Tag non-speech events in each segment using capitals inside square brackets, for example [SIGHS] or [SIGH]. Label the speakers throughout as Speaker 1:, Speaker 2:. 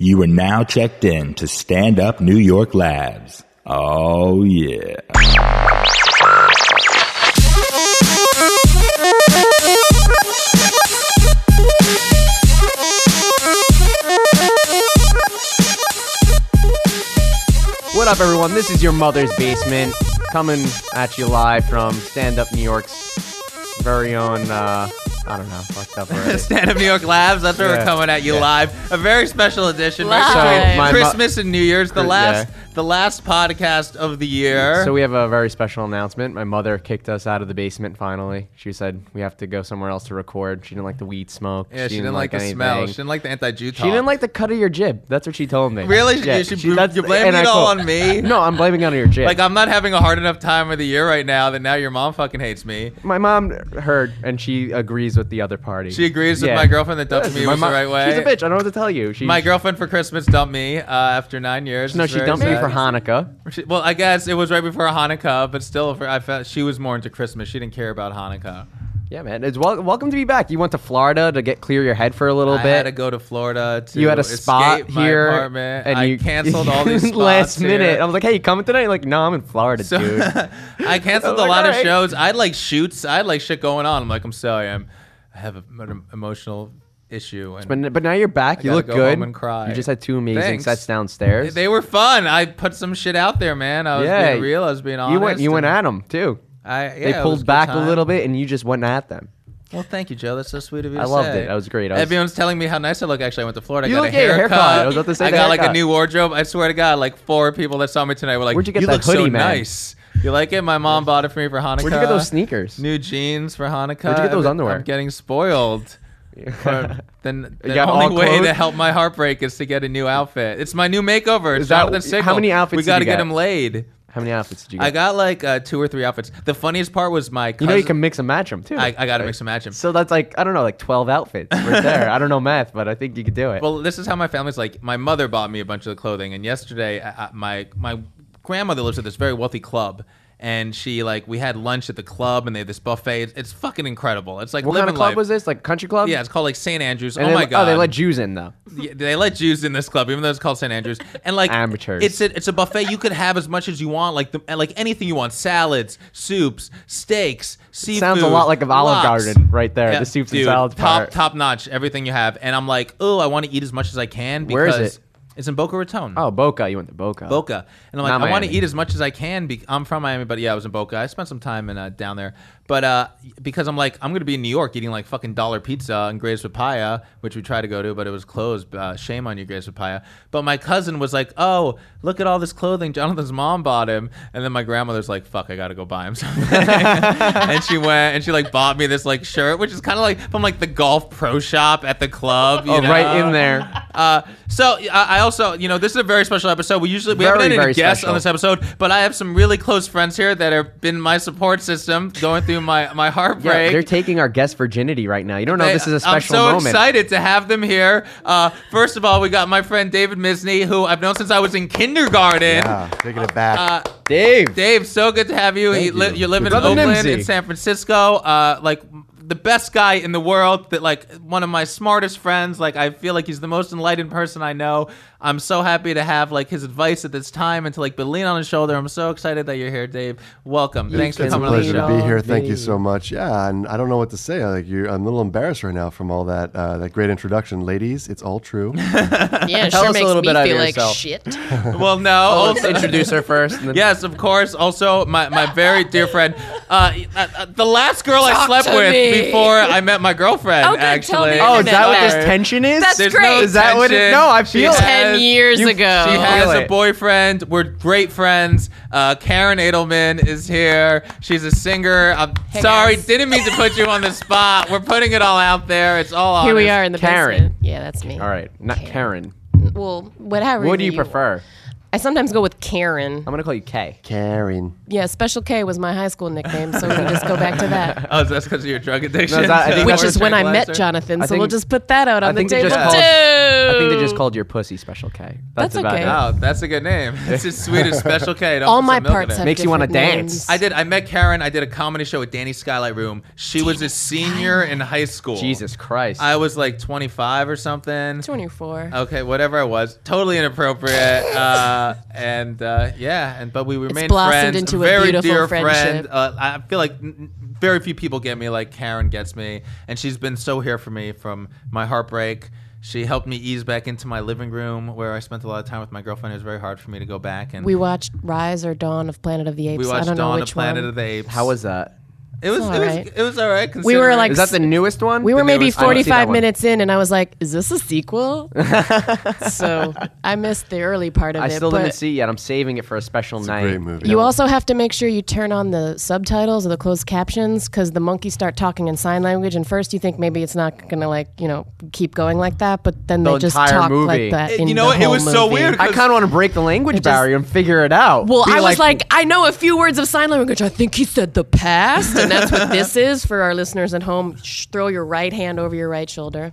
Speaker 1: You are now checked in to Stand Up New York Labs. Oh, yeah.
Speaker 2: What up, everyone? This is your mother's basement coming at you live from Stand Up New York's very own. Uh, I don't know, fucked up already.
Speaker 3: [LAUGHS] Stand Up New York Labs. That's where
Speaker 2: Yeah.
Speaker 3: we're coming at you
Speaker 2: Yeah.
Speaker 3: live. A very special edition.
Speaker 4: Live.
Speaker 3: So
Speaker 4: So my
Speaker 3: my
Speaker 4: mo-
Speaker 3: Christmas and New Year's, the
Speaker 2: Cri-
Speaker 3: last,
Speaker 2: yeah.
Speaker 3: the last podcast of the year.
Speaker 2: So we have a very special announcement. My mother kicked us out of the basement finally. She said we have to go somewhere else to record. She didn't like the weed smoke.
Speaker 3: yeah, she, didn't like, the smell. She
Speaker 2: anything.
Speaker 3: didn't like the anti-Jew talk.
Speaker 2: She didn't like the cut of your jib. That's what she told me.
Speaker 3: Really? You should- you-
Speaker 2: that's-
Speaker 3: you're blaming
Speaker 2: and I
Speaker 3: it all
Speaker 2: quote-
Speaker 3: on me?
Speaker 2: [LAUGHS] No, I'm blaming it on your jib.
Speaker 3: Like I'm not having a hard enough time of the year right now that now your mom fucking hates me.
Speaker 2: my mom heard and she agrees with the other party.
Speaker 3: She agrees with
Speaker 2: Yeah.
Speaker 3: my girlfriend that dumped me
Speaker 2: My
Speaker 3: was
Speaker 2: mom-
Speaker 3: the right way.
Speaker 2: She's a bitch. I don't know what to tell you. She,
Speaker 3: My girlfriend for Christmas dumped me uh, after nine years.
Speaker 2: No,
Speaker 3: It's
Speaker 2: she
Speaker 3: very
Speaker 2: dumped me
Speaker 3: sad.
Speaker 2: for Hanukkah.
Speaker 3: She- well, I guess it was right before Hanukkah, but still, for, I felt she was more into Christmas. She didn't care about Hanukkah.
Speaker 2: Yeah, man. It's wel- welcome to be back. You went to Florida to get clear your head for a little
Speaker 3: I
Speaker 2: bit.
Speaker 3: had to go to Florida to
Speaker 2: you had a
Speaker 3: escape
Speaker 2: spot
Speaker 3: my
Speaker 2: here,
Speaker 3: apartment. I
Speaker 2: [LAUGHS]
Speaker 3: canceled all these spots
Speaker 2: last minute.
Speaker 3: here.
Speaker 2: I was like, "Hey, you coming tonight?" Like, no, I'm in Florida,
Speaker 3: So-
Speaker 2: dude.
Speaker 3: [LAUGHS]
Speaker 2: Oh
Speaker 3: I canceled
Speaker 2: I was
Speaker 3: a
Speaker 2: like,
Speaker 3: lot of
Speaker 2: "Alright."
Speaker 3: shows. I had like shoots. I had like shit going on. I'm like, I'm sorry. I'm, I have a- an emotional issue. And
Speaker 2: but, but now you're back. you
Speaker 3: gotta
Speaker 2: look
Speaker 3: go
Speaker 2: good.
Speaker 3: home and cry.
Speaker 2: You just had two amazing
Speaker 3: Thanks.
Speaker 2: sets downstairs.
Speaker 3: they were fun. I put some shit out there, man. I was
Speaker 2: Yeah.
Speaker 3: being real. I was being honest.
Speaker 2: you went. You went
Speaker 3: and
Speaker 2: at them too.
Speaker 3: I, yeah,
Speaker 2: they
Speaker 3: it was a
Speaker 2: pulled
Speaker 3: good
Speaker 2: back a
Speaker 3: time.
Speaker 2: little bit, and you just went at them.
Speaker 3: Well, thank you, Joe. That's so sweet of you.
Speaker 2: I
Speaker 3: to
Speaker 2: loved
Speaker 3: say.
Speaker 2: it. That was great. I was-
Speaker 3: Everyone's telling me how nice I look. Actually, I went to Florida. I
Speaker 2: You
Speaker 3: got
Speaker 2: look-
Speaker 3: a
Speaker 2: yeah, your
Speaker 3: haircut.
Speaker 2: haircut. I was about to say
Speaker 3: I
Speaker 2: the
Speaker 3: got like a
Speaker 2: haircut.
Speaker 3: new wardrobe. I swear to God, like four people that saw me tonight were like,
Speaker 2: Where'd you get that
Speaker 3: look so
Speaker 2: hoodie, man?"
Speaker 3: nice. You like it? My mom bought it for me for Hanukkah.
Speaker 2: Where'd you get those sneakers?
Speaker 3: New jeans for Hanukkah.
Speaker 2: Where'd you get those
Speaker 3: I'm-
Speaker 2: underwear?
Speaker 3: I'm getting
Speaker 2: [LAUGHS]
Speaker 3: spoiled. But then the
Speaker 2: got
Speaker 3: only
Speaker 2: all
Speaker 3: way to
Speaker 2: clothes?
Speaker 3: help my heartbreak is to get a new outfit. It's my new makeover.
Speaker 2: Is that-
Speaker 3: Jonathan Sickle.
Speaker 2: how many outfits
Speaker 3: We
Speaker 2: did
Speaker 3: gotta
Speaker 2: you
Speaker 3: get
Speaker 2: get?
Speaker 3: him laid.
Speaker 2: How many outfits did you get?
Speaker 3: I got like uh, two or three outfits. The funniest part was my
Speaker 2: you
Speaker 3: cousin.
Speaker 2: know you can mix and match them too.
Speaker 3: I, I gotta mix and match him.
Speaker 2: So that's like I don't know, like twelve outfits
Speaker 3: [LAUGHS]
Speaker 2: right there. I don't know math, but I think you could do it.
Speaker 3: Well, this is how my family's like. My mother bought me a bunch of the clothing, and yesterday, I, I- my my grandmother lives at this very wealthy club, and she like we had lunch at the club, and they had this buffet. It's, it's fucking incredible. It's like
Speaker 2: what
Speaker 3: living
Speaker 2: kind of club
Speaker 3: life.
Speaker 2: was this? Like country club?
Speaker 3: Yeah, it's called like St. Andrews.
Speaker 2: And
Speaker 3: oh
Speaker 2: they,
Speaker 3: my god!
Speaker 2: Oh, they let Jews in though.
Speaker 3: Yeah, they let Jews in this club, even though it's called St. Andrews. And like
Speaker 2: Amateurs.
Speaker 3: it's a, it's a buffet. You could have as much as you want, like the, like anything you want: salads, soups, steaks, seafood.
Speaker 2: Sounds a lot like an Olive
Speaker 3: lox.
Speaker 2: Garden right there.
Speaker 3: Yeah,
Speaker 2: the soups
Speaker 3: dude,
Speaker 2: and salads
Speaker 3: top
Speaker 2: part.
Speaker 3: top notch. Everything you have, and I'm like, oh, I want to eat as much as I can. Because
Speaker 2: Where is it?
Speaker 3: It's in Boca Raton.
Speaker 2: Oh, Boca. You went to Boca.
Speaker 3: Boca. And I'm
Speaker 2: Not
Speaker 3: like, I want to
Speaker 2: Miami.
Speaker 3: eat as much as I can. Be- I'm from Miami, but yeah, I was in Boca. I spent some time in uh, down there, but uh, because I'm like, I'm gonna be in New York eating like fucking dollar pizza and Grace Papaya, which we tried to go to, but it was closed. Uh, shame on you, Grace Papaya. But my cousin was like, oh, look at all this clothing Jonathan's mom bought him, and then my grandmother's like, fuck, I gotta go buy him something. [LAUGHS] and she went and she like bought me this like shirt, which is kind of like from like the golf pro shop at the club. you
Speaker 2: Oh, right
Speaker 3: know?
Speaker 2: in
Speaker 3: [LAUGHS]
Speaker 2: there.
Speaker 3: Uh, so I, I also, you know, this is a very special episode. We usually we
Speaker 2: Very,
Speaker 3: haven't had any
Speaker 2: very
Speaker 3: guests
Speaker 2: special.
Speaker 3: on this episode, but I have some really close friends here that have been my support system going through my
Speaker 2: [LAUGHS]
Speaker 3: my
Speaker 2: Yeah,
Speaker 3: heartbreak.
Speaker 2: they're taking our guest virginity right now. You don't know
Speaker 3: They-
Speaker 2: this is a special
Speaker 3: I'm so
Speaker 2: moment.
Speaker 3: excited to have them here. Uh, first of all, we got my friend David Misney, who I've known since I was in kindergarten.
Speaker 5: Yeah, taking it back.
Speaker 3: Uh,
Speaker 2: Dave.
Speaker 3: Dave, so good to have you. He
Speaker 5: Thank
Speaker 3: li-
Speaker 5: you.
Speaker 3: you live in
Speaker 2: Brother
Speaker 3: Oakland,
Speaker 2: Nimsy.
Speaker 3: in San Francisco. Uh, like the best guy in the world. That like one of my smartest friends. Like I feel like he's the most enlightened person I know. I'm so happy to have like his advice at this time and to like be lean on his shoulder. I'm so excited that you're here, Dave. Welcome. Thanks for
Speaker 5: it's a
Speaker 3: coming on the
Speaker 5: pleasure to be
Speaker 3: show.
Speaker 5: here. Thank you so much. Yeah, and I don't know what to say. I, like you, I'm a little embarrassed right now from all that uh, that great introduction, ladies. It's all true.
Speaker 4: Yeah, it
Speaker 3: Tell
Speaker 4: sure
Speaker 3: us a
Speaker 4: makes
Speaker 3: little
Speaker 4: me
Speaker 3: bit out of
Speaker 4: feel like
Speaker 3: yourself.
Speaker 4: shit.
Speaker 3: well,
Speaker 5: [LAUGHS]
Speaker 3: no.
Speaker 5: Oh,
Speaker 2: Let's
Speaker 3: Also,
Speaker 2: introduce her first. and then-
Speaker 3: [LAUGHS] Yes, of course. Also, my, my very dear friend, uh, uh, uh, the last girl I
Speaker 4: Talk
Speaker 3: slept
Speaker 4: to
Speaker 3: with
Speaker 4: me.
Speaker 3: before I met my girlfriend.
Speaker 4: Oh, good. Tell
Speaker 3: Actually,
Speaker 4: me
Speaker 2: Oh, is that what
Speaker 4: Internet
Speaker 2: this
Speaker 4: back.
Speaker 2: tension is?
Speaker 4: That's
Speaker 3: There's
Speaker 4: great.
Speaker 3: no
Speaker 4: Is
Speaker 2: that what it-
Speaker 3: tension.
Speaker 2: no, I feel
Speaker 3: She
Speaker 2: it.
Speaker 4: Ten
Speaker 3: has-
Speaker 4: years
Speaker 2: you-
Speaker 4: ago.
Speaker 3: She has
Speaker 2: Feel
Speaker 3: a
Speaker 2: it.
Speaker 3: boyfriend. We're great friends. Uh, Karen Edelman is here. She's a singer. I'm
Speaker 4: Hey,
Speaker 3: sorry,
Speaker 4: guys.
Speaker 3: didn't mean to put you on the spot. We're putting it all out there. It's all
Speaker 4: Here we
Speaker 3: honest.
Speaker 4: are in the
Speaker 2: Karen.
Speaker 4: basement. Yeah, that's me.
Speaker 2: All right, not Karen.
Speaker 4: Well, whatever.
Speaker 2: What do you prefer?
Speaker 4: I sometimes go with Karen.
Speaker 2: I'm gonna call you K.
Speaker 5: Karen.
Speaker 4: Yeah, Special K was my high school nickname, so we can just go back to
Speaker 2: [LAUGHS]
Speaker 4: that.
Speaker 3: Oh, so that's because of your drug addiction.
Speaker 2: that- I think
Speaker 4: Which
Speaker 2: that's
Speaker 4: is when I met Jonathan,
Speaker 2: I
Speaker 4: so we'll
Speaker 2: think-
Speaker 4: just put that out on
Speaker 2: I think
Speaker 4: the
Speaker 2: they
Speaker 4: table
Speaker 2: just called-
Speaker 4: too.
Speaker 2: I think they just called your pussy Special K. That's,
Speaker 4: That's
Speaker 2: about
Speaker 4: okay. Oh.
Speaker 2: it.
Speaker 3: Wow, Oh, that's a
Speaker 2: [LAUGHS]
Speaker 3: good name. It's as sweet as Special K. It
Speaker 4: All
Speaker 3: offers
Speaker 4: my
Speaker 3: some milk in
Speaker 4: parts
Speaker 3: it.
Speaker 4: have
Speaker 2: Makes you wanna
Speaker 4: different
Speaker 2: dance.
Speaker 4: names.
Speaker 3: I did. I met Karen. I did a comedy show with Danny Skylight Room. She was a senior in high school.
Speaker 2: Jesus Christ.
Speaker 3: I was like 25 or something.
Speaker 4: 24.
Speaker 2: Oh.
Speaker 3: Okay, whatever I was, totally inappropriate. Uh, and uh, yeah, and but we remained
Speaker 4: blossomed
Speaker 3: friends.
Speaker 4: into a
Speaker 3: very
Speaker 4: beautiful
Speaker 3: dear friend.
Speaker 4: friendship.
Speaker 3: Uh, I feel like n- n- very few people get me like Karen gets me, and she's been so here for me from my heartbreak. She helped me ease back into my living room where I spent a lot of time with my girlfriend. It was very hard for me to go back and
Speaker 4: we watched Rise or Dawn of Planet of the Apes.
Speaker 3: we
Speaker 4: I
Speaker 3: watched
Speaker 4: don't
Speaker 3: Dawn
Speaker 4: know
Speaker 3: of
Speaker 4: which
Speaker 3: Planet
Speaker 4: one.
Speaker 3: of the Apes.
Speaker 2: How was that?
Speaker 3: it? Was
Speaker 4: It's
Speaker 3: it was
Speaker 4: alright.
Speaker 3: it was all right.
Speaker 4: We were, like,
Speaker 2: Is that the newest one?
Speaker 4: we were maybe
Speaker 3: newest one. I haven't seen that
Speaker 4: 45
Speaker 2: one.
Speaker 4: minutes in, and I was like, "Is this a
Speaker 2: [LAUGHS]
Speaker 4: sequel?" so I missed the early part of
Speaker 2: I
Speaker 4: it.
Speaker 2: still
Speaker 4: but
Speaker 2: didn't see it yet. I'm saving it for a special night.
Speaker 5: Great movie.
Speaker 4: You also have to make sure you turn on the subtitles or the closed captions because the monkeys start talking in sign language, and first you think maybe it's not gonna like you know keep going like that, but then
Speaker 2: The
Speaker 4: they just
Speaker 2: entire
Speaker 4: talk
Speaker 2: movie.
Speaker 4: like that.
Speaker 3: It-
Speaker 4: in
Speaker 3: you know
Speaker 4: the
Speaker 3: what? It
Speaker 4: whole
Speaker 3: was so
Speaker 4: movie.
Speaker 3: weird.
Speaker 2: I kind of want to break the language barrier and figure it out.
Speaker 4: Well,
Speaker 2: Be
Speaker 4: I was like, I know a few words of sign language. I think he said the past, and that's what
Speaker 3: [LAUGHS]
Speaker 4: this is for our listeners at home. Shh, throw your right hand over your right shoulder.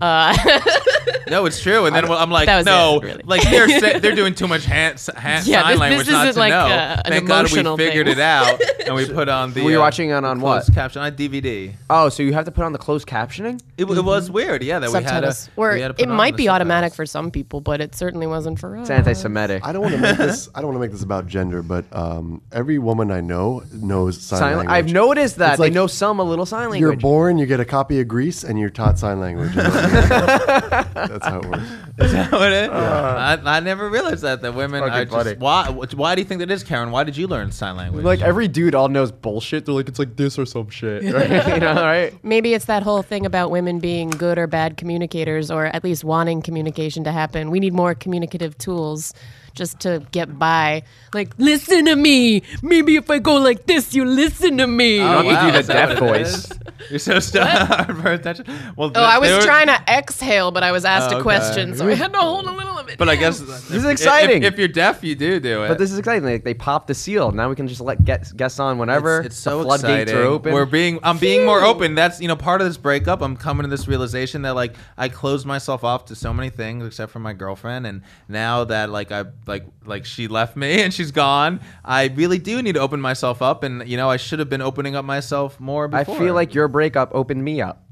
Speaker 3: No, it's true. And then I'm like,
Speaker 4: that was
Speaker 3: no,
Speaker 4: it, really.
Speaker 3: like they're
Speaker 4: [LAUGHS]
Speaker 3: sa- they're doing too much hand, s- hand
Speaker 4: Yeah,
Speaker 3: sign
Speaker 4: this-
Speaker 3: language
Speaker 4: this
Speaker 3: not
Speaker 4: isn't
Speaker 3: to
Speaker 4: like,
Speaker 3: know.
Speaker 4: uh, an
Speaker 3: Thank God we
Speaker 4: emotional
Speaker 3: figured
Speaker 4: thing.
Speaker 3: it out
Speaker 4: [LAUGHS]
Speaker 3: and we put on the.
Speaker 2: Were you
Speaker 3: uh,
Speaker 2: watching it on
Speaker 3: the
Speaker 2: what?
Speaker 3: closed Caption on DVD.
Speaker 2: oh, so you have to put on the closed captioning?
Speaker 3: It, w- it was weird. Yeah, that
Speaker 4: Mm-hmm. Subtitles,
Speaker 3: we had
Speaker 4: or
Speaker 3: a. we had to put
Speaker 4: it
Speaker 3: on
Speaker 4: might
Speaker 3: the
Speaker 4: be
Speaker 3: [LAUGHS]
Speaker 4: automatic
Speaker 3: subtitles.
Speaker 4: for some people, but it certainly wasn't for us.
Speaker 2: It's anti-Semitic.
Speaker 5: I don't want to make this. I don't want to make this about gender, but um, every woman I know knows sign,
Speaker 2: Sign-
Speaker 5: language.
Speaker 2: I've noticed that
Speaker 5: It's
Speaker 2: they
Speaker 5: like
Speaker 2: know some a little sign
Speaker 5: You're
Speaker 2: language.
Speaker 5: born, you get a copy of Greece, and you're taught
Speaker 3: [LAUGHS]
Speaker 5: sign language. That's how it works.
Speaker 3: What it- I, I never realized that that women
Speaker 2: fucking
Speaker 3: are
Speaker 2: funny.
Speaker 3: just why. Why do you think that is, Karen? Why did you learn sign language?
Speaker 6: Like every dude all knows bullshit. They're like, it's like this or some
Speaker 5: [LAUGHS]
Speaker 6: shit. Right?
Speaker 2: [LAUGHS] you know, right?
Speaker 4: Maybe it's that whole thing about women being good or bad communicators, or at least wanting communication to happen. We need more communicative tools just to get by. Like, listen to me. Maybe if I go like this, you listen to me.
Speaker 3: Oh,
Speaker 2: don't have to do the
Speaker 3: is that
Speaker 2: deaf
Speaker 3: what it is?
Speaker 2: voice.
Speaker 3: You're so [LAUGHS] stuck for attention. Well,
Speaker 4: Oh, I was trying to exhale, but I was asked
Speaker 3: Oh,
Speaker 4: a
Speaker 3: okay.
Speaker 4: question, so I had to hold a little of it.
Speaker 3: But I
Speaker 4: in. [LAUGHS]
Speaker 3: guess
Speaker 2: is exciting.
Speaker 3: If, if you're deaf, you do do it.
Speaker 2: But this is exciting. Like they popped the seal. Now we can just let guests, guests on whenever.
Speaker 3: It's, it's so
Speaker 2: the floodgates
Speaker 3: exciting.
Speaker 2: are open.
Speaker 3: We're being I'm being more open. That's you know part of this breakup. I'm coming to this realization that like I closed myself off to so many things except for my girlfriend, and now that like I like like she left me [LAUGHS] and she's gone, I really do need to open myself up, and you know I should have been opening up myself more.
Speaker 2: I
Speaker 3: before.
Speaker 2: feel like your breakup opened me up.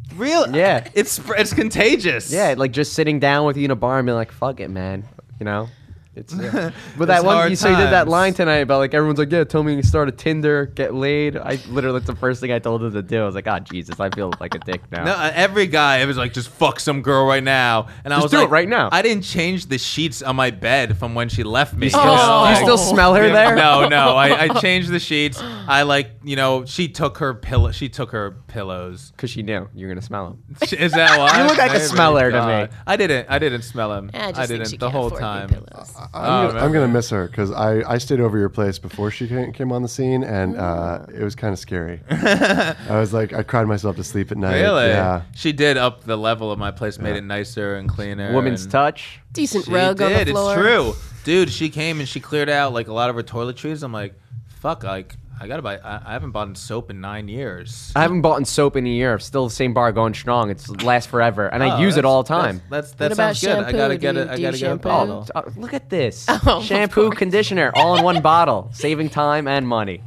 Speaker 2: [LAUGHS]
Speaker 3: real
Speaker 2: Yeah.
Speaker 3: [LAUGHS] It's sp- it's contagious.
Speaker 2: Yeah, like just sitting down with you in a bar and being like, "Fuck it, man," you know. It's
Speaker 3: [LAUGHS]
Speaker 2: yeah. but
Speaker 3: It's
Speaker 2: that one.
Speaker 3: hard
Speaker 2: You, so you did that
Speaker 3: times.
Speaker 2: line tonight about like everyone's like, "Yeah, tell me you started Tinder, get laid." I literally that's the first thing I told him to do. I was like, "Ah, Jesus, I feel like a dick now."
Speaker 3: No, uh, every guy it was like, just fuck some girl right now, and I
Speaker 2: Just
Speaker 3: was
Speaker 2: do it
Speaker 3: like,
Speaker 2: right now.
Speaker 3: I didn't change the sheets on my bed from when she left me. Oh.
Speaker 2: You still,
Speaker 3: know?
Speaker 2: you
Speaker 3: Like-
Speaker 2: still smell her
Speaker 3: Yeah,
Speaker 2: there? [LAUGHS]
Speaker 3: No, no. I, I changed the sheets. I like, you know, she took her pillow. She took her pillows.
Speaker 2: because she knew you're gonna smell him.
Speaker 3: Sh- Is that
Speaker 2: [LAUGHS]
Speaker 3: why?
Speaker 2: You look like a
Speaker 3: Maybe.
Speaker 2: smeller to
Speaker 3: God.
Speaker 2: me.
Speaker 3: I didn't. I didn't smell him.
Speaker 4: I,
Speaker 3: I,
Speaker 4: Ah, just think
Speaker 3: didn't
Speaker 4: she
Speaker 3: the
Speaker 4: can't
Speaker 3: whole
Speaker 4: afford new
Speaker 3: time.
Speaker 4: pillows.
Speaker 5: I'm, gonna, I'm
Speaker 3: Oh, man.
Speaker 5: gonna miss her because I, I stayed over your place before she came, came on the scene, and uh, it was kind
Speaker 3: [LAUGHS]
Speaker 5: of scary. I was like, I cried myself to sleep at night.
Speaker 3: Really?
Speaker 5: Yeah.
Speaker 3: She did up the level of my place, made it nicer and cleaner.
Speaker 2: Woman's
Speaker 3: and-
Speaker 2: touch.
Speaker 4: Decent
Speaker 3: She
Speaker 4: rug on
Speaker 3: did.
Speaker 4: the floor.
Speaker 3: It's true, dude. She came and she cleared out like a lot of her toiletries. I'm like, fuck, like I gotta buy. I, I haven't bought soap in nine years.
Speaker 2: I haven't bought soap in a year. Still the same bar going strong. It's lasts forever, and
Speaker 4: Oh,
Speaker 2: I use it all the time.
Speaker 3: Oh, That's, that's that
Speaker 4: What about
Speaker 3: sounds good. I gotta
Speaker 4: shampoo?
Speaker 3: get
Speaker 4: Do
Speaker 3: it.
Speaker 4: you
Speaker 3: I gotta
Speaker 4: do
Speaker 3: get a
Speaker 4: shampoo?
Speaker 3: bottle.
Speaker 2: Oh, look at
Speaker 4: [LAUGHS]
Speaker 2: this
Speaker 4: Oh, of
Speaker 2: shampoo,
Speaker 4: course.
Speaker 2: conditioner, all in one bottle, saving time and money.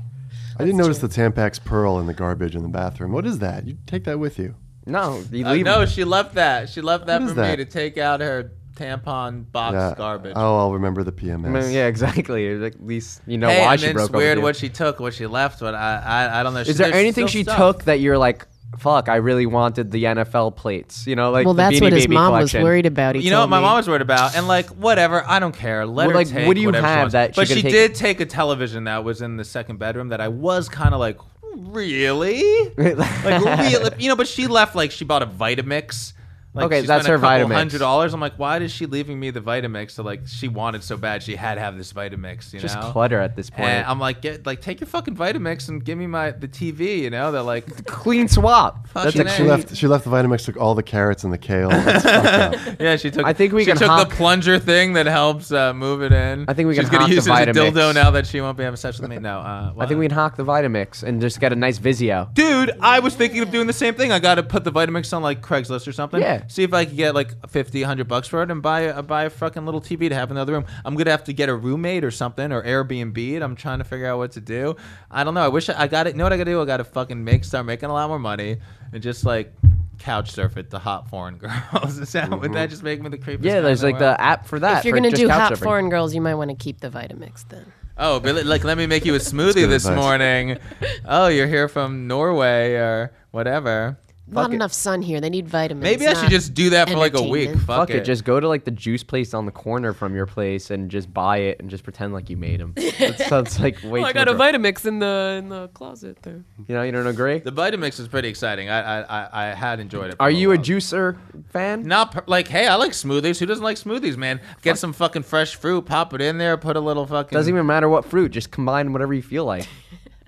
Speaker 5: I didn't notice the Tampax pearl in the garbage in the bathroom. What is that? You take that with you.
Speaker 2: No, you
Speaker 3: Uh,
Speaker 2: leave.
Speaker 3: no, she left that. She left that
Speaker 5: What
Speaker 3: for
Speaker 5: is
Speaker 3: me
Speaker 5: that?
Speaker 3: to take out her tampon box
Speaker 5: Yeah.
Speaker 3: garbage.
Speaker 5: Oh, I'll remember the
Speaker 2: I
Speaker 5: PMS.
Speaker 2: mean, yeah, exactly. At least you know
Speaker 3: Hey,
Speaker 2: why
Speaker 3: and
Speaker 2: she
Speaker 3: then
Speaker 2: broke
Speaker 3: it's
Speaker 2: up. with
Speaker 3: weird
Speaker 2: you.
Speaker 3: what she took, what she left. What I, I, I don't know.
Speaker 2: Is there anything she
Speaker 3: took?
Speaker 2: took that you're like, fuck? I really wanted the NFL plates. You know, like
Speaker 4: Well,
Speaker 2: the
Speaker 4: that's
Speaker 2: Beanie
Speaker 4: what his
Speaker 2: Baby
Speaker 4: mom
Speaker 2: collection. [LAUGHS]
Speaker 4: was worried about. He
Speaker 3: You know what
Speaker 4: told
Speaker 3: my
Speaker 4: me.
Speaker 3: mom was worried about, and like whatever, I don't care. Let
Speaker 2: Well,
Speaker 3: her
Speaker 2: like,
Speaker 3: take
Speaker 2: what do you
Speaker 3: whatever she
Speaker 2: have
Speaker 3: wants.
Speaker 2: that she
Speaker 3: But
Speaker 2: can
Speaker 3: she
Speaker 2: take-
Speaker 3: did take a television that was in the second bedroom that I was kind of like,
Speaker 2: [LAUGHS]
Speaker 3: really, like really, you know. But she left like she bought a Vitamix. Like,
Speaker 2: Okay,
Speaker 3: she
Speaker 2: that's
Speaker 3: spent a
Speaker 2: her
Speaker 3: couple
Speaker 2: Vitamix.
Speaker 3: Hundred dollars. I'm like, why is she leaving me the Vitamix? So like, she wanted so bad, she had to have this Vitamix. You
Speaker 2: Just
Speaker 3: know,
Speaker 2: clutter at this point.
Speaker 3: And I'm like, get like, take your fucking Vitamix and give me my the TV. You know,
Speaker 2: [LAUGHS]
Speaker 3: they're like,
Speaker 2: clean swap. That's a
Speaker 3: Fucking
Speaker 5: She
Speaker 3: Hey.
Speaker 2: clean.
Speaker 5: left. She left the Vitamix. Took all the carrots and the kale. That's fucked up.
Speaker 3: yeah, she took.
Speaker 2: I think we
Speaker 3: she
Speaker 2: can
Speaker 3: took
Speaker 2: honk-
Speaker 3: the plunger thing that helps uh, move it in.
Speaker 2: I think we can
Speaker 3: She's gonna
Speaker 2: honk
Speaker 3: use
Speaker 2: the
Speaker 3: it as a
Speaker 2: Vitamix.
Speaker 3: dildo now that she won't be having sex with me. No, uh,
Speaker 2: I think we can hock the Vitamix and just get a nice Vizio.
Speaker 3: Dude, I was thinking of doing the same thing. I got to put the Vitamix on like Craigslist or something.
Speaker 2: Yeah.
Speaker 3: See if I could get like 50, 100 bucks for it and buy a, buy a fucking little TV to have in the other room. I'm going to have to get a roommate or something or Airbnb it. I'm trying to figure out what to do. I don't know. I wish I, I got it. You know what I got to do? I got to fucking make, start making a lot more money and just like couch surf it to hot foreign [LAUGHS] girls. Is that, Would that just make me the creepiest? guy
Speaker 2: Yeah,
Speaker 3: in
Speaker 2: there's
Speaker 3: the
Speaker 2: like
Speaker 3: world?
Speaker 2: the app for that.
Speaker 4: If you're
Speaker 2: for
Speaker 4: gonna
Speaker 2: just
Speaker 4: do
Speaker 2: couch
Speaker 4: hot
Speaker 2: surfing.
Speaker 4: foreign girls, you might want to keep the Vitamix then.
Speaker 3: Oh, but li- like let me make you a smoothie this
Speaker 5: advice.
Speaker 3: morning. oh, you're here from Norway or whatever.
Speaker 4: Not enough sun here. They need vitamins.
Speaker 3: Maybe I
Speaker 4: not
Speaker 3: should just do that for like a week.
Speaker 4: entertainment.
Speaker 3: Fuck,
Speaker 2: Fuck it, just go to like the juice place on the corner from your place and just buy it and just pretend like you made
Speaker 4: [LAUGHS]
Speaker 2: them. That sounds like way
Speaker 4: Oh,
Speaker 2: too
Speaker 4: I got a
Speaker 2: much work.
Speaker 4: Vitamix in the in the closet there.
Speaker 2: You know, you don't agree?
Speaker 3: the Vitamix is pretty exciting. I I, I, I had enjoyed it. for
Speaker 2: Are you a
Speaker 3: while.
Speaker 2: juicer fan?
Speaker 3: Not per- like hey, I like smoothies. Who doesn't like smoothies, man? Get some fucking fresh fruit, pop it in there, put a little fucking
Speaker 2: Doesn't even matter what fruit, just combine whatever you feel like.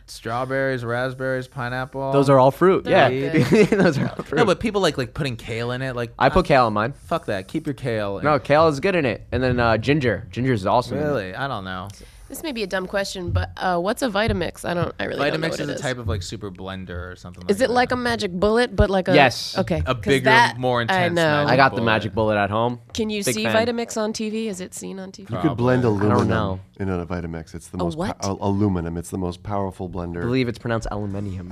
Speaker 3: strawberries, raspberries, pineapple.
Speaker 2: Those are all fruit.
Speaker 4: They're
Speaker 2: yeah. [LAUGHS] Those are all fruit.
Speaker 3: no, but people like like putting kale in it. Like
Speaker 2: I put kale in mine.
Speaker 3: fuck that. Keep your kale. in-
Speaker 2: No, kale is good in it. And then uh, ginger. Ginger is awesome. in it.
Speaker 3: really, I don't know.
Speaker 4: This may be a dumb question, but uh, what's a Vitamix? I don't. I really don't know
Speaker 3: Vitamix
Speaker 4: what
Speaker 3: is
Speaker 4: it
Speaker 3: a
Speaker 4: is.
Speaker 3: type of like super blender or something.
Speaker 4: Is it like a magic bullet, but like a
Speaker 2: Yes.
Speaker 4: Okay,
Speaker 3: A
Speaker 4: 'cause
Speaker 3: bigger,
Speaker 4: that
Speaker 3: more
Speaker 4: I
Speaker 3: intense
Speaker 4: know.
Speaker 3: magic
Speaker 2: I got the
Speaker 3: Bullet.
Speaker 2: magic bullet at home.
Speaker 4: Can you
Speaker 2: Big
Speaker 4: see
Speaker 2: fan.
Speaker 4: Vitamix on TV? Is it seen on TV?
Speaker 5: You could blend
Speaker 2: know.
Speaker 5: aluminum in a Vitamix. It's the most
Speaker 4: what?
Speaker 5: pow- aluminum. It's the most powerful blender.
Speaker 2: I believe it's pronounced aluminium. [LAUGHS]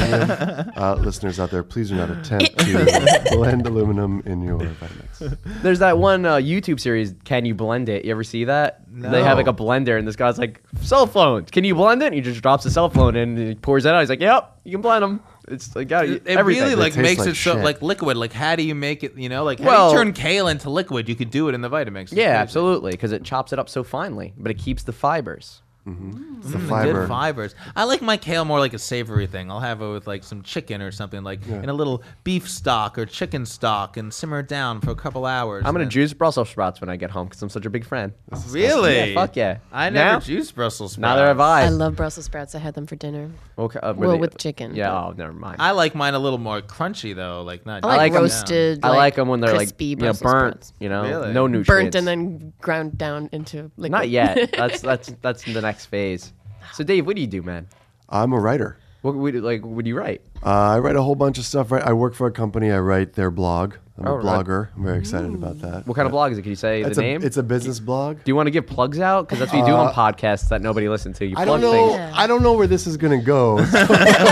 Speaker 5: uh, listeners out there, please do
Speaker 2: [LAUGHS]
Speaker 5: not attempt to blend aluminum in your Vitamix.
Speaker 2: There's that one uh, YouTube series, Can You Blend It? You ever see that? They have like a blender, and this guy's like, cell phones, can you blend it? And he just drops a cell phone in, and he pours it out. He's like, yep, you can blend them. It's like, yeah,
Speaker 3: It
Speaker 2: everything.
Speaker 3: really like
Speaker 5: tastes
Speaker 3: makes
Speaker 5: like
Speaker 3: it so
Speaker 5: shit.
Speaker 3: like liquid. Like how do you make it? You know, like
Speaker 2: Well-
Speaker 3: how do you turn kale into liquid? You could do it in the Vitamix. It's
Speaker 2: Yeah,
Speaker 3: crazy.
Speaker 2: absolutely, because it chops it up so finely, but it keeps the fibers.
Speaker 5: It's the
Speaker 3: Good
Speaker 5: fiber.
Speaker 3: fibers. I like my kale more like a savory thing. I'll have it with like some chicken or something, like in a little beef stock or chicken stock, and simmer it down for a couple hours.
Speaker 2: I'm gonna
Speaker 3: and
Speaker 2: juice Brussels sprouts when I get home because I'm such a big fan.
Speaker 3: then- really.
Speaker 2: fuck yeah.
Speaker 3: I never
Speaker 2: Now-
Speaker 3: juice Brussels sprouts.
Speaker 2: Neither have I.
Speaker 4: I love Brussels sprouts. I had them for dinner.
Speaker 2: okay, uh,
Speaker 4: Well,
Speaker 2: really-
Speaker 4: with chicken,
Speaker 2: Yeah.
Speaker 4: but-
Speaker 2: Oh, never mind.
Speaker 3: I like mine a little more crunchy though, like not.
Speaker 4: I like,
Speaker 2: like 'em.
Speaker 4: roasted.
Speaker 2: I like them when they're like
Speaker 4: crispy
Speaker 2: you know, burnt.
Speaker 4: Brussels sprouts.
Speaker 2: You know,
Speaker 3: Really?
Speaker 2: no nutrients.
Speaker 4: burnt and then ground down into liquid. [LAUGHS]
Speaker 2: Not yet. That's that's that's the next phase. So Dave, what do you do, man?
Speaker 5: I'm a writer.
Speaker 2: What would like would you write?
Speaker 5: Uh, I write a whole bunch of stuff. Right, I work for a company. I write their blog. I'm
Speaker 2: All
Speaker 5: a
Speaker 2: right.
Speaker 5: blogger. I'm very excited about that.
Speaker 2: Oh, Mm. What kind of blog is it? Can you say
Speaker 5: It's
Speaker 2: the
Speaker 5: a,
Speaker 2: name?
Speaker 5: It's a business blog.
Speaker 2: do you want to give plugs out? Because that's what you do on podcasts that nobody listens to. You
Speaker 5: I
Speaker 2: plug
Speaker 5: don't know.
Speaker 2: things.
Speaker 4: Yeah.
Speaker 5: I don't know where this is gonna go. [LAUGHS] so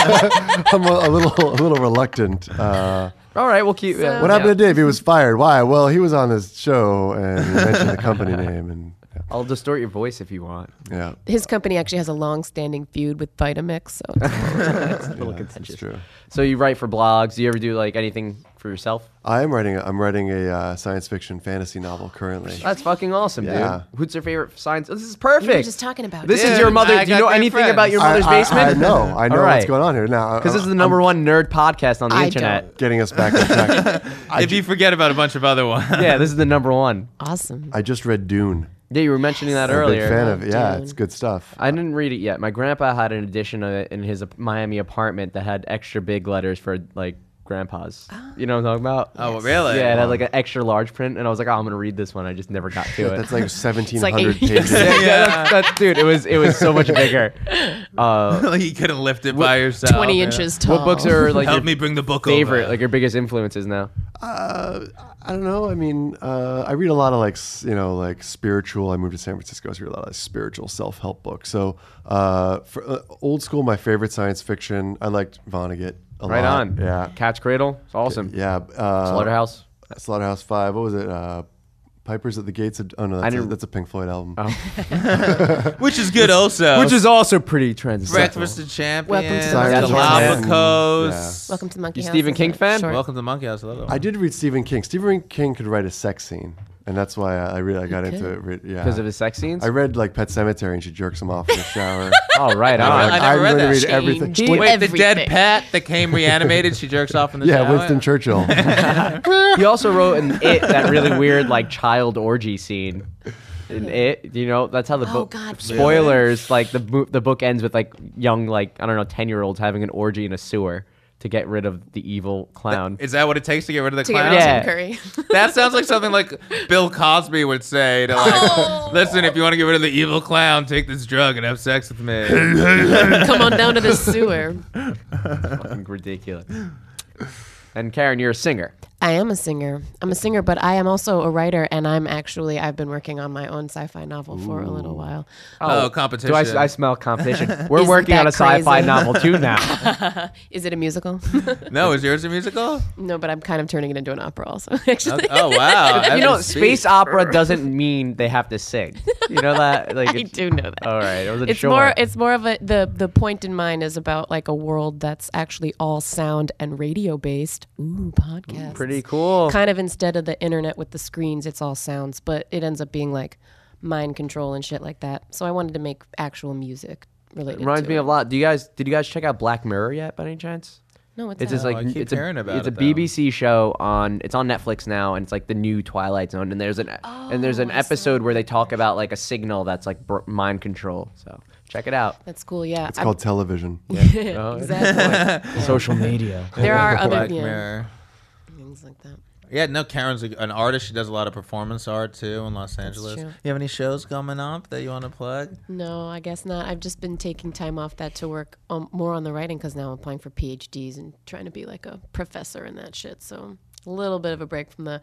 Speaker 5: I'm a, a little, a little reluctant. Uh,
Speaker 2: All right, we'll keep. uh,
Speaker 5: what
Speaker 2: yeah.
Speaker 5: happened to Dave? He was fired. Why? Well, he was on this show and he mentioned
Speaker 2: [LAUGHS]
Speaker 5: the company name, and
Speaker 2: I'll distort your voice if you want.
Speaker 5: yeah,
Speaker 4: His company actually has a long-standing feud with Vitamix, so it's-
Speaker 5: yeah, it's- it's true.
Speaker 2: So you write for blogs. Do you ever do like anything for yourself? Oh,
Speaker 5: I am writing. A, I'm writing a uh, science fiction fantasy novel currently.
Speaker 2: That's fucking awesome,
Speaker 5: Yeah.
Speaker 2: dude. Who's your favorite science? This is perfect.
Speaker 4: You were just talking about
Speaker 2: This
Speaker 4: it.
Speaker 2: is your
Speaker 3: Dude,
Speaker 2: mother.
Speaker 3: I
Speaker 2: Do you
Speaker 3: got
Speaker 2: know
Speaker 3: great
Speaker 2: anything
Speaker 3: friends.
Speaker 2: about your
Speaker 5: I-
Speaker 2: mother's
Speaker 5: I,
Speaker 2: basement?
Speaker 5: I
Speaker 2: [LAUGHS]
Speaker 5: know. I know
Speaker 2: right.
Speaker 5: what's going on here now. uh,
Speaker 2: Because this is the number one nerd podcast on the
Speaker 4: I
Speaker 2: internet.
Speaker 4: don't.
Speaker 5: getting us back on track.
Speaker 2: [LAUGHS]
Speaker 3: if you forget about a bunch of other ones.
Speaker 2: Yeah, this is the number one.
Speaker 4: awesome.
Speaker 5: I just read Dune.
Speaker 2: Yeah, you were mentioning that
Speaker 5: I'm a big
Speaker 2: earlier.
Speaker 5: fan of it. Yeah,
Speaker 4: Dune.
Speaker 5: it's good stuff.
Speaker 2: I didn't read it yet. My grandpa had an edition of it in his ap- Miami apartment that had extra big letters for like grandpas. You know what I'm talking about?
Speaker 3: [LAUGHS] Oh really?
Speaker 2: Yeah, it had like an extra large print, and I was like, oh, I'm gonna read this one. I just never got
Speaker 5: [LAUGHS]
Speaker 2: to it.
Speaker 5: That's like 1,700
Speaker 4: eight-
Speaker 2: [LAUGHS]
Speaker 5: pages.
Speaker 2: yeah, yeah, that's, that's dude. It was it was so much [LAUGHS] bigger. Uh,
Speaker 3: Like, [LAUGHS] you couldn't lift it by yourself.
Speaker 4: Twenty
Speaker 3: yeah.
Speaker 4: inches tall.
Speaker 2: Oh, what books are like
Speaker 3: Help
Speaker 2: your
Speaker 3: me bring the book
Speaker 2: favorite,
Speaker 3: over.
Speaker 2: like your biggest influences now?
Speaker 5: Uh, I don't know. I mean, uh, I read a lot of like s- you know like spiritual. I moved to San Francisco. so I read a lot of spiritual self help books. So uh, for uh, old school, my favorite science fiction. I liked Vonnegut. A
Speaker 2: Right
Speaker 5: lot.
Speaker 2: on.
Speaker 5: Yeah.
Speaker 2: Cat's Cradle. It's awesome.
Speaker 5: Yeah. Uh,
Speaker 2: Slaughterhouse.
Speaker 5: Slaughterhouse Five. What was it? Uh, Piper's at the Gates of. Oh no, that's, a,
Speaker 2: didn't- Oh.
Speaker 5: that's a Pink Floyd album.
Speaker 3: which is good also.
Speaker 2: Which is also pretty transcendental.
Speaker 3: Breakfast of Champions.
Speaker 4: Welcome to the
Speaker 3: the
Speaker 4: Monkey
Speaker 5: House.
Speaker 3: Galapagos.
Speaker 4: Welcome to the Monkey
Speaker 2: You
Speaker 4: House.
Speaker 2: Stephen
Speaker 4: is
Speaker 2: King
Speaker 4: a
Speaker 2: fan?
Speaker 4: short-
Speaker 3: Welcome to Monkey House. I love that one.
Speaker 5: I did read Stephen King. Stephen King could write a sex scene. and that's why I, I really I got
Speaker 4: Okay.
Speaker 5: into it. re- Yeah,
Speaker 2: because of his sex scenes.
Speaker 5: I read like Pet Cemetery, and she jerks him off in the shower.
Speaker 2: [LAUGHS] oh, right
Speaker 3: I
Speaker 2: on.
Speaker 3: never read
Speaker 5: literally
Speaker 3: that.
Speaker 5: everything.
Speaker 4: Change
Speaker 5: Win-
Speaker 3: Wait, the dead
Speaker 4: Everything.
Speaker 3: pet that came reanimated, she jerks off in the
Speaker 5: yeah,
Speaker 3: shower?
Speaker 2: [LAUGHS]
Speaker 5: Winston Churchill.
Speaker 2: He also wrote in it that really weird like child orgy scene. In it, you know, that's how the
Speaker 4: Oh,
Speaker 2: book.
Speaker 4: God,
Speaker 2: spoilers! Like the bo- the book ends with like young, like I don't know, ten year olds having an orgy in a sewer to get rid of the evil clown.
Speaker 3: Is that what it takes to get rid of the
Speaker 4: to get
Speaker 3: clown?
Speaker 4: rid of
Speaker 2: Yeah.
Speaker 4: Tim Curry.
Speaker 3: That sounds like something like Bill Cosby would say to like,
Speaker 4: Oh.
Speaker 3: listen, if you want to get rid of the evil clown, take this drug and have sex with me.
Speaker 2: [LAUGHS]
Speaker 4: Come on down to the sewer.
Speaker 2: fucking ridiculous. And Karen, you're a singer.
Speaker 4: I am a singer. I'm a singer, but I am also a writer, and I'm actually I've been working on my own sci-fi novel for a little while.
Speaker 3: Oh,
Speaker 2: Do
Speaker 3: competition.
Speaker 2: I, I smell competition?
Speaker 3: [LAUGHS]
Speaker 2: We're
Speaker 4: Isn't
Speaker 2: working on a
Speaker 4: that crazy?
Speaker 2: sci-fi novel too
Speaker 4: [LAUGHS]
Speaker 2: now.
Speaker 4: Is it a musical? [LAUGHS]
Speaker 3: no, is yours a musical?
Speaker 4: no, but I'm kind of turning it into an opera, also. [LAUGHS] Actually,
Speaker 3: Oh, wow.
Speaker 2: you know,
Speaker 3: Evan Speaks.
Speaker 2: space opera doesn't mean they have to sing. You know that? Like,
Speaker 4: [LAUGHS] I
Speaker 2: it's-
Speaker 4: do know that.
Speaker 2: All right, I wasn't
Speaker 4: it's
Speaker 2: sure.
Speaker 4: more it's more of a the the point in mind is about like a world that's actually all sound and radio based. Ooh, podcast.
Speaker 2: pretty cool.
Speaker 4: Kind of instead of the internet with the screens, it's all sounds, but it ends up being like mind control and shit like that. So I wanted to make actual music related.
Speaker 2: Reminds
Speaker 4: to
Speaker 2: me
Speaker 4: it.
Speaker 2: a lot. Do you guys? Did you guys check out Black Mirror yet? By any chance?
Speaker 4: no, what's
Speaker 2: It's
Speaker 4: that?
Speaker 2: just like
Speaker 3: I keep
Speaker 2: it's a,
Speaker 3: hearing about
Speaker 2: it's
Speaker 3: it,
Speaker 2: a
Speaker 3: though.
Speaker 2: BBC show on it's on Netflix now and it's like the new Twilight Zone and there's an
Speaker 3: Oh,
Speaker 2: and there's an episode where they talk about like a signal that's like br- mind control. So check it out.
Speaker 4: that's cool. Yeah,
Speaker 5: It's called television.
Speaker 4: [LAUGHS] exactly.
Speaker 2: Oh, [LAUGHS] Social media.
Speaker 4: there are other
Speaker 3: Black
Speaker 4: yeah,
Speaker 3: Mirror.
Speaker 4: things like that.
Speaker 3: Yeah, no, Karen's a- an artist. She does a lot of performance art too in Los Angeles.
Speaker 4: true.
Speaker 3: You have any shows coming up that you want to plug?
Speaker 4: No, I guess not. I've just been taking time off that to work um, more on the writing because now I'm applying for PhDs and trying to be like a professor and that shit. So a little bit of a break from the,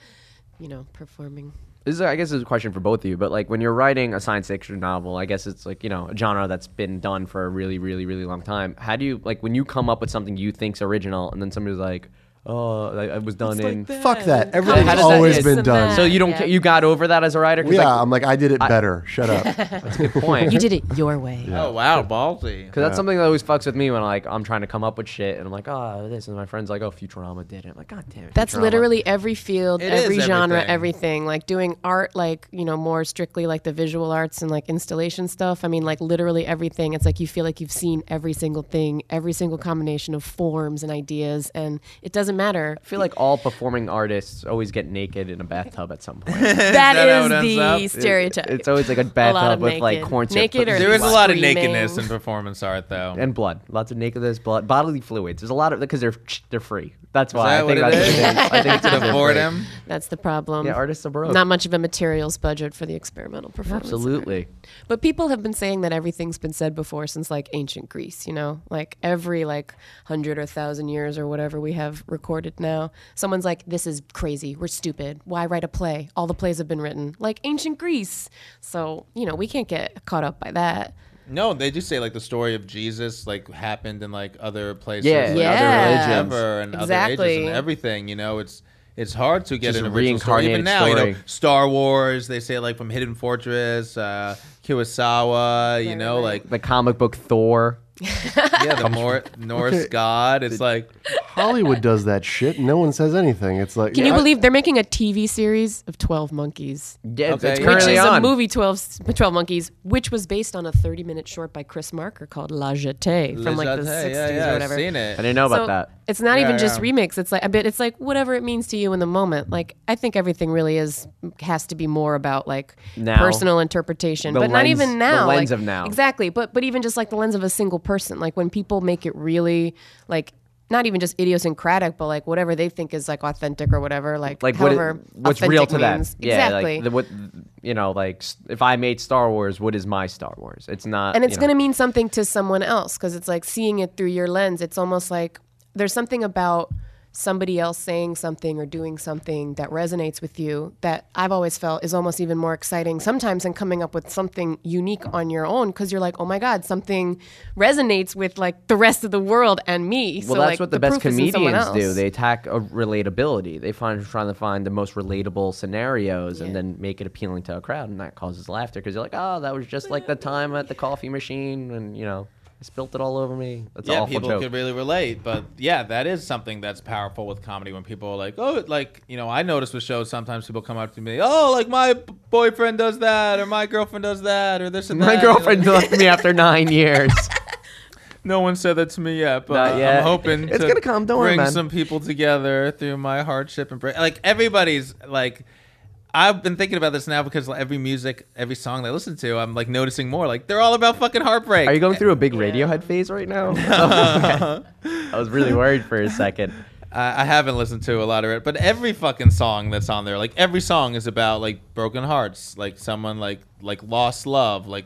Speaker 4: you know, performing.
Speaker 2: This is, I guess, this is a question for both of you. But like, when you're writing a science fiction novel, I guess it's like you know a genre that's been done for a really, really, really long time. How do you like when you come up with something you think's original, and then somebody's like, "Oh, I, I was done in."
Speaker 5: Fuck that.
Speaker 2: How
Speaker 5: Everything's
Speaker 2: does that-
Speaker 5: always
Speaker 2: it's
Speaker 5: been
Speaker 4: a
Speaker 5: done.
Speaker 4: mess.
Speaker 2: so you don't ca- you got over that as a writer? 'Cause,
Speaker 5: yeah,
Speaker 2: like,
Speaker 5: I'm like, I did it better. Shut up.
Speaker 2: good
Speaker 3: [LAUGHS]
Speaker 2: point.
Speaker 4: You did it your way.
Speaker 3: Oh wow, ballsy.
Speaker 2: Because that's something that always fucks with me when like I'm trying to come up with shit and I'm like, oh, this, and my friend's like, oh, Futurama did it. I'm like, god damn it.
Speaker 4: That's
Speaker 2: Futurama."
Speaker 4: literally every field,
Speaker 3: It
Speaker 4: every
Speaker 3: is
Speaker 4: genre,
Speaker 3: everything.
Speaker 4: everything. Like doing art, like, you know, more strictly like the visual arts and like installation stuff. I mean, like literally everything. It's like you feel like you've seen every single thing, every single combination of forms and ideas. And it
Speaker 3: [LAUGHS]
Speaker 4: doesn't matter.
Speaker 2: I feel like all performing artists always get naked in a bathtub at some
Speaker 4: [LAUGHS]
Speaker 2: point.
Speaker 3: that how
Speaker 4: that
Speaker 3: it
Speaker 4: is
Speaker 3: ends up? It-
Speaker 4: the stereotype.
Speaker 2: it's always like a
Speaker 4: lot
Speaker 2: bathtub
Speaker 4: of
Speaker 2: with like
Speaker 4: naked.
Speaker 2: corn syrup
Speaker 4: Naked or
Speaker 2: and
Speaker 3: There is a
Speaker 2: blood.
Speaker 3: lot of
Speaker 4: Screaming.
Speaker 3: nakedness in performance art though.
Speaker 2: and blood, lots of nakedness, blood, bodily fluids. There's a lot of because they're they're free. That's why
Speaker 3: that
Speaker 2: I think
Speaker 3: what it
Speaker 2: that's
Speaker 3: is?
Speaker 2: what it is. I
Speaker 3: [LAUGHS]
Speaker 2: think [LAUGHS] it's because
Speaker 3: to the
Speaker 2: they're free.
Speaker 3: boredom.
Speaker 4: That's the problem.
Speaker 2: Yeah, artists are broke.
Speaker 4: Not much of a materials budget for the experimental performance. art.
Speaker 2: Absolutely.
Speaker 4: But people have been saying that everything's been said before since like ancient Greece, you know? Like every like 100 or 1000 years or whatever we have recorded now, someone's like this is crazy. We're stupid. Why write a play? All the plays have been written like ancient Greece. So, you know, we can't get caught up by that.
Speaker 3: No, they just say like the story of Jesus like happened in like other places,
Speaker 2: Yeah.
Speaker 3: like,
Speaker 4: Yeah.
Speaker 3: other religions, Ever, and other ages
Speaker 4: Exactly.
Speaker 3: and everything. You know, it's it's hard to get
Speaker 2: Just
Speaker 3: an
Speaker 2: a
Speaker 3: original story. Even
Speaker 2: reincarnated
Speaker 3: now, you know,
Speaker 2: story.
Speaker 3: Star Wars. They say like from Hidden Fortress, uh, Kurosawa. you
Speaker 4: Right,
Speaker 3: know,
Speaker 4: right,
Speaker 3: like
Speaker 2: The comic book Thor.
Speaker 3: yeah, the Nor- Norse god. It's like
Speaker 5: Hollywood does that shit. and No one says anything. It's like,
Speaker 4: Can you
Speaker 5: yeah,
Speaker 4: believe they're making a TV series of 12 monkeys?
Speaker 2: Yeah, it's-
Speaker 3: Okay,
Speaker 2: it's
Speaker 3: yeah.
Speaker 4: Which
Speaker 2: currently
Speaker 4: is
Speaker 2: on.
Speaker 4: a movie 12, 12 Monkeys, which was based on a 30 minute short by Chris Marker called La Jetée from like the 60s
Speaker 3: yeah,
Speaker 4: or
Speaker 3: yeah,
Speaker 4: whatever.
Speaker 3: I've seen
Speaker 2: I
Speaker 3: it.
Speaker 2: didn't know about
Speaker 4: So
Speaker 2: that.
Speaker 4: It's not even
Speaker 3: Yeah,
Speaker 4: just
Speaker 3: yeah.
Speaker 4: remix. It's like a bit. It's like whatever it means to you in the moment. Like I think everything really is has to be more about like
Speaker 2: Now.
Speaker 4: personal interpretation,
Speaker 2: The
Speaker 4: but not
Speaker 2: lens-
Speaker 4: even
Speaker 2: the
Speaker 4: now.
Speaker 2: lens
Speaker 4: like-
Speaker 2: of now.
Speaker 4: exactly. But but even just like the lens of a single person. Like when people make it really like not even just idiosyncratic, but like whatever they think is like authentic or whatever. Like
Speaker 2: like what it-
Speaker 4: however
Speaker 2: what's
Speaker 4: authentic
Speaker 2: real to
Speaker 4: means.
Speaker 2: them. Yeah,
Speaker 4: exactly.
Speaker 2: like the, what you know, like s- if I made Star Wars, what is my Star Wars? It's not,
Speaker 4: and it's
Speaker 2: you know,
Speaker 4: going to mean something to someone else because it's like seeing it through your lens it's almost like there's something about somebody else saying something or doing something that resonates with you that i've always felt is almost even more exciting sometimes than coming up with something unique on your own because you're like oh my god something resonates with like the rest of the world and me
Speaker 2: Well,
Speaker 4: so
Speaker 2: that's
Speaker 4: like,
Speaker 2: what the,
Speaker 4: the,
Speaker 2: best
Speaker 4: proof is in someone
Speaker 2: comedians do.
Speaker 4: else.
Speaker 2: They attack a relatability. They find trying to find the most relatable scenarios and then make it appealing to a crowd, and that causes laughter because you're like, oh, that was just like the time at the coffee machine, and you know, spilt it all over me. That's an
Speaker 3: yeah,
Speaker 2: awful
Speaker 3: people
Speaker 2: joke.
Speaker 3: could really relate, but yeah, that is something that's powerful with comedy when people are like, oh, it- like you know, I notice with shows sometimes people come up to me, oh, like my b- boyfriend does that, or my girlfriend does that, or this and that.
Speaker 2: [LAUGHS] My girlfriend left me after
Speaker 3: [LAUGHS]
Speaker 2: nine years.
Speaker 3: No one said that to me yet, but
Speaker 2: Not yet.
Speaker 3: I'm hoping
Speaker 2: It's
Speaker 3: to
Speaker 2: gonna come, don't worry,
Speaker 3: bring
Speaker 2: man.
Speaker 3: some people together through my hardship and break. Like everybody's like. I've been thinking about this now because like, every music, every song they listen to, I'm like noticing more. Like they're all about fucking heartbreak.
Speaker 2: Are you going through a big Radiohead phase right
Speaker 3: [LAUGHS]
Speaker 2: now? [LAUGHS] Okay. I was really worried for a second.
Speaker 3: I, I haven't listened to a lot of it, but every fucking song that's on there, like every song is about like broken hearts, like someone like like lost love, like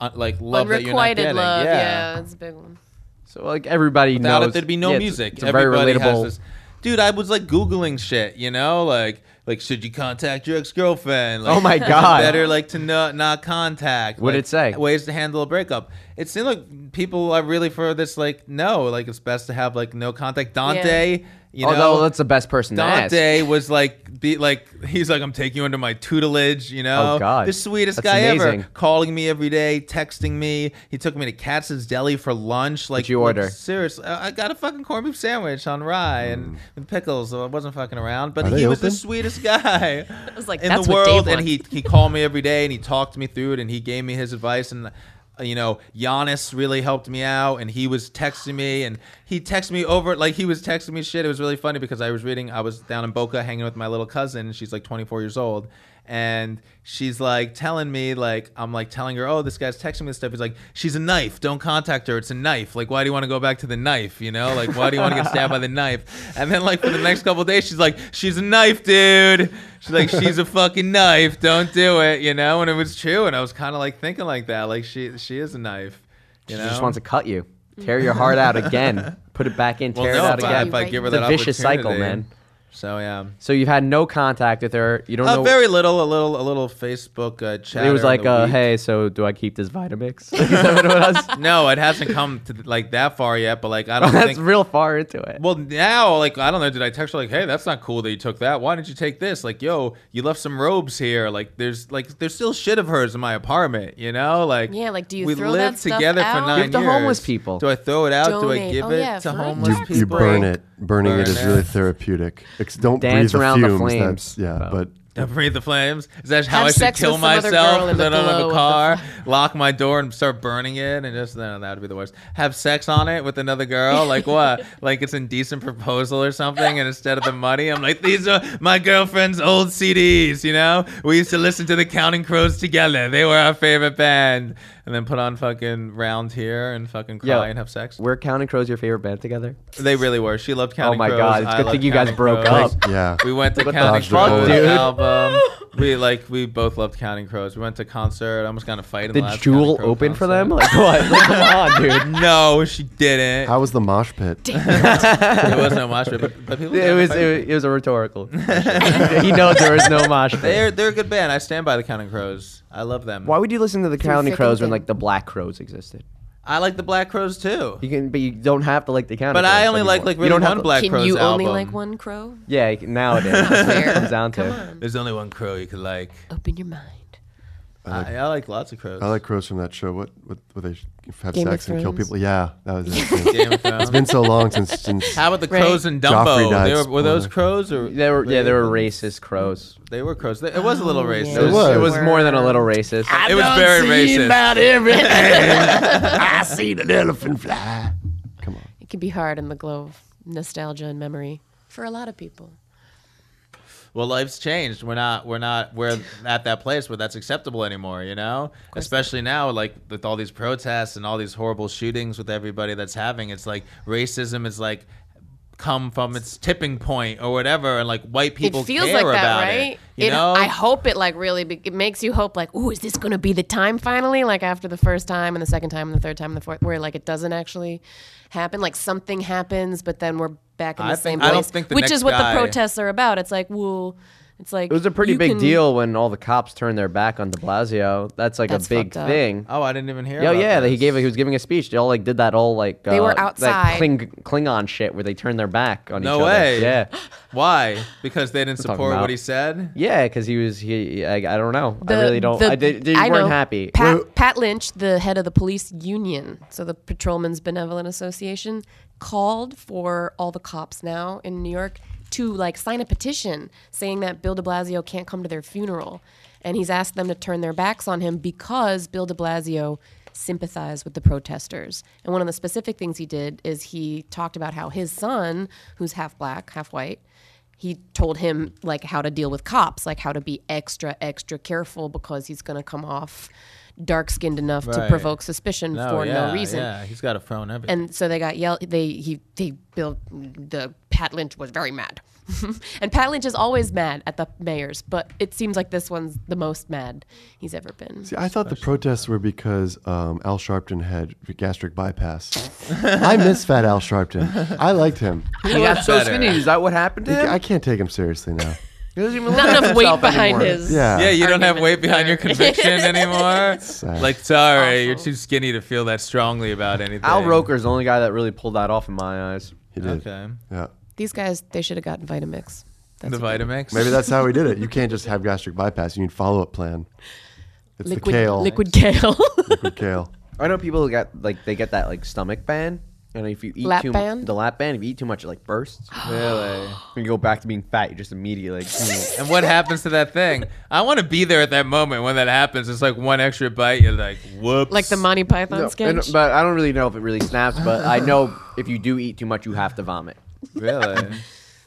Speaker 3: uh, like love that you're not
Speaker 4: Unrequited
Speaker 3: getting.
Speaker 4: love.
Speaker 3: yeah.
Speaker 4: Yeah, it's a big one.
Speaker 2: So like everybody
Speaker 3: Without
Speaker 2: knows
Speaker 3: it, there'd be no
Speaker 2: Yeah, it's-
Speaker 3: music.
Speaker 2: It's, a very
Speaker 3: Everybody
Speaker 2: relatable.
Speaker 3: Has this. Dude, I was like googling shit, you know, like like should you contact your ex girlfriend? Like,
Speaker 2: Oh,
Speaker 3: [LAUGHS]
Speaker 2: my
Speaker 3: is it
Speaker 2: God.
Speaker 3: Better like to not not contact.
Speaker 2: What'd
Speaker 3: Like,
Speaker 2: it say?
Speaker 3: Ways to handle a breakup. It seemed like people are really for this. Like no, like it's best to have like no contact. Dante, you know,
Speaker 2: Although that's the best person to ask.
Speaker 3: Dante was like, be like, he's like, I'm taking you under my tutelage, you know.
Speaker 2: Oh, God.
Speaker 3: the sweetest
Speaker 2: That's
Speaker 3: guy
Speaker 2: amazing.
Speaker 3: ever, calling me every day, texting me. He took me to Katz's Deli for lunch. Like,
Speaker 2: you order?
Speaker 3: Like, seriously, I I got a fucking corned beef sandwich on rye
Speaker 2: Mm.
Speaker 3: and with pickles. So I wasn't fucking around, but
Speaker 5: Are
Speaker 3: he
Speaker 5: they
Speaker 3: was the
Speaker 5: open?
Speaker 3: sweetest [LAUGHS] guy
Speaker 4: [LAUGHS] I was like,
Speaker 3: in
Speaker 4: that's
Speaker 3: the
Speaker 4: what
Speaker 3: world,
Speaker 4: Dave
Speaker 3: and
Speaker 4: wants.
Speaker 3: he he called me every day and he talked me through it and he gave me his advice and. uh, You know, Giannis really helped me out, and he was texting me, and he texted me over like he was texting me shit. It was really funny because I was reading. I was down in Boca hanging with my little cousin. and She's like 24 years old, and she's like telling me like I'm like telling her, oh, this guy's texting me this stuff. He's like, she's a knife. Don't contact her. It's a knife. Like, why do you want to go back to the knife? You know, like why do you want to get stabbed by the knife? And then like for the next couple of days, she's like, she's a knife, dude. She's like, she's a fucking knife. Don't do it. You know, and it was true. And I was kind of like thinking like that. Like she she is a knife. You
Speaker 2: She
Speaker 3: know?
Speaker 2: just wants to cut you, tear your heart out
Speaker 3: [LAUGHS]
Speaker 2: again, put it back in,
Speaker 3: well,
Speaker 2: tear
Speaker 3: no,
Speaker 2: it out
Speaker 3: if I-
Speaker 2: again.
Speaker 3: if I give her
Speaker 2: it's
Speaker 3: that
Speaker 2: a vicious cycle,
Speaker 3: opportunity.
Speaker 2: man.
Speaker 3: So yeah.
Speaker 2: So you've had no contact with her. You don't
Speaker 3: Uh,
Speaker 2: know.
Speaker 3: very little, a little, a little Facebook uh, chat.
Speaker 2: it was like, uh, hey, so do I keep this Vitamix? [LAUGHS] Is that what
Speaker 3: [LAUGHS]
Speaker 2: it was?
Speaker 3: no, it hasn't come to like that far yet. But like, I
Speaker 2: [LAUGHS]
Speaker 3: don't
Speaker 2: That's
Speaker 3: think.
Speaker 2: real far into it.
Speaker 3: well, now, like, I don't know. Did I text her like, hey, that's not cool that you took that. Why didn't you take this? Like, yo, you left some robes here. Like, there's like, there's still shit of hers in my apartment. You know, like,
Speaker 4: Yeah, like, do you
Speaker 3: we
Speaker 4: throw
Speaker 3: lived
Speaker 4: that stuff
Speaker 3: together
Speaker 4: out?
Speaker 3: for
Speaker 4: Give
Speaker 3: nine
Speaker 2: it to
Speaker 3: years.
Speaker 2: homeless people.
Speaker 3: Do I throw it out? Do I
Speaker 4: Donate.
Speaker 3: give
Speaker 4: Oh,
Speaker 3: it
Speaker 4: yeah,
Speaker 3: to
Speaker 4: for
Speaker 3: homeless
Speaker 5: You,
Speaker 4: Most
Speaker 5: you
Speaker 3: people?
Speaker 5: burn it. Burning it
Speaker 3: Burn
Speaker 5: is
Speaker 3: it.
Speaker 5: really therapeutic. Ex- don't
Speaker 2: Dance
Speaker 5: breathe
Speaker 2: around the
Speaker 5: the fumes.
Speaker 2: flames.
Speaker 5: That's- yeah,
Speaker 2: Well.
Speaker 5: but
Speaker 3: Don't breathe the flames. Is that how
Speaker 4: Have
Speaker 3: I should
Speaker 4: sex with
Speaker 3: kill
Speaker 4: some other
Speaker 3: myself
Speaker 4: girl in
Speaker 3: because I
Speaker 4: the
Speaker 3: don't have
Speaker 4: glow
Speaker 3: a
Speaker 4: of
Speaker 3: car? Lock my door and start burning it, and just no, that would be the worst. Have sex on it with another girl,
Speaker 2: [LAUGHS]
Speaker 3: like what? like it's indecent proposal or something. And instead of the money, I'm like, these are my girlfriend's old CDs. You know, we used to listen to the Counting Crows together. They were our favorite band. And then put on fucking round here and fucking cry
Speaker 2: Yo,
Speaker 3: and have sex.
Speaker 2: We're Counting Crows your favorite band together?
Speaker 3: They really were. She loved Counting
Speaker 2: my
Speaker 3: Crows.
Speaker 2: God, it's
Speaker 3: I
Speaker 2: good
Speaker 3: loved
Speaker 2: thing you guys
Speaker 3: Counting
Speaker 2: broke
Speaker 3: Crows.
Speaker 2: up.
Speaker 5: yeah.
Speaker 3: [LAUGHS] We went to
Speaker 2: What the
Speaker 3: Counting
Speaker 5: fuck,
Speaker 3: Crows
Speaker 2: dude?
Speaker 3: album. We like we both loved Counting Crows. We went to concert. I almost got in a fight. In the
Speaker 2: Did
Speaker 3: last Counting
Speaker 2: Jewel
Speaker 3: Crow
Speaker 2: open for
Speaker 3: concert.
Speaker 2: them? Like what? Like,
Speaker 3: [LAUGHS]
Speaker 2: come on, dude.
Speaker 3: No, she didn't.
Speaker 5: How was the mosh pit?
Speaker 3: it wasn't a mosh pit, but, but people. got
Speaker 2: It
Speaker 3: in
Speaker 2: was
Speaker 3: fight.
Speaker 2: it, was- it was a
Speaker 3: [LAUGHS]
Speaker 2: rhetorical. question. he knows there was no mosh. pit.
Speaker 3: They're they're a good band. I stand by the Counting Crows. I love them.
Speaker 2: Why would you listen to the Counting
Speaker 4: thick and
Speaker 2: Crows when
Speaker 4: thin.
Speaker 2: like the Black Crows existed?
Speaker 3: I like the Black Crows too.
Speaker 2: You can, but you don't have to like the Counting.
Speaker 3: But
Speaker 2: Crows
Speaker 3: I only like
Speaker 2: anymore.
Speaker 3: like
Speaker 2: You
Speaker 3: really
Speaker 2: don't have
Speaker 3: one
Speaker 2: to-
Speaker 3: Black
Speaker 4: Can
Speaker 3: Crows
Speaker 4: you
Speaker 3: album.
Speaker 4: only like one crow?
Speaker 2: Yeah, you-
Speaker 4: [LAUGHS]
Speaker 2: nowadays that's what it
Speaker 4: Fair.
Speaker 2: comes down to.
Speaker 4: Come on,
Speaker 3: There's only one crow you could like.
Speaker 4: open your mind.
Speaker 3: I I like lots of crows.
Speaker 5: I like crows from that show. What what, what they sh- have
Speaker 4: Game of
Speaker 5: sex and kill
Speaker 4: Thrones.
Speaker 5: people? Yeah, that was. It.
Speaker 3: Game
Speaker 2: [LAUGHS]
Speaker 3: of Thrones.
Speaker 5: it's been so long since since
Speaker 3: How about the
Speaker 4: Right.
Speaker 3: crows and
Speaker 5: Joffrey
Speaker 3: Dumbo?
Speaker 5: died
Speaker 3: They were, were those
Speaker 5: spoiler.
Speaker 3: crows or
Speaker 2: They were yeah, they were racist crows.
Speaker 3: They were crows. They- it was a
Speaker 4: Oh,
Speaker 3: little racist.
Speaker 2: It was,
Speaker 5: was.
Speaker 2: it was more than a little racist.
Speaker 3: It was very racist.
Speaker 1: everything. I seen an elephant fly.
Speaker 5: Come on.
Speaker 4: It can be hard in the glow of nostalgia and memory for a lot of people.
Speaker 3: well life's changed we're not we're not we're at that place where that's acceptable anymore you know especially now like with all these protests and all these horrible shootings with everybody that's having it's like racism is like come from its tipping point or whatever and like white people
Speaker 4: it feels
Speaker 3: care
Speaker 4: like that,
Speaker 3: about
Speaker 4: right?
Speaker 3: it you
Speaker 4: It-
Speaker 3: know
Speaker 4: I hope it like really. Be- it makes you hope, like, ooh, is this gonna be the time finally? Like after the first time and the second time and the third time and the fourth, where like it doesn't actually happen. Like something happens, but then we're back in the
Speaker 3: I
Speaker 4: same
Speaker 3: think- I
Speaker 4: place,
Speaker 3: don't think the
Speaker 4: which
Speaker 3: next
Speaker 4: is what
Speaker 3: guy-
Speaker 4: the protests are about. It's like, well, It's like
Speaker 2: It was a pretty
Speaker 4: you
Speaker 2: big
Speaker 4: can-
Speaker 2: deal when all the cops turned their back on De Blasio. That's like
Speaker 4: That's
Speaker 2: a big
Speaker 4: fucked up.
Speaker 2: thing.
Speaker 3: Oh, I didn't even hear.
Speaker 2: Yeah,
Speaker 3: about
Speaker 2: yeah. He
Speaker 3: this.
Speaker 2: gave. He was giving a speech. They all like did that all like
Speaker 4: They
Speaker 2: uh,
Speaker 4: were
Speaker 2: that
Speaker 4: outside.
Speaker 2: Kling, Klingon shit where they turned their back on each
Speaker 3: No
Speaker 2: other.
Speaker 3: way.
Speaker 2: Yeah,
Speaker 3: [LAUGHS] Why? Because they didn't
Speaker 2: talking
Speaker 3: support
Speaker 2: about-
Speaker 3: what he said.
Speaker 2: yeah. Because he was. He. I, I don't know.
Speaker 4: The-
Speaker 2: I really don't.
Speaker 4: the-
Speaker 2: I did. They
Speaker 4: I
Speaker 2: weren't
Speaker 4: know.
Speaker 2: happy.
Speaker 5: Well-
Speaker 4: Pat, Pat Lynch, the head of the police union, so the Patrolmen's Benevolent Association, called for all the cops now in New York to like sign a petition saying that Bill De Blasio can't come to their funeral, and he's asked them to turn their backs on him because Bill De Blasio sympathized with the protesters. And one of the specific things he did is he talked about how his son, who's half black, half white, he told him like how to deal with cops, like how to be extra extra careful because he's going to come off dark skinned enough to
Speaker 3: Right.
Speaker 4: provoke suspicion for
Speaker 3: yeah,
Speaker 4: no reason.
Speaker 3: Yeah, he's got a phone everything.
Speaker 4: And so they got yelled. They he they built the Pat Lynch was very mad, [LAUGHS] and Pat Lynch is always mad at the mayors, but it seems like this one's the most mad he's ever been.
Speaker 5: See, I thought the protests were because um, Al Sharpton had gastric bypass. I miss fat Al Sharpton. I liked him.
Speaker 2: He got so
Speaker 3: better.
Speaker 2: skinny. Is that what happened to him?
Speaker 5: I can't take him seriously now.
Speaker 2: He doesn't even
Speaker 4: Not
Speaker 2: look
Speaker 4: enough
Speaker 2: at
Speaker 4: weight
Speaker 2: himself
Speaker 4: behind
Speaker 2: anymore.
Speaker 4: his.
Speaker 5: Yeah. uh,
Speaker 3: yeah, you don't have
Speaker 4: argument
Speaker 3: weight behind
Speaker 4: [LAUGHS]
Speaker 3: your conviction anymore. [LAUGHS]
Speaker 5: Sad.
Speaker 3: Like, sorry, you're too skinny to feel that strongly about anything.
Speaker 2: Al Roker's the only guy that really pulled that off in my eyes.
Speaker 5: He did.
Speaker 3: Okay.
Speaker 5: Yeah.
Speaker 4: These guys they should have gotten Vitamix. That's
Speaker 3: The
Speaker 4: what they-
Speaker 3: Vitamix.
Speaker 5: Maybe that's how we did it. You can't just have gastric bypass. You need follow up plan. It's
Speaker 4: liquid
Speaker 5: the kale.
Speaker 4: liquid kale. [LAUGHS]
Speaker 5: Liquid kale.
Speaker 2: I know people who got like they get that like stomach ban, and if you eat
Speaker 4: Lap
Speaker 2: too
Speaker 4: band?
Speaker 2: the lap band, if you eat too much, it like
Speaker 4: [GASPS]
Speaker 2: bursts.
Speaker 3: Really.
Speaker 2: and you go back to being fat. You just immediately like.
Speaker 3: And what happens to that thing? I want to be there at that moment when that happens. It's like one extra bite. You're like, whoops.
Speaker 4: like the Monty Python
Speaker 2: No,
Speaker 4: sketch.
Speaker 2: and- but I don't really know if it really snaps. But I know if you do eat too much, you have to vomit.
Speaker 4: [LAUGHS]
Speaker 3: really.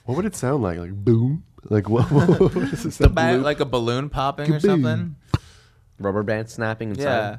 Speaker 5: What would it sound like? Like boom? Like what? [LAUGHS] what is this?
Speaker 3: the bat, like a balloon popping or something.
Speaker 2: Rubber band snapping and
Speaker 3: Yeah.
Speaker 2: yeah.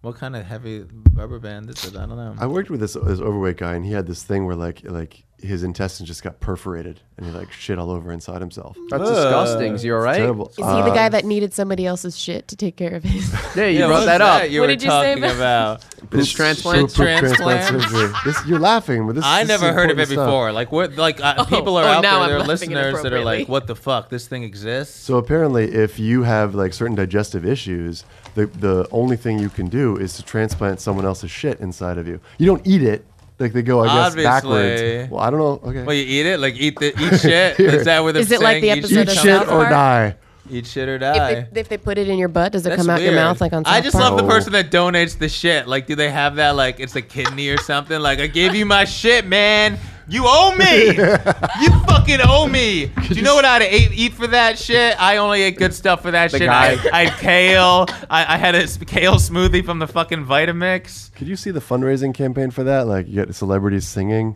Speaker 3: What kind of heavy rubber band is it? I don't know.
Speaker 5: I worked with this, this overweight guy, and he had this thing where like like his intestines just got perforated, and he like shit all over inside himself. Uh,
Speaker 2: That's disgusting. So you're right.
Speaker 5: Terrible.
Speaker 4: Is he the guy
Speaker 3: Uh,
Speaker 4: that needed somebody else's shit to take care
Speaker 2: [LAUGHS]
Speaker 4: of his?
Speaker 2: Yeah, you
Speaker 3: Yeah,
Speaker 2: brought
Speaker 3: what's
Speaker 2: that up.
Speaker 3: You
Speaker 4: What
Speaker 3: were
Speaker 4: did you say
Speaker 3: talking
Speaker 4: [LAUGHS]
Speaker 3: about.
Speaker 2: This transplant.
Speaker 5: Poop transplant
Speaker 3: Transplant.
Speaker 5: surgery. This, you're laughing, but this
Speaker 3: I
Speaker 5: this is
Speaker 3: never heard of it
Speaker 5: important stuff.
Speaker 3: before. Like what? Like uh, people are
Speaker 4: oh,
Speaker 3: out there.
Speaker 4: now I'm
Speaker 3: There are
Speaker 4: laughing
Speaker 3: listeners that are
Speaker 4: inappropriately.
Speaker 3: like, "What the fuck? This thing exists."
Speaker 5: So apparently, if you have like certain digestive issues, the the only thing you can do is to transplant someone else's shit inside of you. You don't eat it. Like they go, I guess
Speaker 3: Obviously.
Speaker 5: backwards. Well, I don't know. Okay,
Speaker 3: Well, you eat it. Like eat the
Speaker 5: [LAUGHS]
Speaker 3: eat shit. Is that what they're
Speaker 4: Is it like
Speaker 3: saying?
Speaker 4: the
Speaker 3: Eat
Speaker 4: episode
Speaker 3: shit-
Speaker 5: eat
Speaker 4: of
Speaker 5: shit
Speaker 4: South
Speaker 5: or
Speaker 4: Park?
Speaker 5: die.
Speaker 3: Eat shit or die.
Speaker 4: if, they, if they put it in your butt, does it
Speaker 3: That's
Speaker 4: come out your
Speaker 3: weird.
Speaker 4: mouth like on? South
Speaker 3: I just
Speaker 4: Park?
Speaker 3: love the
Speaker 5: Oh.
Speaker 3: person that donates the shit. Like, do they have that? Like, it's a kidney or something. Like, I gave you my shit, man. You owe
Speaker 5: [LAUGHS]
Speaker 3: me. You fucking owe me. Do you know what I'd ate, eat for that shit? I only ate good stuff for that shit. I,
Speaker 2: guy-
Speaker 3: I had kale. I, I had a s- kale smoothie from the fucking Vitamix.
Speaker 5: Could you see the fundraising campaign for that? Like you get celebrities singing,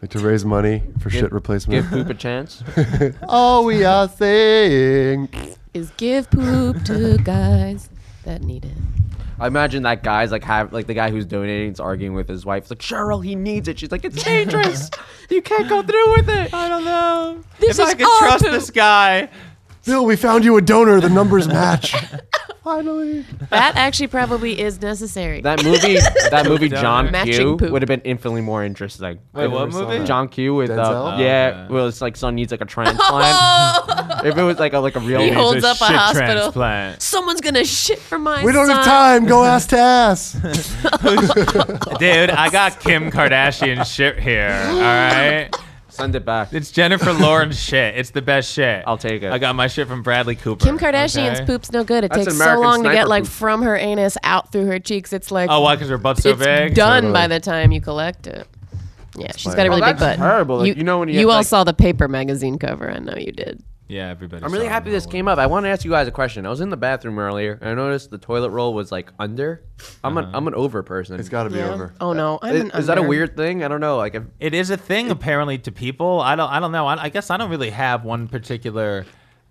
Speaker 5: like to raise money for shit replacement.
Speaker 2: Give poop a chance.
Speaker 5: [LAUGHS] All we are saying.
Speaker 4: Is give poop to guys that need it.
Speaker 2: I imagine that guy's like have like the guy who's donating is arguing with his wife. It's like Cheryl, he needs it. She's like, it's dangerous.
Speaker 4: [LAUGHS]
Speaker 2: you can't go through with it.
Speaker 3: I don't know.
Speaker 4: This
Speaker 3: [LAUGHS] if I
Speaker 4: is
Speaker 3: could
Speaker 4: our
Speaker 3: trust
Speaker 4: poop.
Speaker 3: this guy.
Speaker 5: Bill, we found you a donor. The
Speaker 2: [LAUGHS]
Speaker 5: numbers match. Finally.
Speaker 4: That actually probably is necessary.
Speaker 2: That movie, that movie, John
Speaker 4: Matching
Speaker 2: Q
Speaker 4: poop.
Speaker 2: would have been infinitely more interesting.
Speaker 3: Wait, what
Speaker 5: saw
Speaker 3: movie?
Speaker 5: that.
Speaker 2: John Q with uh,
Speaker 5: Denzel?
Speaker 2: yeah, well, it's like son needs like a
Speaker 4: [LAUGHS]
Speaker 2: transplant. if it was like a like a real,
Speaker 4: he
Speaker 2: movie,
Speaker 4: holds up a hospital. Someone's gonna shit for my.
Speaker 5: We don't have
Speaker 4: son.
Speaker 5: time. Go [LAUGHS] ass to ass.
Speaker 3: Dude, I got Kim Kardashian shit here. All right.
Speaker 2: send it back.
Speaker 3: It's Jennifer Lawrence shit. It's the best shit.
Speaker 2: I'll take it.
Speaker 3: I got my shit from Bradley Cooper.
Speaker 4: Kim Kardashian's
Speaker 3: okay?
Speaker 4: poop's no good. It
Speaker 2: That's an
Speaker 4: takes so
Speaker 2: American
Speaker 4: long to
Speaker 2: sniper
Speaker 4: get like
Speaker 2: poop.
Speaker 4: from her anus out through her cheeks. It's like
Speaker 3: Oh, why? Because her butt's so
Speaker 4: it's
Speaker 3: big.
Speaker 4: done
Speaker 5: Totally.
Speaker 4: by the time you collect it. Yeah, she's
Speaker 5: why-
Speaker 4: got
Speaker 5: Oh,
Speaker 4: a really big butt.
Speaker 2: that's terrible. Like, you know when you have,
Speaker 4: all
Speaker 2: like-
Speaker 4: saw the paper magazine cover. I know you did.
Speaker 3: Yeah, everybody.
Speaker 2: I'm really happy this came up. I want to ask you guys a question. I was in the bathroom earlier and I noticed the toilet roll was like under. I'm an I'm an over person.
Speaker 5: It's got to be
Speaker 4: Yeah.
Speaker 5: over.
Speaker 4: Oh no, I'm
Speaker 2: is,
Speaker 4: an
Speaker 2: is that a
Speaker 4: under.
Speaker 2: weird thing? I don't know. Like, if,
Speaker 3: It is a thing apparently to people. I don't. I don't know. I, I guess I don't really have one particular.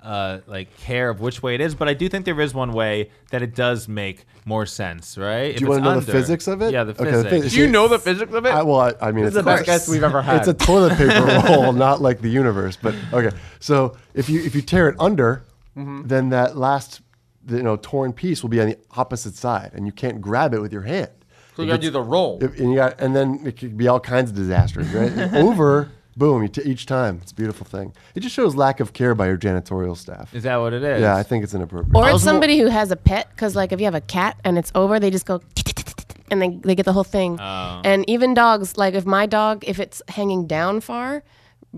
Speaker 3: Uh, like care of which way it is, but I do think there is one way that it does make more sense, right?
Speaker 5: Do you want to know the physics of it?
Speaker 3: Yeah, the
Speaker 5: Okay,
Speaker 3: physics.
Speaker 2: do you know the physics of it?
Speaker 5: I, well, I, I mean,
Speaker 2: This
Speaker 5: it's
Speaker 2: is the best guess we've [LAUGHS] ever had.
Speaker 5: It's a
Speaker 2: [LAUGHS]
Speaker 5: toilet paper roll, not like the universe. But okay, so if you if you tear it under,
Speaker 2: Mm-hmm.
Speaker 5: then that last you know torn piece will be on the opposite side, and you can't grab it with your hand.
Speaker 2: so you gotta do the roll. [LAUGHS]
Speaker 5: If- and you got, and then it could be all kinds of disasters, right? Over Boom, you t- each time. It's a beautiful thing. It just shows lack of care by your janitorial staff.
Speaker 3: Is that what it is?
Speaker 5: yeah, I think it's inappropriate.
Speaker 4: Or
Speaker 3: I
Speaker 4: it's
Speaker 3: was more-
Speaker 4: somebody who has a pet, because like if you have a cat and it's over, they just go and they they get the whole thing.
Speaker 2: Oh.
Speaker 4: And even dogs, like if my dog, if it's hanging down far,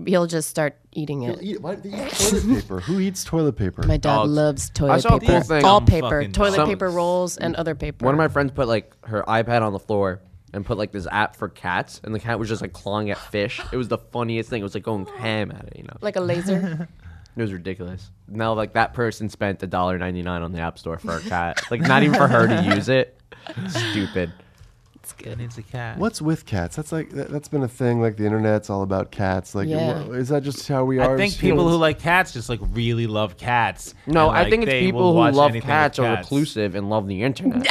Speaker 4: he'll just start eating it.
Speaker 5: Eat- why do they eat toilet paper? Who eats toilet paper?
Speaker 4: My dog
Speaker 2: Dogs.
Speaker 4: loves toilet
Speaker 2: saw a
Speaker 4: paper,
Speaker 2: cool thing.
Speaker 4: all
Speaker 3: Dumb
Speaker 4: paper,
Speaker 3: fucking
Speaker 4: toilet
Speaker 2: dogs.
Speaker 4: paper rolls and other paper.
Speaker 2: One of my friends put like her iPad on the floor and put like this app for cats, and the cat was just like clawing at fish. It was the funniest thing. It was like going ham at it, you know.
Speaker 4: like
Speaker 2: [LAUGHS]
Speaker 4: a laser.
Speaker 2: It was ridiculous. Now, like that person spent a dollar ninety nine on the App Store for a cat. Like not even for her to use it. Stupid.
Speaker 4: it's good.
Speaker 3: Needs a cat.
Speaker 5: What's with cats? That's like that, that's been a thing. Like the internet's all about cats. Like,
Speaker 4: Yeah.
Speaker 5: wha- is that just how we are?
Speaker 3: I think
Speaker 5: as
Speaker 3: people who
Speaker 5: humans?
Speaker 3: like cats just like really love cats.
Speaker 2: No,
Speaker 3: and,
Speaker 2: I
Speaker 3: like,
Speaker 2: think it's
Speaker 3: they
Speaker 2: people
Speaker 3: will
Speaker 2: who
Speaker 3: watch
Speaker 2: love
Speaker 3: anything with
Speaker 2: cats are
Speaker 3: cats.
Speaker 2: reclusive and love the internet.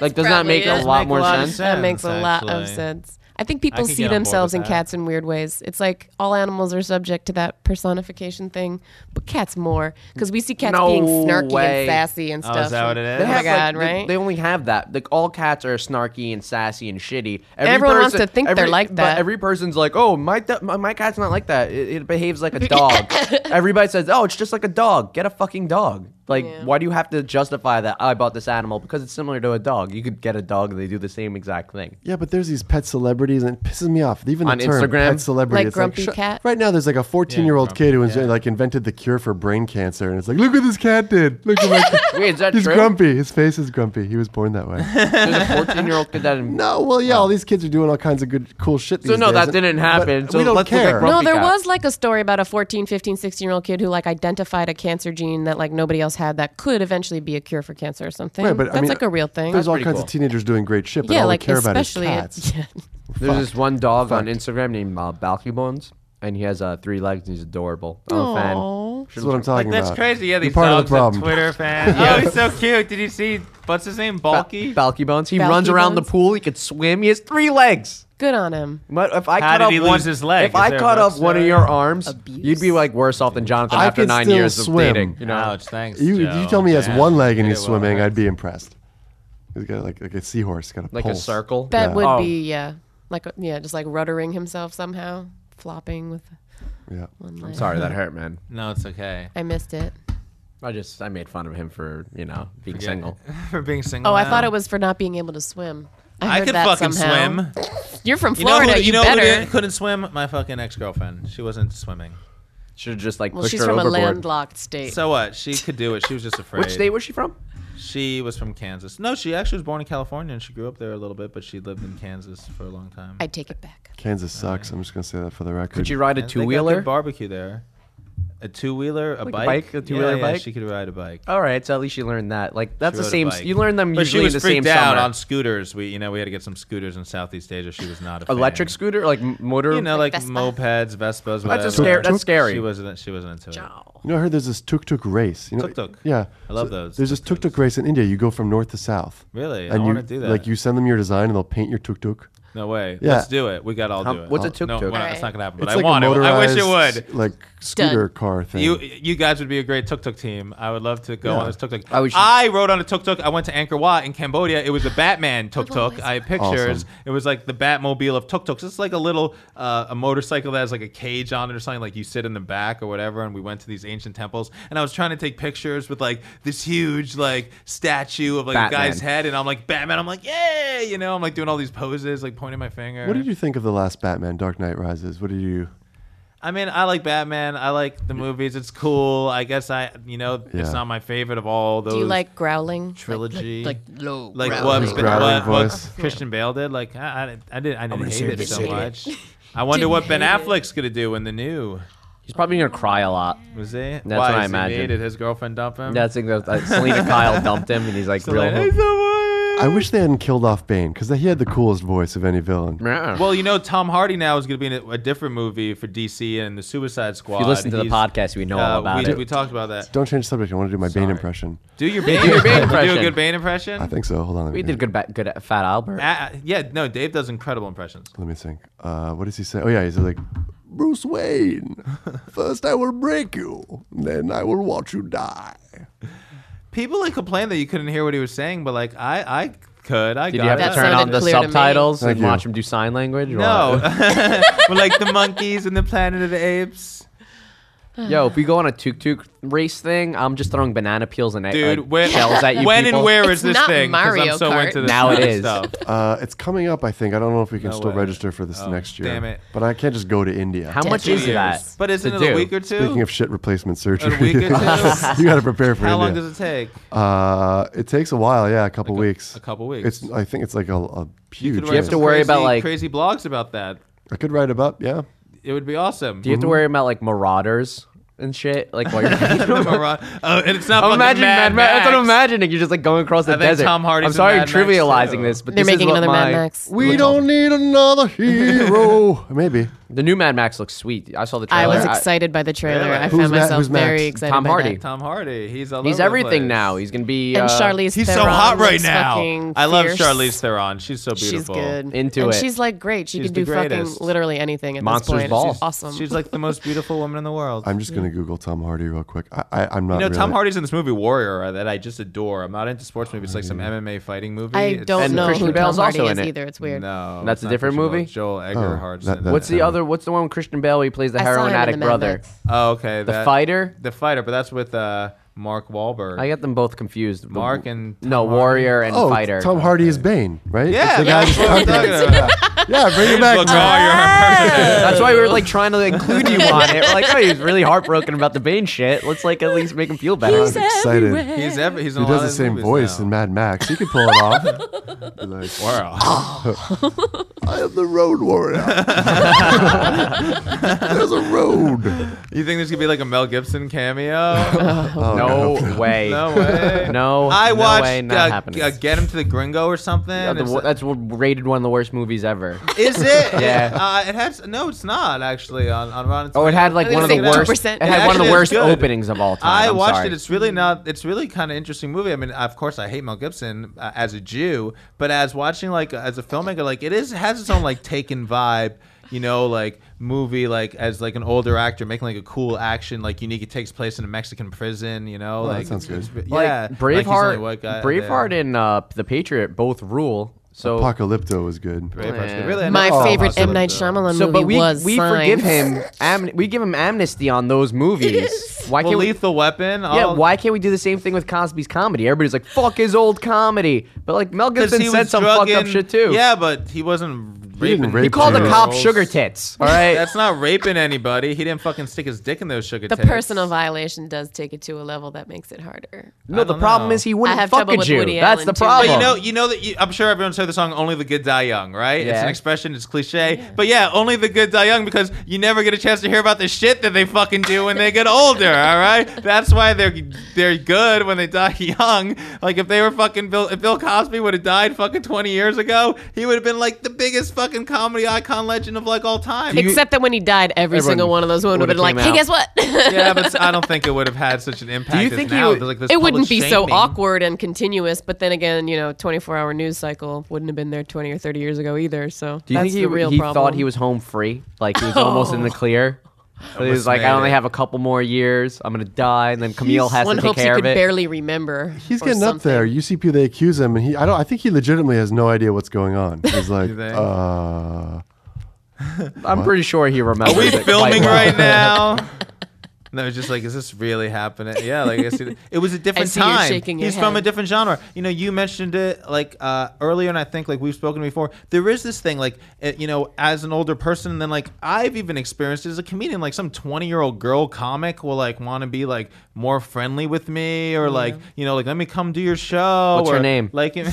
Speaker 2: like, does that make
Speaker 4: probably
Speaker 2: a
Speaker 4: it.
Speaker 2: lot
Speaker 3: Make a
Speaker 2: more
Speaker 3: lot of
Speaker 2: sense?
Speaker 3: sense.
Speaker 4: That makes a lot of
Speaker 3: actually.
Speaker 4: sense. I think
Speaker 3: I
Speaker 4: people
Speaker 3: could
Speaker 4: see
Speaker 3: get on board
Speaker 4: themselves
Speaker 3: with
Speaker 4: in
Speaker 3: that.
Speaker 4: cats in weird ways. It's like all animals are subject to that personification thing, but cats more because we see cats
Speaker 2: No
Speaker 4: being snarky
Speaker 2: way.
Speaker 4: and sassy and
Speaker 3: Oh,
Speaker 4: stuff.
Speaker 3: is that what it is?
Speaker 4: Oh
Speaker 3: They
Speaker 4: my
Speaker 2: have, like,
Speaker 4: god,
Speaker 2: they-
Speaker 4: right?
Speaker 2: They, only have that. Like all cats are snarky and sassy and shitty.
Speaker 4: Everyone wants to think they're like
Speaker 2: but
Speaker 4: that.
Speaker 2: every person's like, "Oh, my th- my, my cat's not like that. It, it behaves
Speaker 4: [LAUGHS]
Speaker 2: like a dog." Everybody says, "Oh, it's just like a dog. Get a fucking dog." Like,
Speaker 4: Yeah.
Speaker 2: why do you have to justify that I bought this animal because it's similar to a dog? You could get a dog and they do the same exact thing.
Speaker 5: Yeah, but there's these pet celebrities, and it pisses me off. Even the
Speaker 2: On
Speaker 5: term
Speaker 2: Instagram?
Speaker 5: pet celebrity,
Speaker 4: Like
Speaker 5: it's
Speaker 4: Grumpy
Speaker 5: shut-
Speaker 4: Cat?
Speaker 5: Right now, there's like a 14 year old
Speaker 3: Grumpy,
Speaker 5: kid who was like invented the cure for brain cancer, and it's like, look what this cat did. Look at my cat.
Speaker 2: [LAUGHS] Wait, is that
Speaker 5: He's
Speaker 2: true?
Speaker 5: grumpy. His face is grumpy. He was born that way.
Speaker 2: [LAUGHS] [LAUGHS] There's a 14 year old kid that.
Speaker 5: no, well, yeah, all these kids are doing all kinds of good, cool shit.
Speaker 2: Oh. So
Speaker 5: these
Speaker 2: no,
Speaker 5: days,
Speaker 2: that
Speaker 5: and-
Speaker 2: didn't
Speaker 5: but
Speaker 2: happen. So
Speaker 5: we don't
Speaker 2: let's look at
Speaker 5: care.
Speaker 2: Grumpy
Speaker 4: no, there
Speaker 2: Cat.
Speaker 4: was like a story about a 14, 15, 16 year old kid who like identified a cancer gene that like nobody else had that could eventually be a cure for cancer or something.
Speaker 5: Right, but I
Speaker 4: That's
Speaker 5: mean,
Speaker 4: like a real thing.
Speaker 5: There's all
Speaker 2: pretty
Speaker 5: kinds
Speaker 2: cool.
Speaker 5: of teenagers doing great shit, but
Speaker 4: yeah,
Speaker 5: all
Speaker 4: like
Speaker 5: they care about is
Speaker 4: especially
Speaker 5: cats.
Speaker 4: [LAUGHS] yeah.
Speaker 2: There's this one dog on
Speaker 5: Fuck.
Speaker 2: Instagram named uh, Balky Bones, and he has uh, three legs and he's adorable. I'm a
Speaker 4: Aw.
Speaker 2: fan.
Speaker 5: That's
Speaker 4: [LAUGHS]
Speaker 5: what I'm
Speaker 3: Like
Speaker 5: talking
Speaker 3: that's
Speaker 5: about.
Speaker 3: crazy. Yeah,
Speaker 5: uh, You're
Speaker 3: these
Speaker 5: part of
Speaker 3: dogs
Speaker 5: the
Speaker 3: on
Speaker 5: problem. [LAUGHS]
Speaker 3: Twitter fan. Oh, he's so cute. Did you see what's his name?
Speaker 2: Ba-
Speaker 3: Balky.
Speaker 2: Balky Bones. He
Speaker 4: Balky
Speaker 2: runs around
Speaker 4: Bones.
Speaker 2: the pool. He could swim. He has three legs.
Speaker 4: Good on him.
Speaker 2: But if I
Speaker 3: How
Speaker 2: cut
Speaker 3: did
Speaker 2: off
Speaker 3: he
Speaker 2: one,
Speaker 3: lose his leg?
Speaker 2: If
Speaker 3: Is
Speaker 2: I
Speaker 3: there a
Speaker 2: cut off
Speaker 3: website?
Speaker 2: one of your arms,
Speaker 4: Abuse.
Speaker 2: you'd be like worse off than Jonathan
Speaker 5: I
Speaker 2: after
Speaker 5: could
Speaker 2: nine
Speaker 5: still
Speaker 2: years
Speaker 5: swim.
Speaker 2: of dating. You know,
Speaker 3: Ouch, thanks.
Speaker 5: You,
Speaker 3: Joe.
Speaker 5: you tell me he has
Speaker 3: Damn.
Speaker 5: one leg and
Speaker 3: Did
Speaker 5: he's
Speaker 3: it well.
Speaker 5: swimming, I'd be impressed. He's got like, like a seahorse, got a
Speaker 2: like
Speaker 5: pulse.
Speaker 2: a circle.
Speaker 4: That
Speaker 5: Yeah.
Speaker 4: would
Speaker 2: Oh.
Speaker 4: be yeah, like uh, yeah, just like ruddering himself somehow, flopping with
Speaker 5: Yeah.
Speaker 4: one leg.
Speaker 2: I'm sorry that hurt, man.
Speaker 3: No, it's okay.
Speaker 4: I missed it.
Speaker 3: Oh,
Speaker 2: I just I made fun of him for you know being single.
Speaker 3: [LAUGHS] For being single.
Speaker 4: Oh, I
Speaker 3: now.
Speaker 4: thought it was for not being able to swim. I,
Speaker 3: I
Speaker 4: heard
Speaker 3: could
Speaker 4: that
Speaker 3: fucking
Speaker 4: somehow.
Speaker 3: swim.
Speaker 4: You're from
Speaker 3: You know,
Speaker 4: Florida.
Speaker 3: who,
Speaker 4: You,
Speaker 3: you know who
Speaker 4: better.
Speaker 3: didn't- couldn't swim? My fucking ex girlfriend. She wasn't swimming.
Speaker 2: Should have just like
Speaker 4: well,
Speaker 2: pushed
Speaker 4: she's
Speaker 2: her
Speaker 4: from a
Speaker 2: overboard.
Speaker 4: landlocked state.
Speaker 3: So what? She could do it. She was just afraid.
Speaker 2: Which state was she from?
Speaker 3: She was from Kansas. No, she actually was born in California and she grew up there a little bit, but she lived in Kansas for a long time.
Speaker 4: I take it back.
Speaker 5: Kansas sucks. I'm just going to say that for the record.
Speaker 2: Could she ride a
Speaker 3: And they got
Speaker 2: two wheeler?
Speaker 3: good Barbecue there. A two wheeler, a
Speaker 2: a
Speaker 3: bike,
Speaker 2: bike, a
Speaker 3: Yeah,
Speaker 2: two-wheeler
Speaker 3: yeah,
Speaker 2: bike?
Speaker 3: She could ride a bike.
Speaker 2: All right, so at least you learned that. Like that's
Speaker 3: She
Speaker 2: the
Speaker 3: rode a
Speaker 2: same.
Speaker 3: bike.
Speaker 2: You learn them
Speaker 3: But she
Speaker 2: usually in
Speaker 3: was
Speaker 2: the same
Speaker 3: freaked out
Speaker 2: summer.
Speaker 3: on scooters. We, you know, we had to get some scooters in Southeast Asia. She was not a fan.
Speaker 2: Electric scooter, like m- motor.
Speaker 3: You know,
Speaker 4: Like
Speaker 3: like,
Speaker 4: Vespa.
Speaker 3: mopeds, Vespas. Whatever.
Speaker 2: scary- that's scary.
Speaker 3: She wasn't. She wasn't into it.
Speaker 4: Ciao.
Speaker 5: You know, I heard there's this tuk tuk race. You know,
Speaker 3: Tuk-tuk.
Speaker 5: Yeah.
Speaker 3: I love those
Speaker 5: There's this tuk
Speaker 3: tuk-tuks.
Speaker 5: tuk race in India. You go from north to south.
Speaker 3: Really? I
Speaker 5: And you
Speaker 3: wanna do that.
Speaker 5: Like you send them your design and they'll paint your tuk tuk.
Speaker 3: No way.
Speaker 5: Yeah.
Speaker 3: Let's do it. We got all
Speaker 2: How-
Speaker 3: do it.
Speaker 2: what's a
Speaker 3: No,
Speaker 2: tuk-tuk?
Speaker 3: we're not-
Speaker 4: Alright.
Speaker 3: it's not gonna happen. But
Speaker 5: It's
Speaker 3: I
Speaker 5: like
Speaker 3: want
Speaker 5: a
Speaker 3: it. I wish it
Speaker 5: motorized,
Speaker 3: would.
Speaker 5: Like scooter car thing.
Speaker 3: You you guys would be a great tuk tuk team. I would love to go
Speaker 5: Yeah.
Speaker 3: on this tuk tuk.
Speaker 2: I was-
Speaker 3: I rode on a tuk tuk. I went to Angkor Wat in Cambodia. It was the Batman tuk tuk.
Speaker 4: always-
Speaker 3: I had pictures.
Speaker 5: Awesome.
Speaker 3: It was like the Batmobile of tuk tuks. It's like a little uh, a motorcycle that has like a cage on it or something. Like you sit in the back or whatever. And we went to these ancient temples. And I was trying to take pictures with like this huge like statue of like
Speaker 2: Batman.
Speaker 3: a guy's head. And I'm like Batman. I'm like yay. You know. I'm like doing all these poses, like pointing my finger.
Speaker 5: what did you think of the last Batman, Dark Knight Rises? What did you.
Speaker 3: I mean, I like Batman. I like the movies. It's cool. I guess I, you know,
Speaker 5: Yeah.
Speaker 3: it's not my favorite of all those.
Speaker 4: Do you like growling?
Speaker 3: trilogy.
Speaker 4: Like, like, like low.
Speaker 3: like what,
Speaker 4: growling.
Speaker 5: His
Speaker 3: what,
Speaker 5: growling
Speaker 3: what
Speaker 5: voice.
Speaker 3: Christian Bale did? Like I, I, I didn't, I didn't
Speaker 2: save
Speaker 3: hate it
Speaker 2: it,
Speaker 3: so
Speaker 2: save it.
Speaker 4: [LAUGHS]
Speaker 3: much. I wonder
Speaker 4: Didn't
Speaker 3: what Ben
Speaker 4: hate it.
Speaker 3: Affleck's gonna do in the new.
Speaker 2: He's probably gonna cry a lot.
Speaker 3: Was he? That's
Speaker 2: what I imagine.
Speaker 3: Did his girlfriend dump him?
Speaker 2: Yeah, I think that uh,
Speaker 3: [LAUGHS]
Speaker 2: Selena Kyle dumped him, and he's like,
Speaker 3: So like,
Speaker 2: real.
Speaker 3: "Hey, someone."
Speaker 5: I wish they hadn't killed off Bane because he had the coolest voice of any villain.
Speaker 2: Well,
Speaker 3: Well, you know, Tom Hardy now is going to be in a, a different movie for DC and the Suicide Squad.
Speaker 2: if you listen to the
Speaker 3: He's-
Speaker 2: podcast, we know
Speaker 3: uh,
Speaker 2: all about
Speaker 3: we,
Speaker 2: it.
Speaker 3: We talked about that.
Speaker 5: Don't change the subject. I want to do my Bane impression.
Speaker 3: Do your
Speaker 2: [LAUGHS]
Speaker 3: Bane,
Speaker 2: your Bane
Speaker 3: Do a
Speaker 2: impression.
Speaker 3: good Bane impression.
Speaker 5: I think so. Hold on. Let
Speaker 2: We
Speaker 5: me-
Speaker 2: did good, ba- good at Fat Albert.
Speaker 3: Ah, yeah, no, Dave does incredible impressions.
Speaker 5: Let me think. Uh, what does he say? Oh yeah, he's like, Bruce Wayne. First, I will break you, then I will watch you die.
Speaker 3: People like complain that you couldn't hear what he was saying, but like I, I could. I
Speaker 2: Did
Speaker 3: got
Speaker 2: you have
Speaker 3: it.
Speaker 2: to
Speaker 4: That
Speaker 2: turn on
Speaker 4: sounded
Speaker 2: the
Speaker 4: clear to me.
Speaker 2: subtitles
Speaker 5: Thank
Speaker 2: and
Speaker 5: you.
Speaker 2: watch them do sign language? or-
Speaker 3: No, [LAUGHS] We're like the monkeys and the Planet of the Apes.
Speaker 2: Yo, if we go on a tuk tuk race thing, I'm just throwing banana peels and egg-
Speaker 3: Dude,
Speaker 2: like,
Speaker 3: when,
Speaker 2: shells
Speaker 3: [LAUGHS]
Speaker 2: at you.
Speaker 3: when
Speaker 2: people.
Speaker 3: and where is
Speaker 4: It's
Speaker 3: this
Speaker 4: not
Speaker 3: thing? 'Cause
Speaker 4: Mario
Speaker 3: I'm so
Speaker 4: Kart.
Speaker 3: into this
Speaker 2: Now it
Speaker 3: kind of
Speaker 2: is.
Speaker 3: Stuff.
Speaker 5: Uh, it's coming up, I think. I don't know if we can
Speaker 3: No
Speaker 5: still
Speaker 3: way.
Speaker 5: register for this
Speaker 3: Oh,
Speaker 5: next year.
Speaker 3: damn it.
Speaker 5: But I can't just go to India.
Speaker 2: How much
Speaker 4: Two
Speaker 2: is
Speaker 4: years.
Speaker 2: that?
Speaker 3: But isn't
Speaker 2: to
Speaker 3: it a
Speaker 2: do?
Speaker 3: week or two?
Speaker 5: Speaking of shit replacement surgery,
Speaker 3: week
Speaker 5: [LAUGHS]
Speaker 3: or two?
Speaker 5: you got to prepare for
Speaker 3: How long
Speaker 5: India.
Speaker 3: does it take?
Speaker 5: uh, it takes a while. Yeah, a couple
Speaker 3: Like a-
Speaker 5: weeks.
Speaker 3: a couple weeks.
Speaker 5: It's. I think it's like a, a
Speaker 2: write
Speaker 5: huge. list.
Speaker 2: have to
Speaker 3: some
Speaker 2: worry
Speaker 3: crazy,
Speaker 2: about, like-
Speaker 3: crazy blogs about that.
Speaker 5: I could write about. Yeah.
Speaker 3: It would be awesome. [LAUGHS]
Speaker 2: Do you have to worry about like marauders and shit? Like while you're [LAUGHS]
Speaker 3: The Mara- oh, and it's not
Speaker 2: I'm
Speaker 3: fucking
Speaker 2: imagining Mad
Speaker 3: Mad
Speaker 2: Max. That's what I'm
Speaker 3: Max.
Speaker 2: imagining. You're just like going across the
Speaker 3: I think
Speaker 2: desert.
Speaker 3: Tom Hardy's
Speaker 2: I'm sorry,
Speaker 3: in
Speaker 2: I'm
Speaker 3: Mad Max,
Speaker 2: trivializing
Speaker 3: too.
Speaker 2: this, but
Speaker 4: They're
Speaker 2: this is
Speaker 4: making
Speaker 2: what
Speaker 4: another
Speaker 2: my-
Speaker 4: Mad Max.
Speaker 5: We don't need another [LAUGHS] hero. Maybe.
Speaker 2: The new Mad Max looks sweet. I saw the
Speaker 4: I
Speaker 2: trailer.
Speaker 4: was excited by the trailer. I
Speaker 5: Who's
Speaker 4: found
Speaker 5: Ma-
Speaker 4: myself
Speaker 5: who's Max?
Speaker 4: very excited.
Speaker 2: Tom
Speaker 4: by
Speaker 2: Hardy.
Speaker 4: that.
Speaker 3: Tom Hardy. He's all
Speaker 2: he's
Speaker 3: over the
Speaker 2: everything
Speaker 3: place.
Speaker 2: now. He's gonna be
Speaker 4: And
Speaker 2: uh,
Speaker 4: Charlize
Speaker 3: He's
Speaker 4: Theron
Speaker 3: so hot right
Speaker 4: looks
Speaker 3: now.
Speaker 4: fucking
Speaker 3: I love
Speaker 4: fierce.
Speaker 3: Charlize Theron. She's so
Speaker 4: She's
Speaker 3: beautiful.
Speaker 4: good.
Speaker 2: Into it.
Speaker 4: and She's like great. She
Speaker 3: She's
Speaker 4: can
Speaker 3: the
Speaker 4: do fucking
Speaker 3: greatest.
Speaker 4: literally anything at
Speaker 2: Monsters
Speaker 4: this point.
Speaker 2: Ball.
Speaker 4: She's awesome.
Speaker 3: She's like the most beautiful woman in the world.
Speaker 5: I'm just gonna Google Tom Hardy real quick. I, I I'm
Speaker 3: you
Speaker 5: not.
Speaker 3: know, Tom
Speaker 5: really-
Speaker 3: Hardy's in this movie Warrior uh, that I just adore. I'm not into sports movies. It's like
Speaker 5: Mm-hmm.
Speaker 3: some MMA fighting movie.
Speaker 4: I
Speaker 3: It's-
Speaker 4: don't
Speaker 2: And
Speaker 4: know
Speaker 2: Christian
Speaker 4: who
Speaker 2: Bale's
Speaker 4: Tom Hardy
Speaker 2: also
Speaker 4: is
Speaker 2: in it.
Speaker 4: either. It's weird.
Speaker 3: No,
Speaker 2: That's
Speaker 3: it's
Speaker 2: a
Speaker 3: not
Speaker 2: different
Speaker 3: Christian Bale.
Speaker 2: movie?
Speaker 3: Joel Eggerhart's
Speaker 5: that-
Speaker 3: in
Speaker 5: that-
Speaker 3: it.
Speaker 2: What's the
Speaker 5: Uh,
Speaker 2: other? What's the one with Christian Bale? He plays the
Speaker 4: I saw him
Speaker 2: heroin
Speaker 4: in
Speaker 2: addict
Speaker 4: the Mad
Speaker 2: brother.
Speaker 4: Max.
Speaker 3: Oh, okay.
Speaker 2: The
Speaker 3: that-
Speaker 2: fighter.
Speaker 3: The fighter, but that's with uh, Mark Wahlberg.
Speaker 2: I get them both confused. The-
Speaker 3: Mark and Tom
Speaker 2: no
Speaker 3: Hardy.
Speaker 2: warrior and
Speaker 5: Oh,
Speaker 2: fighter.
Speaker 5: Tom Hardy is Bane, right?
Speaker 3: Yeah,
Speaker 5: It's the guy
Speaker 3: that's what I'm talking
Speaker 5: [LAUGHS]
Speaker 3: about.
Speaker 5: who's- yeah. Bring it back.
Speaker 3: Look, Warrior.
Speaker 2: That's why we were like trying to include you on it. We're like, oh, he's really heartbroken about the Bane shit. Let's like at least make him feel better.
Speaker 5: I'm
Speaker 3: [LAUGHS]
Speaker 5: excited.
Speaker 3: He's ever. He's in
Speaker 5: He
Speaker 3: a lot
Speaker 5: does the
Speaker 3: of
Speaker 5: same
Speaker 3: movies
Speaker 5: voice
Speaker 3: now.
Speaker 5: in Mad Max. He could pull it
Speaker 3: [LAUGHS]
Speaker 5: off. Be like, [LAUGHS]
Speaker 3: Wow.
Speaker 5: I am the
Speaker 3: [LAUGHS]
Speaker 5: road warrior. There's a road.
Speaker 3: You think there's gonna be like a Mel Gibson
Speaker 2: [LAUGHS]
Speaker 3: cameo?
Speaker 5: Oh,
Speaker 2: no way.
Speaker 3: no way.
Speaker 2: [LAUGHS] No,
Speaker 3: I
Speaker 2: no
Speaker 3: watched
Speaker 2: way, not
Speaker 3: uh,
Speaker 2: happening.
Speaker 3: uh, Get Him to the Gringo or something.
Speaker 2: Yeah, the
Speaker 3: It's-
Speaker 2: wo- that's wo- rated one of the worst movies ever.
Speaker 3: is it?
Speaker 2: [LAUGHS] Yeah.
Speaker 3: Uh, it has no. It's not actually on on Rotten.
Speaker 2: Oh, it had
Speaker 4: I
Speaker 2: like
Speaker 4: was
Speaker 2: one of the
Speaker 4: gonna say
Speaker 2: worst.
Speaker 4: 2%.
Speaker 2: It had one of
Speaker 3: Actually,
Speaker 2: the
Speaker 3: it's
Speaker 2: worst
Speaker 3: good.
Speaker 2: openings of all time.
Speaker 3: I
Speaker 2: I'm
Speaker 3: watched
Speaker 2: sorry.
Speaker 3: it. It's really not. It's really kind of interesting movie. I mean, of course, I hate Mel Gibson uh, as a Jew, but as watching like uh, as a filmmaker, like it is has its own like taken vibe. You know, like movie, like as like an older actor making like a cool action, like unique. It takes place in a Mexican prison. You know,
Speaker 5: that
Speaker 3: like
Speaker 5: sounds good.
Speaker 3: it's-
Speaker 2: Like,
Speaker 3: Yeah, like, he's the only
Speaker 2: Braveheart.
Speaker 3: white guy
Speaker 2: Braveheart
Speaker 3: there.
Speaker 2: and uh, the Patriot both rule. So
Speaker 5: Apocalypto was good.
Speaker 3: Braveheart's good.
Speaker 2: Yeah.
Speaker 3: Really, I
Speaker 4: My
Speaker 3: never saw
Speaker 4: favorite
Speaker 3: Apocalypto.
Speaker 4: M Night Shyamalan
Speaker 2: Oh. So,
Speaker 4: movie
Speaker 2: but we
Speaker 4: was
Speaker 2: we
Speaker 4: Signs.
Speaker 2: forgive him. Am, we give him amnesty on those movies. Why
Speaker 3: Well,
Speaker 2: can't we?
Speaker 3: Lethal Weapon.
Speaker 2: Yeah,
Speaker 3: I'll-
Speaker 2: why can't we do the same thing with Cosby's comedy? Everybody's like, "Fuck his old comedy," but like Mel
Speaker 3: 'cause
Speaker 2: Gibson
Speaker 3: he
Speaker 2: said
Speaker 3: was
Speaker 2: some fucked up
Speaker 3: drugging-
Speaker 2: shit too.
Speaker 3: Yeah, but he wasn't
Speaker 5: didn't
Speaker 3: raping.
Speaker 5: rape
Speaker 2: he called the
Speaker 5: Yeah.
Speaker 2: cop
Speaker 3: cops
Speaker 2: sugar tits. All right,
Speaker 3: That's not raping anybody. He didn't fucking stick his dick in those sugar
Speaker 4: [LAUGHS] The
Speaker 3: tits.
Speaker 4: personal violation does take it to a level that makes it harder.
Speaker 2: no.
Speaker 3: I
Speaker 2: The
Speaker 3: don't
Speaker 2: problem
Speaker 3: know.
Speaker 2: is he wouldn't
Speaker 4: I have
Speaker 2: fuck
Speaker 4: trouble
Speaker 2: a
Speaker 4: with
Speaker 2: Jew.
Speaker 4: Woody
Speaker 2: That's
Speaker 4: Allen,
Speaker 2: the
Speaker 4: too.
Speaker 2: problem.
Speaker 4: But
Speaker 3: But you know, you know that you, I'm sure everyone's heard the song "Only the Good Die Young," right? It's
Speaker 2: Yeah.
Speaker 3: an expression. It's cliche, but yeah, only the good die young because you never get a chance to hear about the shit that they fucking do when they get
Speaker 4: [LAUGHS]
Speaker 3: older. all right, that's why they're they're good when they die [LAUGHS] young. Like if they were fucking Bill, if Bill Cosby would have died fucking 20 years ago, he would have been like the biggest fucking comedy icon legend of like all time.
Speaker 4: Except that when he died, every
Speaker 2: Everyone
Speaker 4: single one of those women would have
Speaker 2: would've
Speaker 4: been
Speaker 2: came
Speaker 4: like, "Hey,
Speaker 2: out.
Speaker 4: guess
Speaker 3: [LAUGHS]
Speaker 4: what? [LAUGHS]
Speaker 3: yeah, [LAUGHS] but I don't think it would have had such an impact.
Speaker 2: Do you
Speaker 3: as
Speaker 2: think he
Speaker 3: now.
Speaker 2: would-
Speaker 3: There's, like, this
Speaker 4: it wouldn't
Speaker 3: public
Speaker 4: be so
Speaker 3: shaming.
Speaker 4: awkward and continuous." But then again, you know, 24-hour news cycle wouldn't have been there 20 or 30 years ago either. So
Speaker 2: Do you
Speaker 4: that's
Speaker 2: think he,
Speaker 4: the real
Speaker 2: he
Speaker 4: problem.
Speaker 2: thought he was home free? Like he
Speaker 4: [LAUGHS]
Speaker 2: was almost in the clear. But he was like, I
Speaker 3: made
Speaker 2: only
Speaker 3: it.
Speaker 2: have a couple more years. I'm gonna die, and then Camille has to
Speaker 4: One
Speaker 2: take
Speaker 4: hopes he
Speaker 2: care
Speaker 4: could
Speaker 2: of it.
Speaker 4: barely remember.
Speaker 5: He's
Speaker 4: or
Speaker 5: getting up
Speaker 4: something.
Speaker 5: there. UCP, they accuse him, and he. I don't. I think he legitimately has no idea what's
Speaker 3: [LAUGHS]
Speaker 5: going on. He's like,
Speaker 3: think?
Speaker 5: uh,
Speaker 2: I'm pretty sure he remembers.
Speaker 3: Are we
Speaker 2: it quite
Speaker 3: filming
Speaker 2: well. [LAUGHS]
Speaker 3: right now? And I was just like, is this really happening? Yeah, like I see, it was a different
Speaker 4: see you're
Speaker 3: time.
Speaker 4: shaking your
Speaker 3: He's from a
Speaker 4: head.
Speaker 3: different genre. You know, you mentioned it like uh, earlier, and I think like we've spoken before. There is this thing, like uh, you know, as an older person, and then like I've even experienced it as a comedian, like some twenty-year-old girl comic will like want to be like more friendly with me, or like you know, like let me come do your show.
Speaker 2: What's
Speaker 3: or,
Speaker 2: her name?
Speaker 3: Like, [LAUGHS] and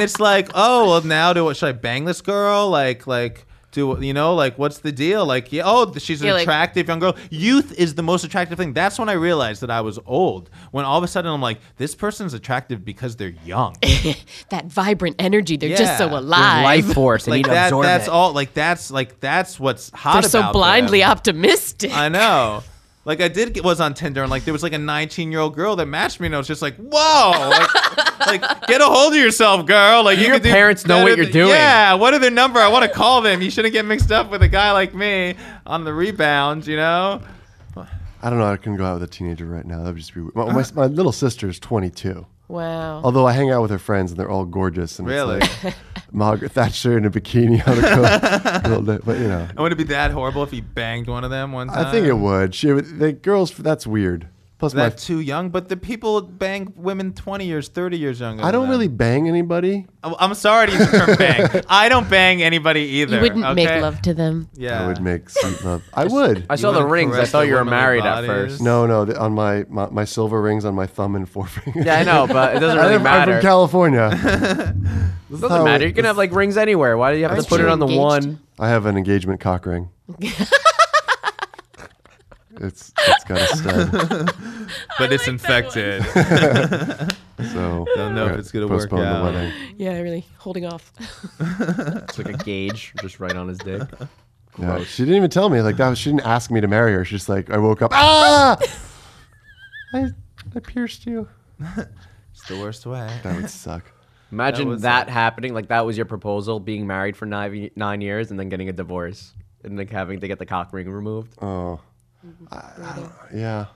Speaker 3: it's like, oh, well, now do what? Should I bang this girl? Like, like. Do you know like what's the deal? Like, yeah, oh, she's an
Speaker 4: Yeah, like-
Speaker 3: attractive young girl. Youth is the most attractive thing. That's when I realized that I was old. When all of a sudden I'm like, this person's attractive because they're
Speaker 2: [LAUGHS]
Speaker 3: young.
Speaker 4: That vibrant energy. They're just so
Speaker 3: Yeah.
Speaker 2: There's
Speaker 4: alive.
Speaker 2: life force, and
Speaker 3: like
Speaker 2: he'd
Speaker 3: that.
Speaker 2: absorb
Speaker 3: That's
Speaker 2: it.
Speaker 3: all. Like that's like that's what's hot.
Speaker 4: They're so
Speaker 3: about
Speaker 4: blindly
Speaker 3: them.
Speaker 4: optimistic.
Speaker 3: I know. Like I did get, was on Tinder and like there was like a 19 year old girl that matched me and I was just like, whoa, like, [LAUGHS] like, get a hold of yourself, girl. Like you
Speaker 2: Your
Speaker 3: could do
Speaker 2: parents know
Speaker 3: better
Speaker 2: what you're
Speaker 3: than-
Speaker 2: doing.
Speaker 3: Yeah, what are their number? I want to call them. You shouldn't get mixed up with a guy like me on the rebound. You know.
Speaker 5: I don't know. I couldn't go out with a teenager right now. That would just be. weird. My, my, my little sister's 22.
Speaker 4: Wow.
Speaker 5: Although I hang out with her friends and they're all gorgeous and
Speaker 3: Really?
Speaker 5: it's like [LAUGHS] Margaret Thatcher in a bikini on a
Speaker 3: [LAUGHS]
Speaker 5: coat, Little bit, but you know,
Speaker 3: And would it be that horrible if he banged one of them one time?
Speaker 5: I think it would. She would, the girls. That's weird. Plus, my
Speaker 3: That's Um, too young, but the people bang women 20 years, 30 years younger.
Speaker 5: I
Speaker 3: than
Speaker 5: don't
Speaker 3: them.
Speaker 5: really bang anybody.
Speaker 3: I- I'm sorry to use the
Speaker 5: [LAUGHS]
Speaker 3: term bang. I don't bang anybody either.
Speaker 4: You wouldn't
Speaker 3: okay?
Speaker 4: make love to them.
Speaker 3: Yeah.
Speaker 5: I would make
Speaker 3: [LAUGHS]
Speaker 5: sweet love. I would.
Speaker 2: I saw the
Speaker 3: wanna
Speaker 2: rings. I
Speaker 3: caress
Speaker 2: thought
Speaker 3: the
Speaker 2: you were
Speaker 3: womanly
Speaker 2: married at
Speaker 3: bodies?
Speaker 2: first.
Speaker 5: No, no. The, on my, my my silver rings on my thumb and [LAUGHS] forefinger.
Speaker 2: Yeah, I know, but it doesn't really
Speaker 5: I'm, I'm
Speaker 2: matter.
Speaker 5: from
Speaker 2: It [LAUGHS]
Speaker 5: California.
Speaker 2: doesn't matter. You can have like rings anywhere. Why do you have to
Speaker 4: Aren't
Speaker 2: put it
Speaker 4: you
Speaker 2: on the
Speaker 4: engaged?
Speaker 2: one?
Speaker 5: I have an engagement
Speaker 2: [LAUGHS]
Speaker 5: cock ring. it's it's got a stud,
Speaker 3: But it's infected.
Speaker 5: so
Speaker 3: Don't know if it's gonna work
Speaker 5: postpone
Speaker 3: out.
Speaker 5: The wedding.
Speaker 4: Yeah, really holding off.
Speaker 2: It's like a gauge, just right on his dick.
Speaker 5: Yeah, she didn't even tell me. Like that. Was, she didn't ask me to marry her. She's just like, I woke up.
Speaker 3: [LAUGHS]
Speaker 5: Ah! I I pierced you.
Speaker 3: it's the worst way.
Speaker 5: [LAUGHS] That would suck.
Speaker 2: Imagine that,
Speaker 3: was
Speaker 2: happening. Like that was your proposal, being married for nine nine years and then getting a divorce and like having to get the cock ring removed.
Speaker 5: Oh, I, I don't, yeah.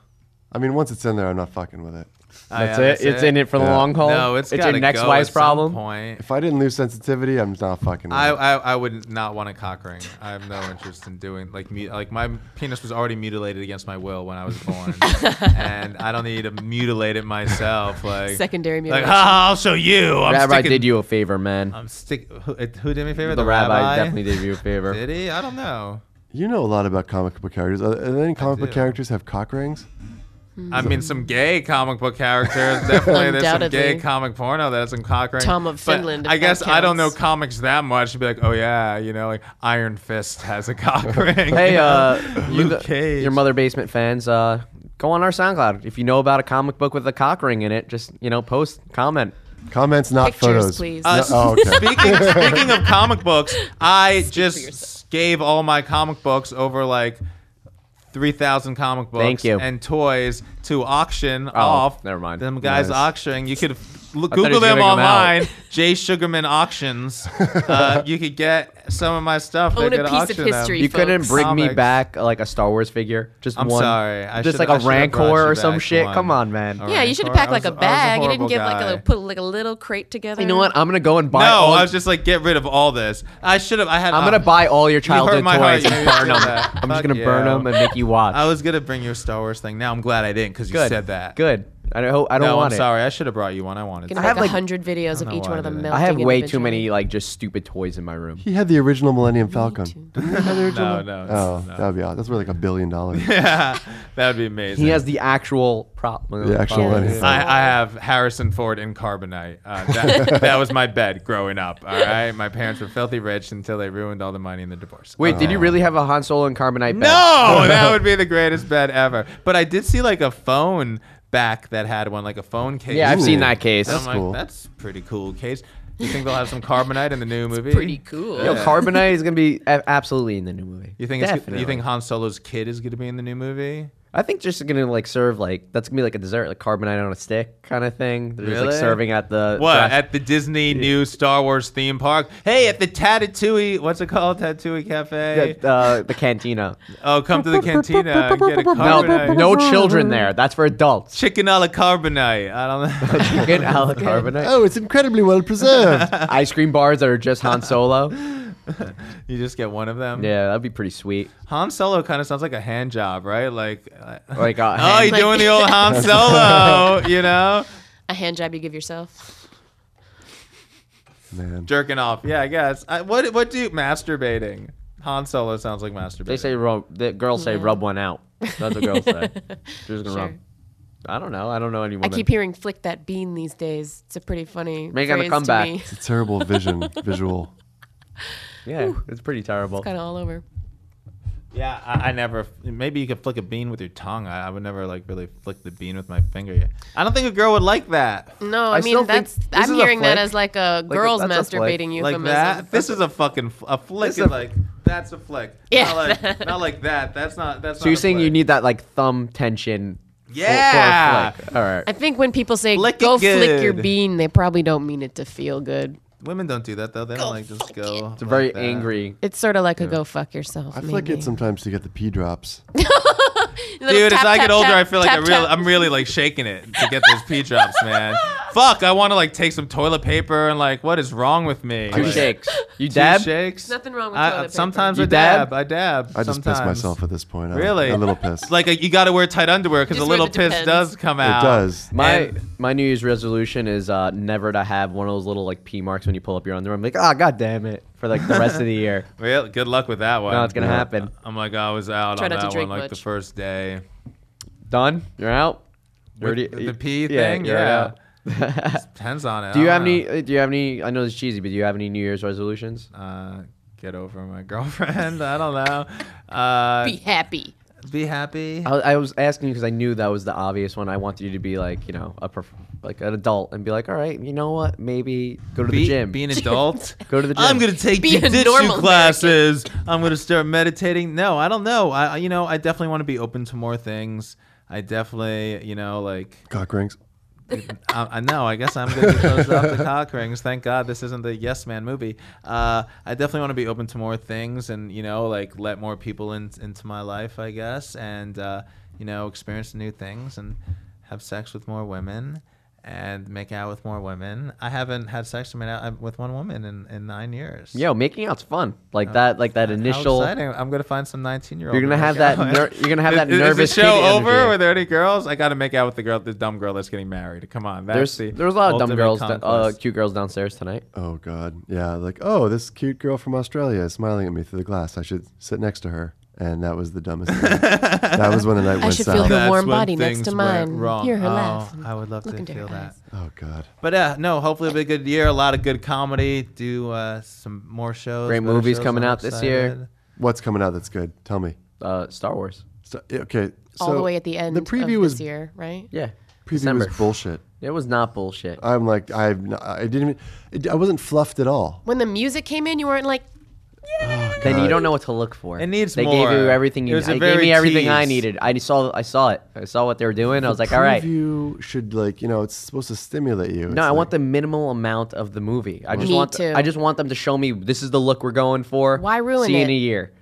Speaker 5: I mean, once it's in there, I'm not fucking with it.
Speaker 2: that's, it. It's in it for the
Speaker 5: Yeah.
Speaker 2: long haul.
Speaker 3: No, it's,
Speaker 2: it's
Speaker 3: gotta
Speaker 2: your next
Speaker 3: go
Speaker 2: wife's
Speaker 3: at some
Speaker 2: problem.
Speaker 3: Point.
Speaker 5: If I didn't lose sensitivity, I'm not fucking with
Speaker 3: I,
Speaker 5: it.
Speaker 3: I I would not want a cock ring. I have no interest in doing like me. Like my penis was already mutilated against my will when I was born, and I don't need to mutilate it myself. Like
Speaker 4: [LAUGHS] Secondary
Speaker 3: Like
Speaker 2: ah.
Speaker 4: mutilation.
Speaker 3: ha, I'll show you. I'm
Speaker 2: Rabbi
Speaker 3: sticking,
Speaker 2: did you a favor, man.
Speaker 3: I'm stick. Who, it- who did me a favor?
Speaker 2: the rabbi, definitely did you a
Speaker 3: [LAUGHS]
Speaker 2: favor.
Speaker 3: Did he? I don't know.
Speaker 5: You know a lot about comic book characters. Are are there any comic book
Speaker 3: do.
Speaker 5: characters have cock rings?
Speaker 3: I mean, some gay comic book characters.
Speaker 4: [LAUGHS]
Speaker 3: Definitely, there's some
Speaker 4: Undoubtedly.
Speaker 3: gay comic porno that has some cock ring.
Speaker 4: Tom of
Speaker 3: But
Speaker 4: Finland, if
Speaker 3: I guess
Speaker 4: that
Speaker 3: I don't know
Speaker 4: counts.
Speaker 3: comics that much to be like, oh yeah, you know, like Iron Fist has
Speaker 2: [LAUGHS]
Speaker 3: a cock ring.
Speaker 2: Hey,
Speaker 3: [LAUGHS]
Speaker 2: uh, you,
Speaker 3: Luke
Speaker 2: the-
Speaker 3: Cage.
Speaker 2: your mother basement fans, uh, go on our SoundCloud. If you know about a comic book with a cock ring in it, just you know, post, comment.
Speaker 5: Comments, not
Speaker 4: Pictures,
Speaker 5: photos.
Speaker 4: please.
Speaker 5: No-
Speaker 3: Uh,
Speaker 5: oh, okay.
Speaker 3: [LAUGHS] Speaking, speaking
Speaker 4: [LAUGHS]
Speaker 3: of comic books, I just
Speaker 4: yourself.
Speaker 3: gave all my comic books over like 3,000 comic books
Speaker 2: Thank you. Oh,
Speaker 3: and toys to auction off.
Speaker 2: never mind.
Speaker 3: Them guys
Speaker 5: Nice.
Speaker 3: auctioning. You could f- look,
Speaker 2: I thought he
Speaker 3: Google
Speaker 2: was
Speaker 3: them
Speaker 2: giving them out.
Speaker 3: online. Jay
Speaker 2: [LAUGHS]
Speaker 3: Sugarman Auctions. Uh, you could get some of my stuff.
Speaker 4: Own
Speaker 3: They
Speaker 4: a
Speaker 3: could
Speaker 4: piece of
Speaker 3: auction them.
Speaker 4: history.
Speaker 2: You couldn't
Speaker 4: folks.
Speaker 2: bring me
Speaker 3: Comics.
Speaker 2: back uh, like a Star Wars figure, just
Speaker 3: I'm
Speaker 2: one.
Speaker 3: sorry. I
Speaker 2: just
Speaker 3: should-
Speaker 2: like
Speaker 3: I
Speaker 2: a
Speaker 3: should have
Speaker 2: rancor
Speaker 3: brought you
Speaker 2: or some
Speaker 3: back
Speaker 2: shit.
Speaker 3: one.
Speaker 2: Come on, man.
Speaker 3: All
Speaker 4: Yeah, you
Speaker 3: right,
Speaker 4: should have
Speaker 3: sorry.
Speaker 4: packed
Speaker 3: I
Speaker 4: like
Speaker 3: was-
Speaker 4: a
Speaker 3: I was
Speaker 4: bag. you didn't
Speaker 3: horrible
Speaker 4: give like a
Speaker 3: guy.
Speaker 4: little, put like a little crate together.
Speaker 2: You know what? I'm gonna go and buy.
Speaker 3: No,
Speaker 2: all
Speaker 3: I was just like, get rid of all this. I should have. I had.
Speaker 2: I'm
Speaker 3: uh,
Speaker 2: gonna buy all your
Speaker 3: you hurt
Speaker 2: childhood
Speaker 3: my heart.
Speaker 2: toys and
Speaker 3: You
Speaker 2: burn
Speaker 3: did
Speaker 2: them.
Speaker 3: that.
Speaker 2: I'm just
Speaker 3: Fuck
Speaker 2: gonna burn
Speaker 3: you.
Speaker 2: them and make you watch.
Speaker 3: I was gonna bring you a Star Wars thing. Now I'm glad I didn't because you
Speaker 2: Good.
Speaker 3: said that.
Speaker 2: Good. I don't. I don't
Speaker 3: no,
Speaker 2: want
Speaker 3: I'm
Speaker 2: it.
Speaker 3: sorry. I should have brought you one. I wanted.
Speaker 4: Gonna
Speaker 3: to.
Speaker 2: I have,
Speaker 4: have
Speaker 2: like-
Speaker 4: like hundred videos of
Speaker 3: know
Speaker 4: each
Speaker 3: why I
Speaker 4: one of them.
Speaker 3: did that.
Speaker 2: I have
Speaker 4: melting
Speaker 2: way too
Speaker 4: individually.
Speaker 2: many like just stupid toys in my room.
Speaker 5: he had the original Millennium Falcon. Didn't he have the original?
Speaker 3: [LAUGHS] No,
Speaker 5: one?
Speaker 3: no,
Speaker 5: Oh,
Speaker 3: no.
Speaker 5: that'd be awesome. That's worth like a
Speaker 3: [LAUGHS]
Speaker 5: billion dollars.
Speaker 3: that would be amazing.
Speaker 2: He has the actual prop.
Speaker 5: The actual
Speaker 4: Yeah.
Speaker 5: Millennium
Speaker 4: Yeah.
Speaker 5: Falcon.
Speaker 3: I, I have Harrison Ford in Carbonite. Uh,
Speaker 2: [LAUGHS]
Speaker 3: that, that was my bed growing up. All right, my parents were filthy rich until they ruined all the money in the divorce.
Speaker 2: Wait, did you really have a Han Solo and Carbonite?
Speaker 3: [LAUGHS] no, that would be the greatest bed ever. But I did see like a phone back that had one, like a phone case.
Speaker 2: Yeah, I've seen
Speaker 5: Ooh.
Speaker 2: that case.
Speaker 3: And I'm
Speaker 5: That's
Speaker 3: like,
Speaker 5: cool.
Speaker 3: that's pretty cool case. You think they'll have some Carbonite in the new movie?
Speaker 4: Pretty cool.
Speaker 2: Yo, Carbonite is gonna be a- absolutely in the new movie.
Speaker 3: You think it's,
Speaker 2: Definitely.
Speaker 3: you think Han Solo's kid is going to be in the new movie?
Speaker 2: I think just gonna like serve like that's gonna be like a dessert, like Carbonite on a stick kind of thing. They're just
Speaker 3: Really?
Speaker 2: like serving at the
Speaker 3: What
Speaker 2: grass-
Speaker 3: at the Disney new Star Wars theme park? Hey, at the Tatatouille, what's it called? Tattooey Cafe.
Speaker 2: at, uh, the
Speaker 3: [LAUGHS]
Speaker 2: cantina.
Speaker 3: Oh, come to the cantina. and Get a
Speaker 2: No,
Speaker 3: carbonite.
Speaker 2: no children there. That's for
Speaker 3: [LAUGHS]
Speaker 2: adults.
Speaker 3: Chicken a la carbonite. I don't know. [LAUGHS]
Speaker 2: Chicken a la carbonate.
Speaker 5: Oh, it's incredibly well preserved.
Speaker 2: Ice cream bars that are just Han Solo.
Speaker 3: you just get one of them.
Speaker 2: Yeah, that'd be pretty sweet.
Speaker 3: Han Solo kind of sounds like a hand job, right? Like, uh,
Speaker 2: Like, uh,
Speaker 3: [LAUGHS] oh,
Speaker 2: hand-
Speaker 3: you're doing the old Han Solo, you know,
Speaker 4: A hand job you give yourself.
Speaker 5: Man,
Speaker 3: jerking off. Yeah, I guess. I, what what do you masturbating? Han Solo sounds like
Speaker 2: [LAUGHS]
Speaker 3: masturbating.
Speaker 2: they say rub. The girls say
Speaker 4: Yeah.
Speaker 2: rub one out. That's what girls
Speaker 4: [LAUGHS]
Speaker 2: say. She's gonna
Speaker 4: Sure.
Speaker 2: rub. I don't know. I don't know any
Speaker 4: I
Speaker 2: woman.
Speaker 4: keep hearing "flick that bean" these days. It's a pretty funny.
Speaker 2: Making a
Speaker 4: phrase to
Speaker 2: comeback.
Speaker 4: me. [LAUGHS]
Speaker 5: it's a terrible vision, visual.
Speaker 2: yeah, it's pretty terrible.
Speaker 4: kind of all over.
Speaker 3: Yeah, I, I never. Maybe you could flick a bean with your tongue. I, I would never like really flick the bean with my finger. I don't think a girl would like that.
Speaker 4: No,
Speaker 2: I
Speaker 4: I,
Speaker 2: still think
Speaker 4: mean that's.
Speaker 2: this
Speaker 4: I'm
Speaker 2: is a
Speaker 4: hearing that
Speaker 2: flick.
Speaker 4: as like a girls
Speaker 2: that's a flick.
Speaker 4: masturbating
Speaker 3: Like
Speaker 4: euphemism.
Speaker 3: that. This is a fucking f- a flick.
Speaker 2: This
Speaker 3: Is
Speaker 2: is a-
Speaker 3: like that's a
Speaker 4: [LAUGHS]
Speaker 3: flick.
Speaker 4: Yeah.
Speaker 3: Not like, not like that. That's not. That's.
Speaker 2: So you're saying you need that like thumb tension? for- for a
Speaker 3: Yeah.
Speaker 2: flick. All right.
Speaker 4: I think when people say
Speaker 3: Flick it
Speaker 4: "go flick your
Speaker 3: good.
Speaker 4: bean," they probably don't mean it to feel good.
Speaker 3: Women don't do that though. They don't like just go.
Speaker 2: It's a very angry.
Speaker 4: It's sort of like a "go fuck yourself."
Speaker 5: I flick
Speaker 4: maybe.
Speaker 5: it sometimes to get the pee drops.
Speaker 4: Little
Speaker 3: Dude,
Speaker 4: tap,
Speaker 3: as I
Speaker 4: tap,
Speaker 3: get older,
Speaker 4: tap,
Speaker 3: I feel like
Speaker 4: tap,
Speaker 3: I really,
Speaker 4: tap.
Speaker 3: I'm really like shaking it to get those pee drops,
Speaker 4: [LAUGHS]
Speaker 3: man. Fuck, I want to like take some toilet paper and like, what is wrong with me?
Speaker 2: Two
Speaker 3: Like,
Speaker 2: shakes. [LAUGHS] You
Speaker 3: two
Speaker 2: dab?
Speaker 3: shakes.
Speaker 4: Nothing wrong with
Speaker 3: I-
Speaker 4: toilet paper.
Speaker 3: Sometimes
Speaker 2: You
Speaker 3: I
Speaker 2: dab?
Speaker 3: dab. I dab.
Speaker 5: I just
Speaker 3: sometimes.
Speaker 5: piss myself at this point. I'm
Speaker 3: Really?
Speaker 5: a
Speaker 2: [LAUGHS]
Speaker 5: little pissed.
Speaker 3: Like uh, you got to wear tight underwear because
Speaker 4: Just
Speaker 3: a little
Speaker 4: wear the
Speaker 3: piss
Speaker 4: Depends.
Speaker 3: does come out.
Speaker 5: does.
Speaker 2: My
Speaker 3: And-
Speaker 2: my New Year's resolution is uh, never to have one of those little like P marks when you pull up your underwear. I'm like, ah, god damn it, for like the rest of the
Speaker 3: [LAUGHS]
Speaker 2: year.
Speaker 3: Well, good luck with that one.
Speaker 2: No, it's gonna happen.
Speaker 3: I'm like, I was out
Speaker 4: Try
Speaker 3: on
Speaker 4: not to
Speaker 3: that one
Speaker 4: drink
Speaker 3: like the
Speaker 4: much.
Speaker 3: first day.
Speaker 2: Done. You're out. You're
Speaker 3: With
Speaker 2: already-
Speaker 3: the pee
Speaker 2: yeah,
Speaker 3: thing,
Speaker 2: you're
Speaker 3: yeah.
Speaker 2: out.
Speaker 3: Depends on it.
Speaker 2: Do you
Speaker 3: I
Speaker 2: have
Speaker 3: don't
Speaker 2: any? uh, Do you have any? I know it's cheesy, but do you have any New Year's resolutions?
Speaker 3: know. Uh, get over my [LAUGHS] girlfriend. I don't know. Uh,
Speaker 4: Be
Speaker 3: be,
Speaker 4: happy.
Speaker 3: happy.
Speaker 2: I, I was asking you because I knew that was the obvious one. I wanted you to be like, you know, a prof- like an adult and be like, all right, you know what? Maybe go to the
Speaker 3: Be,
Speaker 2: gym.
Speaker 3: be an
Speaker 4: [LAUGHS]
Speaker 3: adult.
Speaker 2: go to the gym.
Speaker 3: I'm gonna take
Speaker 4: Be a normal
Speaker 3: jujitsu
Speaker 4: American.
Speaker 3: classes. I'm gonna start meditating. No, I don't know. I I- you know I definitely want to be open to more things. I definitely you know like
Speaker 5: Cock rings.
Speaker 3: I, I know. I guess I'm going to close off the cock rings. Thank God this isn't the Yes Man movie. Uh, I definitely want to be open to more things, and you know, like let more people in, into my life, I guess, and uh, you know, experience new things and have sex with more women and make out with more women. I haven't had sex or made out with one woman in, in nine years.
Speaker 2: Yo, making out's fun.
Speaker 3: Oh,
Speaker 2: Like that. Like that initial.
Speaker 3: How exciting. I'm gonna find some 19 year old.
Speaker 2: You're gonna have
Speaker 3: [LAUGHS]
Speaker 2: that ner- you're gonna have that nervous
Speaker 3: Is the show
Speaker 2: kid
Speaker 3: over?
Speaker 2: energy.
Speaker 3: Were there any girls? I gotta make out with the girl, the dumb girl that's getting married. Come on, that's
Speaker 2: There's
Speaker 3: the
Speaker 2: there's a lot of dumb
Speaker 3: ultimate
Speaker 2: girls, da- uh,
Speaker 3: conquest.
Speaker 2: cute girls downstairs tonight.
Speaker 5: Oh God, yeah. Like, oh, this cute girl from Australia is smiling at me through the glass. I should sit next to her. And that was the
Speaker 2: [LAUGHS]
Speaker 5: dumbest thing. that was when the night went
Speaker 4: I should
Speaker 5: south.
Speaker 4: feel her
Speaker 3: That's
Speaker 4: warm
Speaker 3: when
Speaker 4: body next to
Speaker 3: things went
Speaker 4: mine.
Speaker 3: wrong.
Speaker 4: Hear her
Speaker 3: Oh,
Speaker 4: laugh.
Speaker 3: I would love
Speaker 4: Look
Speaker 3: to
Speaker 4: into her
Speaker 3: feel that.
Speaker 4: eyes.
Speaker 5: Oh God.
Speaker 3: But uh, no, hopefully it'll be a good year. A lot of good comedy. Do uh, some more shows.
Speaker 2: Great
Speaker 3: better
Speaker 2: movies
Speaker 3: shows.
Speaker 2: coming
Speaker 3: I'm
Speaker 2: out this year.
Speaker 3: excited.
Speaker 5: What's coming out that's good? Tell me.
Speaker 2: Uh, Star Wars.
Speaker 5: So, okay.
Speaker 4: All the
Speaker 5: so
Speaker 4: way at the end
Speaker 5: The preview
Speaker 4: of
Speaker 5: was
Speaker 4: this year, right?
Speaker 2: Yeah.
Speaker 5: Preview
Speaker 2: December.
Speaker 5: was bullshit.
Speaker 2: It was not bullshit.
Speaker 3: Uh,
Speaker 5: I'm like, I've, n- I didn't even, it, I wasn't fluffed at all.
Speaker 4: When the music came in, you weren't like,
Speaker 2: then you
Speaker 5: God.
Speaker 2: don't know what to look for.
Speaker 3: uh, It needs
Speaker 2: they
Speaker 3: more.
Speaker 2: gave you everything
Speaker 3: It
Speaker 2: you.
Speaker 3: was a
Speaker 2: They gave
Speaker 3: very
Speaker 2: me everything I
Speaker 3: tease.
Speaker 2: needed. I saw. I saw it. I saw what they were doing. I was like, all right. No,
Speaker 5: Preview should like, you know, it's supposed to stimulate you.
Speaker 2: I want the minimal amount of the movie. I just
Speaker 4: Me
Speaker 2: want.
Speaker 4: too.
Speaker 2: I just want them to show me this is the look we're going for.
Speaker 4: Why ruin
Speaker 2: See you in
Speaker 4: it?
Speaker 2: a year.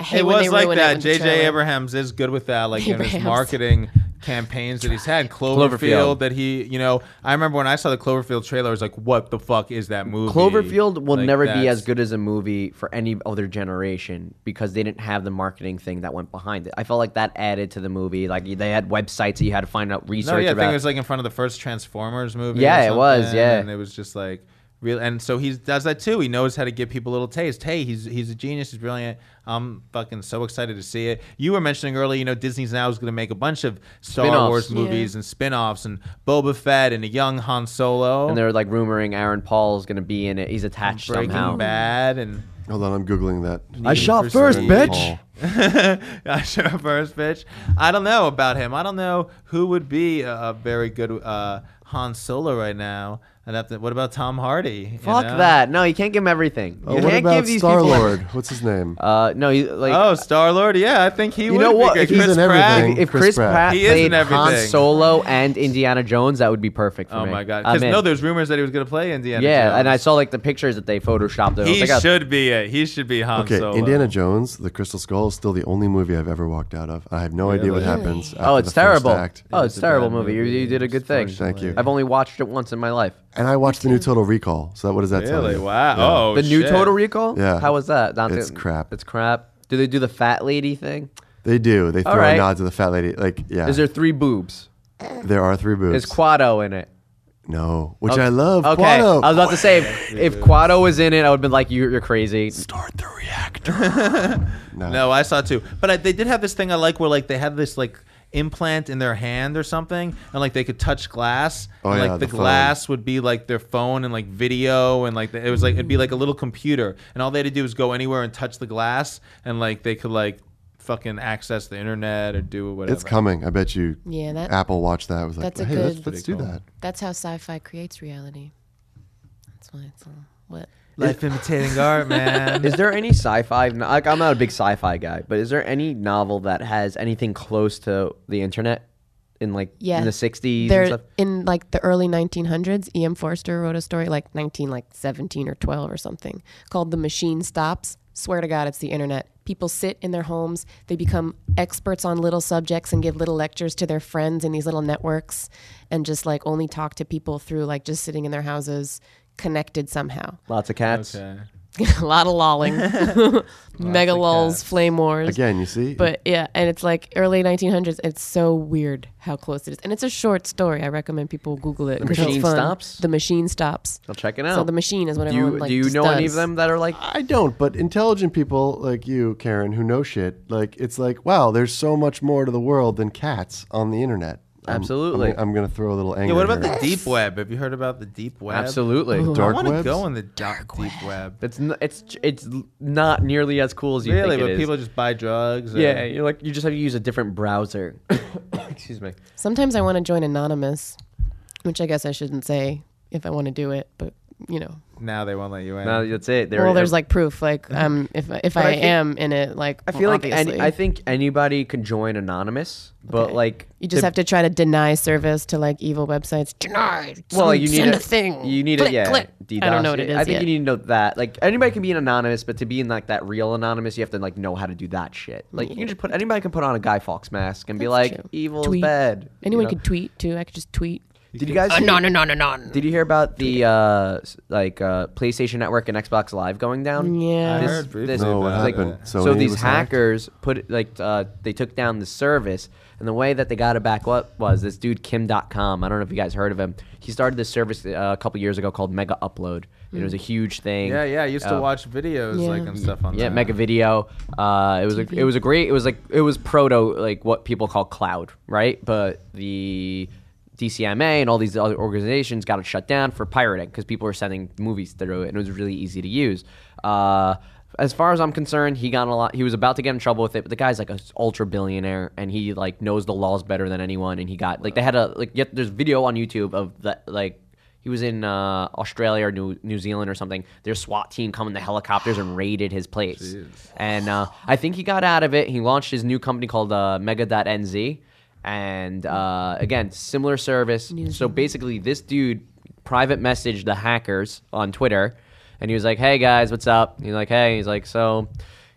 Speaker 4: I hate
Speaker 3: It
Speaker 4: when
Speaker 3: was
Speaker 4: they
Speaker 3: like
Speaker 4: ruin
Speaker 3: that.
Speaker 4: It with the
Speaker 3: J.J.
Speaker 4: trailer.
Speaker 3: Abrahams is good with that. Like in his
Speaker 4: Abrams.
Speaker 3: marketing campaigns that he's had, Cloverfield,
Speaker 2: Cloverfield.
Speaker 3: That he, you know, I remember when I saw the Cloverfield trailer, I was like, "What the fuck is that movie?"
Speaker 2: Cloverfield will
Speaker 3: Like,
Speaker 2: never be
Speaker 3: that's-
Speaker 2: as good as a movie for any other generation because they didn't have the marketing thing that went behind it. I felt like that added to the movie. Like they had websites that you had to find out research
Speaker 3: No, yeah, I
Speaker 2: about.
Speaker 3: think it was like in front of the first Transformers movie. or
Speaker 2: Yeah, it was,
Speaker 3: something,
Speaker 2: yeah.
Speaker 3: and it was just like real. And so he does that too. He knows how to give people a little taste. Hey, he's he's a genius. He's brilliant. I'm fucking so excited to see it. You were mentioning earlier, you know, Disney's now is going to make a bunch of Star
Speaker 2: Spin-offs.
Speaker 3: Wars movies and spin-offs and Boba Fett and a young Han Solo
Speaker 2: and they're like rumoring Aaron Paul's gonna be in it. He's attached
Speaker 3: Breaking
Speaker 2: somehow.
Speaker 3: Bad and [LAUGHS]
Speaker 5: Hold on, I'm Googling that.
Speaker 2: I shot
Speaker 5: Christopher
Speaker 2: first,
Speaker 5: Lee
Speaker 2: bitch.
Speaker 5: Paul.
Speaker 3: I show up first bitch. I don't know about him. I don't know who would be a, a very good uh, Han Solo right now. I'd have to. What about Tom Hardy? you
Speaker 2: Fuck
Speaker 3: know?
Speaker 2: that! No, you can't give him everything.
Speaker 5: Oh,
Speaker 2: you
Speaker 5: what
Speaker 2: can't
Speaker 5: about
Speaker 2: give these
Speaker 5: Star
Speaker 2: people-
Speaker 5: Lord? [LAUGHS] What's his name?
Speaker 2: Uh, no, he, like
Speaker 3: Oh, Star Lord. Yeah, I think he would.
Speaker 2: know
Speaker 3: be
Speaker 2: what?
Speaker 3: good.
Speaker 5: He's
Speaker 3: Chris
Speaker 5: in
Speaker 3: Pratt.
Speaker 5: everything.
Speaker 2: if
Speaker 5: Chris
Speaker 2: Chris
Speaker 5: Pratt.
Speaker 2: Pratt,
Speaker 3: He is in
Speaker 2: played Han
Speaker 3: everything.
Speaker 2: Solo and Indiana Jones, that would be perfect for
Speaker 3: Oh
Speaker 2: me.
Speaker 3: my god!
Speaker 2: I'm
Speaker 3: Because
Speaker 2: in.
Speaker 3: no, there's rumors that he was going to play Indiana.
Speaker 2: yeah,
Speaker 3: Jones.
Speaker 2: and I saw like the pictures that they photoshopped. It. I was
Speaker 3: He
Speaker 2: like, oh,
Speaker 3: should be it. He should be Han
Speaker 5: okay,
Speaker 2: uh,
Speaker 3: Solo.
Speaker 5: Indiana Jones, The Crystal Skull is still the only movie I've ever walked out of. I have no idea what
Speaker 3: Really?
Speaker 5: happens. After
Speaker 2: Oh, it's
Speaker 5: the first
Speaker 2: terrible.
Speaker 5: act.
Speaker 2: Oh, it's, a
Speaker 3: a
Speaker 2: terrible
Speaker 3: bad
Speaker 2: movie. You,
Speaker 3: movie,
Speaker 2: you did a good thing.
Speaker 5: Thank you.
Speaker 2: I've only watched it once in my life.
Speaker 5: And I watched the new Total Recall. So what does that tell
Speaker 3: Really?
Speaker 5: you?
Speaker 3: Wow. Oh,
Speaker 2: the new
Speaker 3: shit.
Speaker 2: Total Recall.
Speaker 5: Yeah.
Speaker 2: How was that? Not
Speaker 5: It's crap.
Speaker 2: It's crap. Do they do the fat lady thing?
Speaker 5: They do. They throw
Speaker 2: right.
Speaker 5: a nod to the fat lady. Like, yeah.
Speaker 2: Is there three boobs?
Speaker 5: there are three boobs.
Speaker 2: Is Quado in it?
Speaker 5: no, which I love.
Speaker 2: Okay.
Speaker 5: Quado.
Speaker 2: I was about to say if, if Quado was in it, I would have been like, you, you're crazy.
Speaker 5: start the reactor. no.
Speaker 3: No, I saw two. But I, they did have this thing I like where like they had this like implant in their hand or something and like they could touch glass
Speaker 5: Oh,
Speaker 3: and like
Speaker 5: yeah,
Speaker 3: the,
Speaker 5: the phone.
Speaker 3: glass would be like their phone and like video and like the, it was like it'd be like a little computer and all they had to do was go anywhere and touch the glass and like they could like fucking access the internet or do whatever
Speaker 5: It's coming. I bet you.
Speaker 4: Yeah, that-
Speaker 5: Apple Watch that was like,
Speaker 4: that's a
Speaker 5: hey, let's,
Speaker 4: good-
Speaker 5: let's do that.
Speaker 4: That's how sci-fi creates reality. That's why it's all what.
Speaker 3: life imitating
Speaker 2: [LAUGHS]
Speaker 3: art man
Speaker 2: Is there any sci-fi? Like, I'm not a big sci-fi guy, but is there any novel that has anything close to the internet in like
Speaker 4: Yeah,
Speaker 2: in the 60s? and
Speaker 4: There
Speaker 2: stuff?
Speaker 4: in like the early E 1900s, E.M. Forster wrote a story like 19 like 17 or 12 or something called "The Machine Stops." Swear to God, it's the internet. People sit in their homes. They become experts on little subjects and give little lectures to their friends in these little networks and just like only talk to people through like just sitting in their houses connected somehow. [LAUGHS]
Speaker 2: Lots of cats.
Speaker 3: Okay.
Speaker 4: a lot of lolling, [LAUGHS] mega lulls, flame wars.
Speaker 5: Again, you see?
Speaker 4: But yeah, and it's like early 1900s. It's so weird how close it is, and it's a short story. I recommend people Google it. The
Speaker 2: Machine Stops?
Speaker 4: The machine stops.
Speaker 2: I'll check it out.
Speaker 4: So the machine is what
Speaker 2: Do
Speaker 4: everyone
Speaker 2: you,
Speaker 4: like.
Speaker 2: do you
Speaker 4: just
Speaker 2: know any of
Speaker 4: does.
Speaker 2: them that are like?
Speaker 5: I don't, but intelligent people like you, Karen, who know shit, like it's like, wow, there's so much more to the world than cats on the internet. I'm- I'm-
Speaker 2: Absolutely.
Speaker 5: I'm, gonna throw a little anger.
Speaker 3: Yeah, what about
Speaker 5: here.
Speaker 3: the deep web? Have you heard about the deep web?
Speaker 2: Absolutely.
Speaker 5: dark
Speaker 3: I want to
Speaker 5: webs?
Speaker 3: go in the dark deep web.
Speaker 2: It's n- it's it's l- not nearly as cool as you
Speaker 3: Really,
Speaker 2: think it
Speaker 3: but
Speaker 2: is.
Speaker 3: people just buy drugs. or-
Speaker 2: yeah, you're like you just have to use a different browser. [COUGHS] Excuse
Speaker 3: [COUGHS]
Speaker 2: me.
Speaker 4: Sometimes I want to join anonymous, which I guess I shouldn't say if I want to do it, but you know.
Speaker 3: Now they won't let you in.
Speaker 2: Now that's it. There,
Speaker 4: well, there's like proof, like um, if if I,
Speaker 2: I think-
Speaker 4: am in it, like
Speaker 2: I feel like any,
Speaker 4: obviously.
Speaker 2: I think anybody can join anonymous, but
Speaker 4: Okay.
Speaker 2: like
Speaker 4: You just have to try to deny service to like evil websites. Deny.
Speaker 2: Well,
Speaker 4: send-
Speaker 2: you need
Speaker 4: send
Speaker 2: a,
Speaker 4: a, thing.
Speaker 2: You need
Speaker 4: click,
Speaker 2: it. Yeah.
Speaker 4: click.
Speaker 2: DDoS.
Speaker 4: I don't know what it is.
Speaker 2: I think
Speaker 4: yet.
Speaker 2: you need to know that. Like anybody can be an anonymous, but to be in like that real anonymous, you have to like know how to do that shit. Like you can just put anybody can put on a Guy Fawkes mask and be
Speaker 4: That's
Speaker 2: like
Speaker 4: true.
Speaker 2: evil is
Speaker 4: Tweet.
Speaker 2: bad.
Speaker 4: Anyone
Speaker 2: you know?
Speaker 4: could tweet too. I could just tweet.
Speaker 2: Did you guys? hear-
Speaker 4: Anon, anon, anon.
Speaker 2: Did you hear about the uh, s- like uh, PlayStation Network and Xbox Live going down?
Speaker 4: Yeah.
Speaker 3: I
Speaker 2: This-
Speaker 3: heard briefly
Speaker 2: this-
Speaker 5: No, what
Speaker 3: about
Speaker 2: like,
Speaker 5: happened?
Speaker 2: so
Speaker 5: Sony
Speaker 2: these
Speaker 5: was hacked?
Speaker 2: hackers put like uh, they took down the service, and the way that they got it back up was this dude Kim.com. I don't know if you guys heard of him. He started this service uh, a couple years ago called Mega Upload. and It was a huge thing.
Speaker 3: Yeah, yeah. I used to watch videos
Speaker 4: Yeah.
Speaker 3: like and stuff on
Speaker 2: Yeah,
Speaker 3: that.
Speaker 2: Mega Video. Uh, it was a, it was a great. It was like it was proto like what people call cloud, right? But the DCMA and all these other organizations got it shut down for pirating because people were sending movies through it, and it was really easy to use. Uh, as far as I'm concerned, he got in a lot. He was about to get in trouble with it, but the guy's like an ultra billionaire, and he like knows the laws better than anyone. And he got like they had a like yet there's video on YouTube of that like he was in uh, Australia or New, New Zealand or something. Their SWAT team come in the helicopters and raided his place. And uh, I think he got out of it. He launched his new company called uh, Mega.nz. And uh, again, similar service. So basically, this dude private messaged the hackers on Twitter. And he was like, hey guys, what's up? And he's like, hey. He's like, so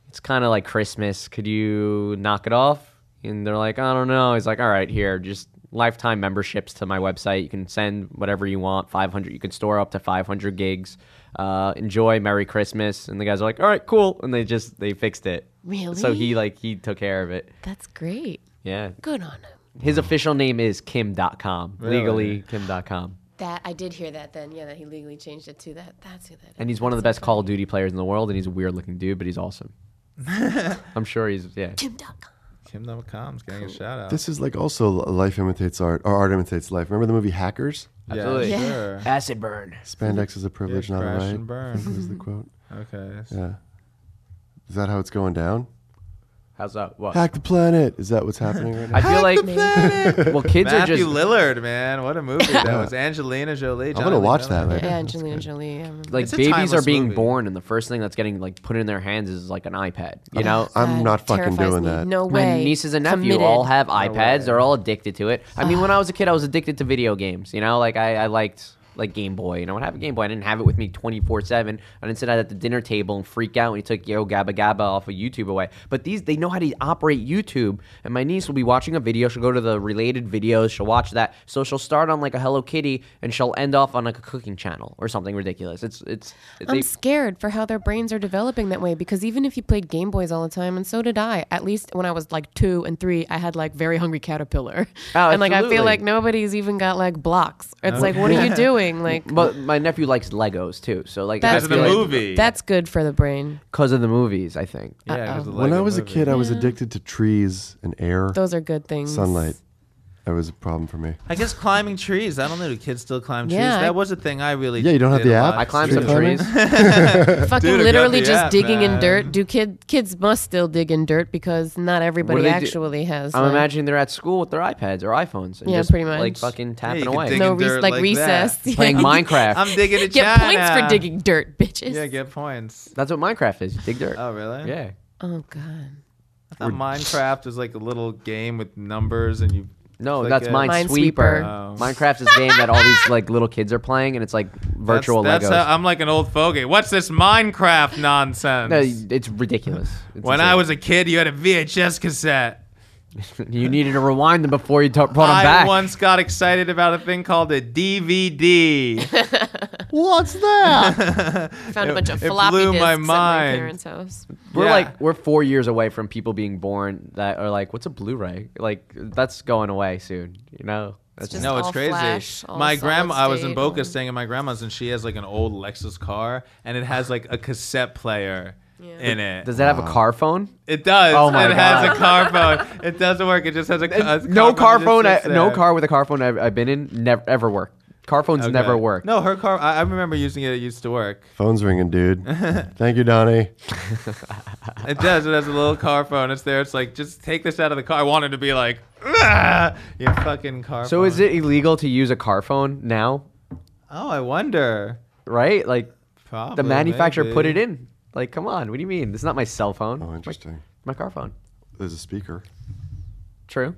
Speaker 2: it's kind of like Christmas. Could you knock it off? And they're like, I don't know. He's like, all right, here, just lifetime memberships to my website. You can send whatever you want, 500. You can store up to 500 gigs. Uh, enjoy, Merry Christmas. And the guys are like, all right, cool. And they just, they fixed it. So
Speaker 4: Really?
Speaker 2: he like, he took care of it.
Speaker 4: That's great.
Speaker 2: Yeah.
Speaker 4: Good on him.
Speaker 2: His official name is Kim.com. Legally, Kim.com.
Speaker 4: That I did hear that then. Yeah, that he legally changed it to that. That's who that is.
Speaker 2: And he's one of the best Call of Duty players in the world. And he's a weird looking dude, but he's awesome. I'm sure he's, yeah.
Speaker 4: Kim.com.
Speaker 3: Kim.com's getting a shout out.
Speaker 5: This is like also life imitates art, or art imitates life. Remember the movie Hackers?
Speaker 3: yeah,
Speaker 2: Absolutely.
Speaker 4: Yeah.
Speaker 3: sure.
Speaker 2: Acid burn.
Speaker 5: Spandex is a privilege, not a
Speaker 3: Crash
Speaker 5: right.
Speaker 3: and burn.
Speaker 5: [LAUGHS] Is the quote?
Speaker 3: Okay.
Speaker 5: Yeah. Is that how it's going down?
Speaker 2: How's that? What?
Speaker 5: Hack the planet. Is that what's happening right now?
Speaker 2: I feel like,
Speaker 5: [LAUGHS]
Speaker 2: well, kids are
Speaker 3: Matthew
Speaker 2: just.
Speaker 3: Lillard, man, what a movie
Speaker 2: [LAUGHS]
Speaker 3: that was! Angelina Jolie.
Speaker 5: I'm gonna watch that
Speaker 4: Yeah,
Speaker 5: later.
Speaker 4: Angelina Jolie. I remember.
Speaker 2: like
Speaker 3: It's a
Speaker 2: babies are
Speaker 3: timeless
Speaker 2: being
Speaker 3: movie.
Speaker 2: born and the first thing that's getting like put in their hands is like an ipad you know
Speaker 5: I'm
Speaker 4: God,
Speaker 5: not fucking
Speaker 4: terrifies
Speaker 5: doing
Speaker 4: me.
Speaker 5: that.
Speaker 4: No way.
Speaker 2: my nieces and nephew
Speaker 4: Committed.
Speaker 2: all have iPads. They're all addicted to it. I mean,
Speaker 4: [SIGHS]
Speaker 2: when I was a kid, I was addicted to video games. You know, like I, I liked like Game Boy. You know, I have a Game Boy. I didn't have it with me twenty four seven. I didn't sit at the dinner table and freak out when you took Yo Gabba Gabba off of YouTube away. But these, they know how to operate YouTube. And my niece will be watching a video. She'll go to the related videos. She'll watch that. So she'll start on like a Hello Kitty, and she'll end off on like a cooking channel or something ridiculous. It's it's.
Speaker 4: I'm
Speaker 2: they-
Speaker 4: scared for how their brains are developing that way because even if you played Game Boys all the time, and so did I, at least when I was like two and three, I had like very hungry caterpillar.
Speaker 2: Oh,
Speaker 4: [LAUGHS] and like I feel
Speaker 2: absolutely.
Speaker 4: like nobody's even got like blocks. It's like, what
Speaker 5: [LAUGHS]
Speaker 4: are you doing? Like,
Speaker 2: But my nephew likes Legos too, so like
Speaker 3: Because
Speaker 4: That's
Speaker 3: of the
Speaker 4: good.
Speaker 3: movie.
Speaker 4: that's good for the brain.
Speaker 2: because of the movies, I think.
Speaker 3: yeah, 'cause of the
Speaker 5: when I
Speaker 3: Lego
Speaker 5: was a
Speaker 3: movie.
Speaker 5: kid, I was addicted to trees and air,
Speaker 4: Those are good things.
Speaker 5: sunlight. That was a problem for me.
Speaker 3: I guess climbing trees. I don't know. Do kids still climb trees?
Speaker 4: Yeah, I-
Speaker 3: that was a thing I really.
Speaker 5: Yeah, you don't have
Speaker 3: did
Speaker 5: the
Speaker 3: a
Speaker 5: app?
Speaker 3: lot.
Speaker 2: I climbed
Speaker 5: Tree
Speaker 2: some
Speaker 5: climbing?
Speaker 2: trees.
Speaker 3: [LAUGHS]
Speaker 4: Fucking
Speaker 3: Dude, it
Speaker 4: literally
Speaker 3: got me
Speaker 4: just
Speaker 3: up,
Speaker 4: digging in
Speaker 3: man.
Speaker 4: dirt. Do kid kids must still dig in dirt because not everybody
Speaker 2: they do-
Speaker 4: actually has.
Speaker 2: I'm
Speaker 4: like,
Speaker 2: imagining they're at school with their iPanes or iPhones. And
Speaker 4: Yeah,
Speaker 2: just,
Speaker 4: pretty much.
Speaker 2: Like fucking tapping
Speaker 3: you can
Speaker 2: away.
Speaker 3: dig
Speaker 4: no
Speaker 3: digging
Speaker 4: re-
Speaker 3: dirt
Speaker 4: like,
Speaker 3: like [LAUGHS]
Speaker 4: recess.
Speaker 3: that.
Speaker 4: Yeah. [LAUGHS]
Speaker 2: Playing Minecraft.
Speaker 3: I'm digging to
Speaker 4: Get points for
Speaker 3: China.
Speaker 4: digging dirt, bitches.
Speaker 3: Yeah, get points.
Speaker 2: That's what Minecraft is. You dig dirt.
Speaker 3: Oh, really?
Speaker 2: Yeah.
Speaker 4: oh god.
Speaker 3: I thought Minecraft was like a little game with numbers and you
Speaker 2: No,
Speaker 3: It's like
Speaker 2: that's
Speaker 3: a- Oh.
Speaker 2: Minesweeper.
Speaker 4: Minesweeper.
Speaker 2: Minecraft is a game that all these like little kids are playing, and it's like
Speaker 3: That's-
Speaker 2: virtual
Speaker 3: that's,
Speaker 2: Legos.
Speaker 3: how- I'm like an old fogey. What's this Minecraft nonsense?
Speaker 2: No, it's ridiculous. It's
Speaker 3: when
Speaker 2: insane.
Speaker 3: I was a kid, you had a VHS cassette.
Speaker 2: you needed to rewind them before you t- brought them
Speaker 3: I
Speaker 2: back.
Speaker 3: once got excited about a thing called a DVD.
Speaker 5: What's that?
Speaker 4: Found a bunch of
Speaker 3: it
Speaker 4: floppy
Speaker 3: blew
Speaker 4: disks
Speaker 3: my
Speaker 4: at my
Speaker 3: mind.
Speaker 4: parents' house.
Speaker 2: We're
Speaker 3: Yeah.
Speaker 2: like we're four years away from people being born that are like, what's a Blu-ray? Like that's going away soon. You know, that's
Speaker 4: just-
Speaker 3: no, it's
Speaker 4: all
Speaker 3: crazy.
Speaker 4: flash, all
Speaker 3: my
Speaker 4: solid
Speaker 3: grandma, I was in
Speaker 4: state,
Speaker 3: Boca
Speaker 4: all-
Speaker 3: staying at my grandma's, and she has like an old Lexus car, and it has like a cassette player in it.
Speaker 2: does that have a car phone?
Speaker 3: it does.
Speaker 2: Oh my
Speaker 3: it has
Speaker 2: God.
Speaker 3: a car phone. It doesn't work. It just has a, a
Speaker 2: no car
Speaker 3: that just
Speaker 2: phone. I,
Speaker 3: sits
Speaker 2: no
Speaker 3: there.
Speaker 2: car with a car phone I've, I've been in never ever worked. Car phones
Speaker 3: Okay.
Speaker 2: never work.
Speaker 3: No, her car. I, I remember using it. It used to work.
Speaker 5: Phone's
Speaker 2: [LAUGHS]
Speaker 5: ringing, dude. Thank you, Donnie.
Speaker 3: It does. It has a little car phone. It's there. It's like just take this out of the car. I wanted to be like, "Ah, you fucking car.
Speaker 2: So is
Speaker 3: phone."
Speaker 2: it illegal to use a car phone now?
Speaker 3: Oh, I wonder.
Speaker 2: Right? Like
Speaker 3: Probably.
Speaker 2: the manufacturer put it
Speaker 3: maybe.
Speaker 2: in. Like, come on, what do you mean? This is not my cell phone.
Speaker 5: Oh,
Speaker 2: My-
Speaker 5: interesting.
Speaker 2: My, car phone.
Speaker 5: There's a speaker.
Speaker 2: True.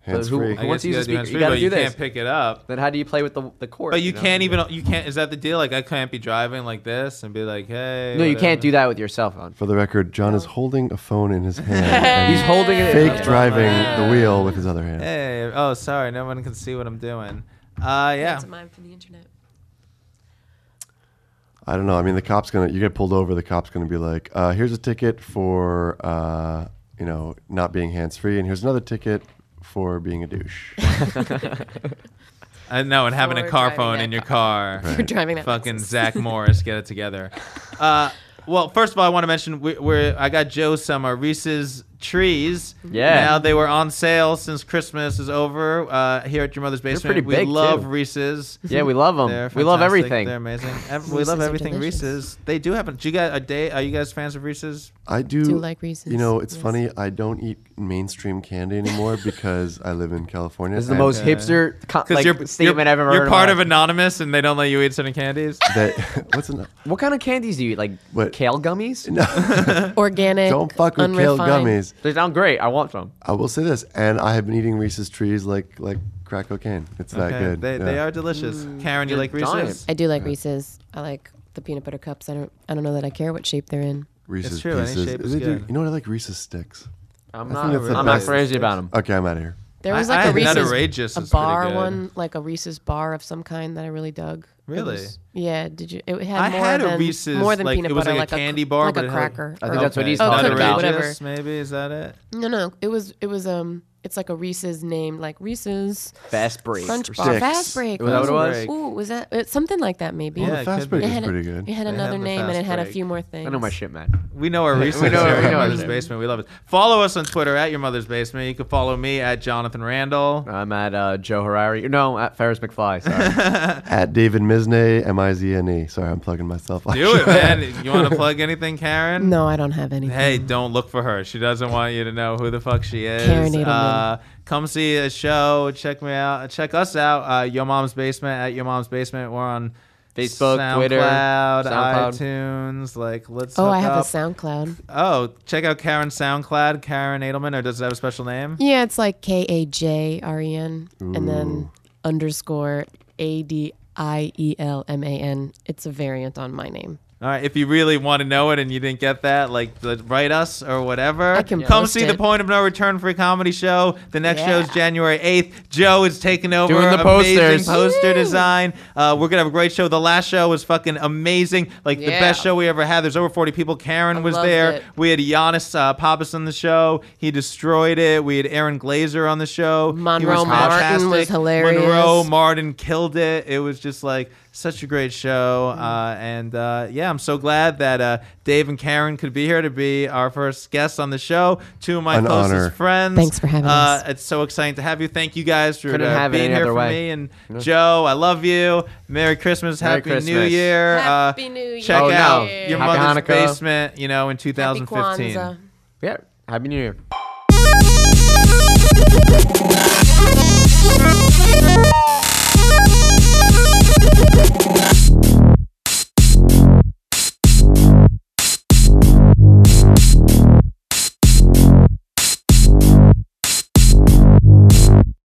Speaker 5: Hands free.
Speaker 2: who-
Speaker 3: I
Speaker 2: Once
Speaker 3: guess
Speaker 2: you
Speaker 3: you
Speaker 2: use
Speaker 3: gotta
Speaker 2: the
Speaker 3: do
Speaker 2: speaker,
Speaker 3: hands
Speaker 2: you
Speaker 3: free,
Speaker 2: gotta
Speaker 3: but
Speaker 2: do
Speaker 3: you
Speaker 2: this.
Speaker 3: can't pick it up.
Speaker 2: Then how do you play with the the cord?
Speaker 3: But you
Speaker 2: know?
Speaker 3: can't even. You can't. Is that the deal? Like I can't be driving like this and be like, hey.
Speaker 2: No, you can't
Speaker 3: whatever.
Speaker 2: do that with your cell phone.
Speaker 5: For the record, John is holding a phone
Speaker 2: [LAUGHS]
Speaker 5: in his hand.
Speaker 2: He's holding it.
Speaker 5: fake driving the wheel with his other hand.
Speaker 3: Hey. Oh, sorry. No one can see what I'm doing. Uh, yeah.
Speaker 4: It's mine from the internet.
Speaker 5: I don't know. I mean, the cop's gonna. You get pulled over. The cop's gonna be like, uh, "Here's a ticket for uh, you know not being hands free, and here's another ticket for being
Speaker 2: [LAUGHS]
Speaker 5: a douche."
Speaker 3: I know. Uh, And having a
Speaker 4: For
Speaker 3: car
Speaker 4: driving
Speaker 3: phone
Speaker 4: that
Speaker 3: in your car.
Speaker 4: You're driving
Speaker 3: [LAUGHS]
Speaker 4: that.
Speaker 3: Fucking
Speaker 4: Lexus.
Speaker 3: Zach Morris, get it together. Uh, well, first of all, I want to mention we, we're I got Joe some uh, Reese's trees.
Speaker 2: Yeah.
Speaker 3: Now they were on sale since Christmas is over uh, here at your mother's basement.
Speaker 2: pretty
Speaker 3: we
Speaker 2: big,
Speaker 3: love
Speaker 2: too.
Speaker 3: Reese's.
Speaker 2: Yeah, we love
Speaker 3: They're
Speaker 2: them. Um, We love
Speaker 3: fantastic.
Speaker 2: everything.
Speaker 3: They're amazing. Ev- we
Speaker 4: Reese's
Speaker 3: love
Speaker 4: are
Speaker 3: everything
Speaker 4: delicious.
Speaker 3: Reese's. They do happen. Do you guys are they are you guys fans of Reese's?
Speaker 5: I do,
Speaker 4: Do like Reese's,
Speaker 5: You know, it's
Speaker 4: yes.
Speaker 5: funny. I don't eat mainstream candy
Speaker 2: [LAUGHS]
Speaker 5: anymore because I live in California.
Speaker 2: This is the
Speaker 5: and
Speaker 2: most hipster co- like statement
Speaker 3: you're,
Speaker 2: I've ever
Speaker 3: You're
Speaker 2: heard. in my
Speaker 3: part of
Speaker 2: life.
Speaker 3: Anonymous and they don't let you eat certain candies.
Speaker 5: [LAUGHS] That, [LAUGHS] what's an,
Speaker 2: What kind of candies do you eat? Like
Speaker 5: What? Mm.
Speaker 2: kale gummies?
Speaker 4: [LAUGHS] Organic.
Speaker 5: don't fuck with kale
Speaker 4: unrefined.
Speaker 5: gummies.
Speaker 2: They sound great. I want some.
Speaker 5: I will say this, and I have been eating Reese's trees like like crack cocaine. It's that
Speaker 3: Okay,
Speaker 5: good.
Speaker 3: They,
Speaker 5: yeah.
Speaker 3: they are delicious.
Speaker 4: Mm.
Speaker 3: Karen, you
Speaker 2: you're
Speaker 3: like Reese's?
Speaker 2: dying.
Speaker 4: I do like Reese's. I like the peanut butter cups. I don't. I don't know that I care what shape they're in.
Speaker 5: Reese's
Speaker 3: true, any
Speaker 5: pieces.
Speaker 3: shape is
Speaker 5: They do-
Speaker 3: good.
Speaker 5: you know what I like? Reese's sticks.
Speaker 2: I'm
Speaker 5: think
Speaker 2: not.
Speaker 5: that's the
Speaker 2: I'm not
Speaker 5: best.
Speaker 2: crazy about them.
Speaker 5: Okay, I'm out of here.
Speaker 4: There
Speaker 3: I-
Speaker 4: was
Speaker 3: I
Speaker 4: like a
Speaker 3: had Nut
Speaker 4: Reese's,
Speaker 3: Outrageous
Speaker 4: a
Speaker 3: is pretty
Speaker 4: bar
Speaker 3: good.
Speaker 4: one, like a Reese's bar of some kind that I really dug. It
Speaker 3: Really?
Speaker 4: was- yeah. Did you? It had
Speaker 3: I
Speaker 4: more
Speaker 3: had a
Speaker 4: than
Speaker 3: Reese's,
Speaker 4: more than
Speaker 3: like,
Speaker 4: peanut
Speaker 3: it was
Speaker 4: butter,
Speaker 3: like a candy
Speaker 4: cr-
Speaker 3: bar,
Speaker 4: like
Speaker 3: but
Speaker 4: a
Speaker 3: it had-
Speaker 4: cracker.
Speaker 2: I
Speaker 4: or
Speaker 2: think that's what he's
Speaker 4: Oh,
Speaker 2: talking
Speaker 4: cookie,
Speaker 2: about.
Speaker 4: whatever.
Speaker 3: Outrageous, Maybe is that it?
Speaker 4: No, no. It was it was um it's like a Reese's name, like Reese's
Speaker 2: Fast break.
Speaker 4: Crunch Bar.
Speaker 5: Sticks.
Speaker 4: Fast break.
Speaker 2: Was that what it
Speaker 3: was?
Speaker 4: Ooh, was that it's something like that maybe.
Speaker 3: Yeah,
Speaker 5: Well, the
Speaker 3: it
Speaker 5: fast
Speaker 3: could be.
Speaker 5: break
Speaker 4: It
Speaker 5: is
Speaker 4: [LAUGHS] had, a-
Speaker 5: pretty good.
Speaker 4: it had
Speaker 3: They have
Speaker 4: another
Speaker 3: the
Speaker 4: name and
Speaker 3: Fast
Speaker 4: it had a
Speaker 3: Break.
Speaker 4: few more things.
Speaker 2: I know my shit, man.
Speaker 3: We know our Reese's
Speaker 2: we know-
Speaker 3: here
Speaker 2: we
Speaker 3: at
Speaker 2: know
Speaker 3: Your
Speaker 2: our
Speaker 3: Mother's
Speaker 2: shit.
Speaker 3: Basement. We love it. Follow us on Twitter at Your Mother's Basement. You can follow me at Jonathan Randall.
Speaker 2: I'm at uh, Joe Harari. No, at Ferris McFly.
Speaker 5: [LAUGHS]
Speaker 2: Sorry.
Speaker 5: At David Mizne, M I Z N E. Sorry, I'm plugging myself.
Speaker 3: Do it, man. You want to plug anything, Karen?
Speaker 4: No, I don't have anything.
Speaker 3: Hey, don't look for her. She doesn't want you to know who the fuck she is.
Speaker 4: Karen Edelman.
Speaker 3: Uh, come see a show. Check me out. Check us out. Uh, Your Mom's Basement at Your Mom's Basement. We're on
Speaker 2: Facebook,
Speaker 3: SoundCloud,
Speaker 2: Twitter, SoundCloud.
Speaker 3: iTunes. Like, let's.
Speaker 4: Oh,
Speaker 3: hook
Speaker 4: I have
Speaker 3: up.
Speaker 4: a SoundCloud.
Speaker 3: Oh, check out Karen SoundCloud, Karen Edelman, or does it have a special name?
Speaker 4: Yeah, it's like K A J R E N and then underscore A D I E L M A N. It's a variant on my name.
Speaker 3: All right, if you really want to know it and you didn't get that, like the- write us or whatever.
Speaker 4: I can
Speaker 3: Come
Speaker 4: post
Speaker 3: see the
Speaker 4: it.
Speaker 3: Point of No Return free comedy show. The next show is
Speaker 4: Yeah.
Speaker 3: January 8th. Joe is taking over.
Speaker 2: Doing the
Speaker 3: Amazing
Speaker 2: posters.
Speaker 3: poster design. Uh, we're going to have a great show. The last show was fucking amazing. Like the
Speaker 4: Yeah.
Speaker 3: best show we ever had. There's over 40 people. Karen was
Speaker 4: loved
Speaker 3: there.
Speaker 4: it.
Speaker 3: We had Giannis uh, Pappas on the show. He destroyed it. We had Aaron Glazer on the show. He
Speaker 4: Monroe
Speaker 3: was
Speaker 4: Martin
Speaker 3: fantastic.
Speaker 4: was hilarious.
Speaker 3: Monroe Martin killed it. It was just like such a great
Speaker 2: Mm-hmm.
Speaker 3: show. Uh, and uh, yeah, I'm so glad that uh, Dave and Karen could be here to be our first guests on the show. Two of my
Speaker 5: An
Speaker 3: closest
Speaker 5: honor.
Speaker 3: friends.
Speaker 4: Thanks for having
Speaker 3: uh,
Speaker 4: us.
Speaker 3: It's so exciting to have you. Thank you guys for
Speaker 2: Couldn't
Speaker 3: uh,
Speaker 2: have it
Speaker 3: being
Speaker 2: any
Speaker 3: here
Speaker 2: other
Speaker 3: for
Speaker 2: way.
Speaker 3: me. And Joe, I love you. Merry Christmas.
Speaker 2: Merry
Speaker 3: Happy New
Speaker 2: Christmas.
Speaker 3: Year.
Speaker 4: Happy
Speaker 3: uh,
Speaker 4: New
Speaker 3: Check
Speaker 2: Year.
Speaker 3: out
Speaker 2: Oh, no.
Speaker 3: your
Speaker 2: Happy
Speaker 3: mother's
Speaker 2: Hanukkah.
Speaker 3: basement, you know, in 2015.
Speaker 4: Happy Kwanzaa.
Speaker 2: yeah. Happy New Year.
Speaker 7: Thank you.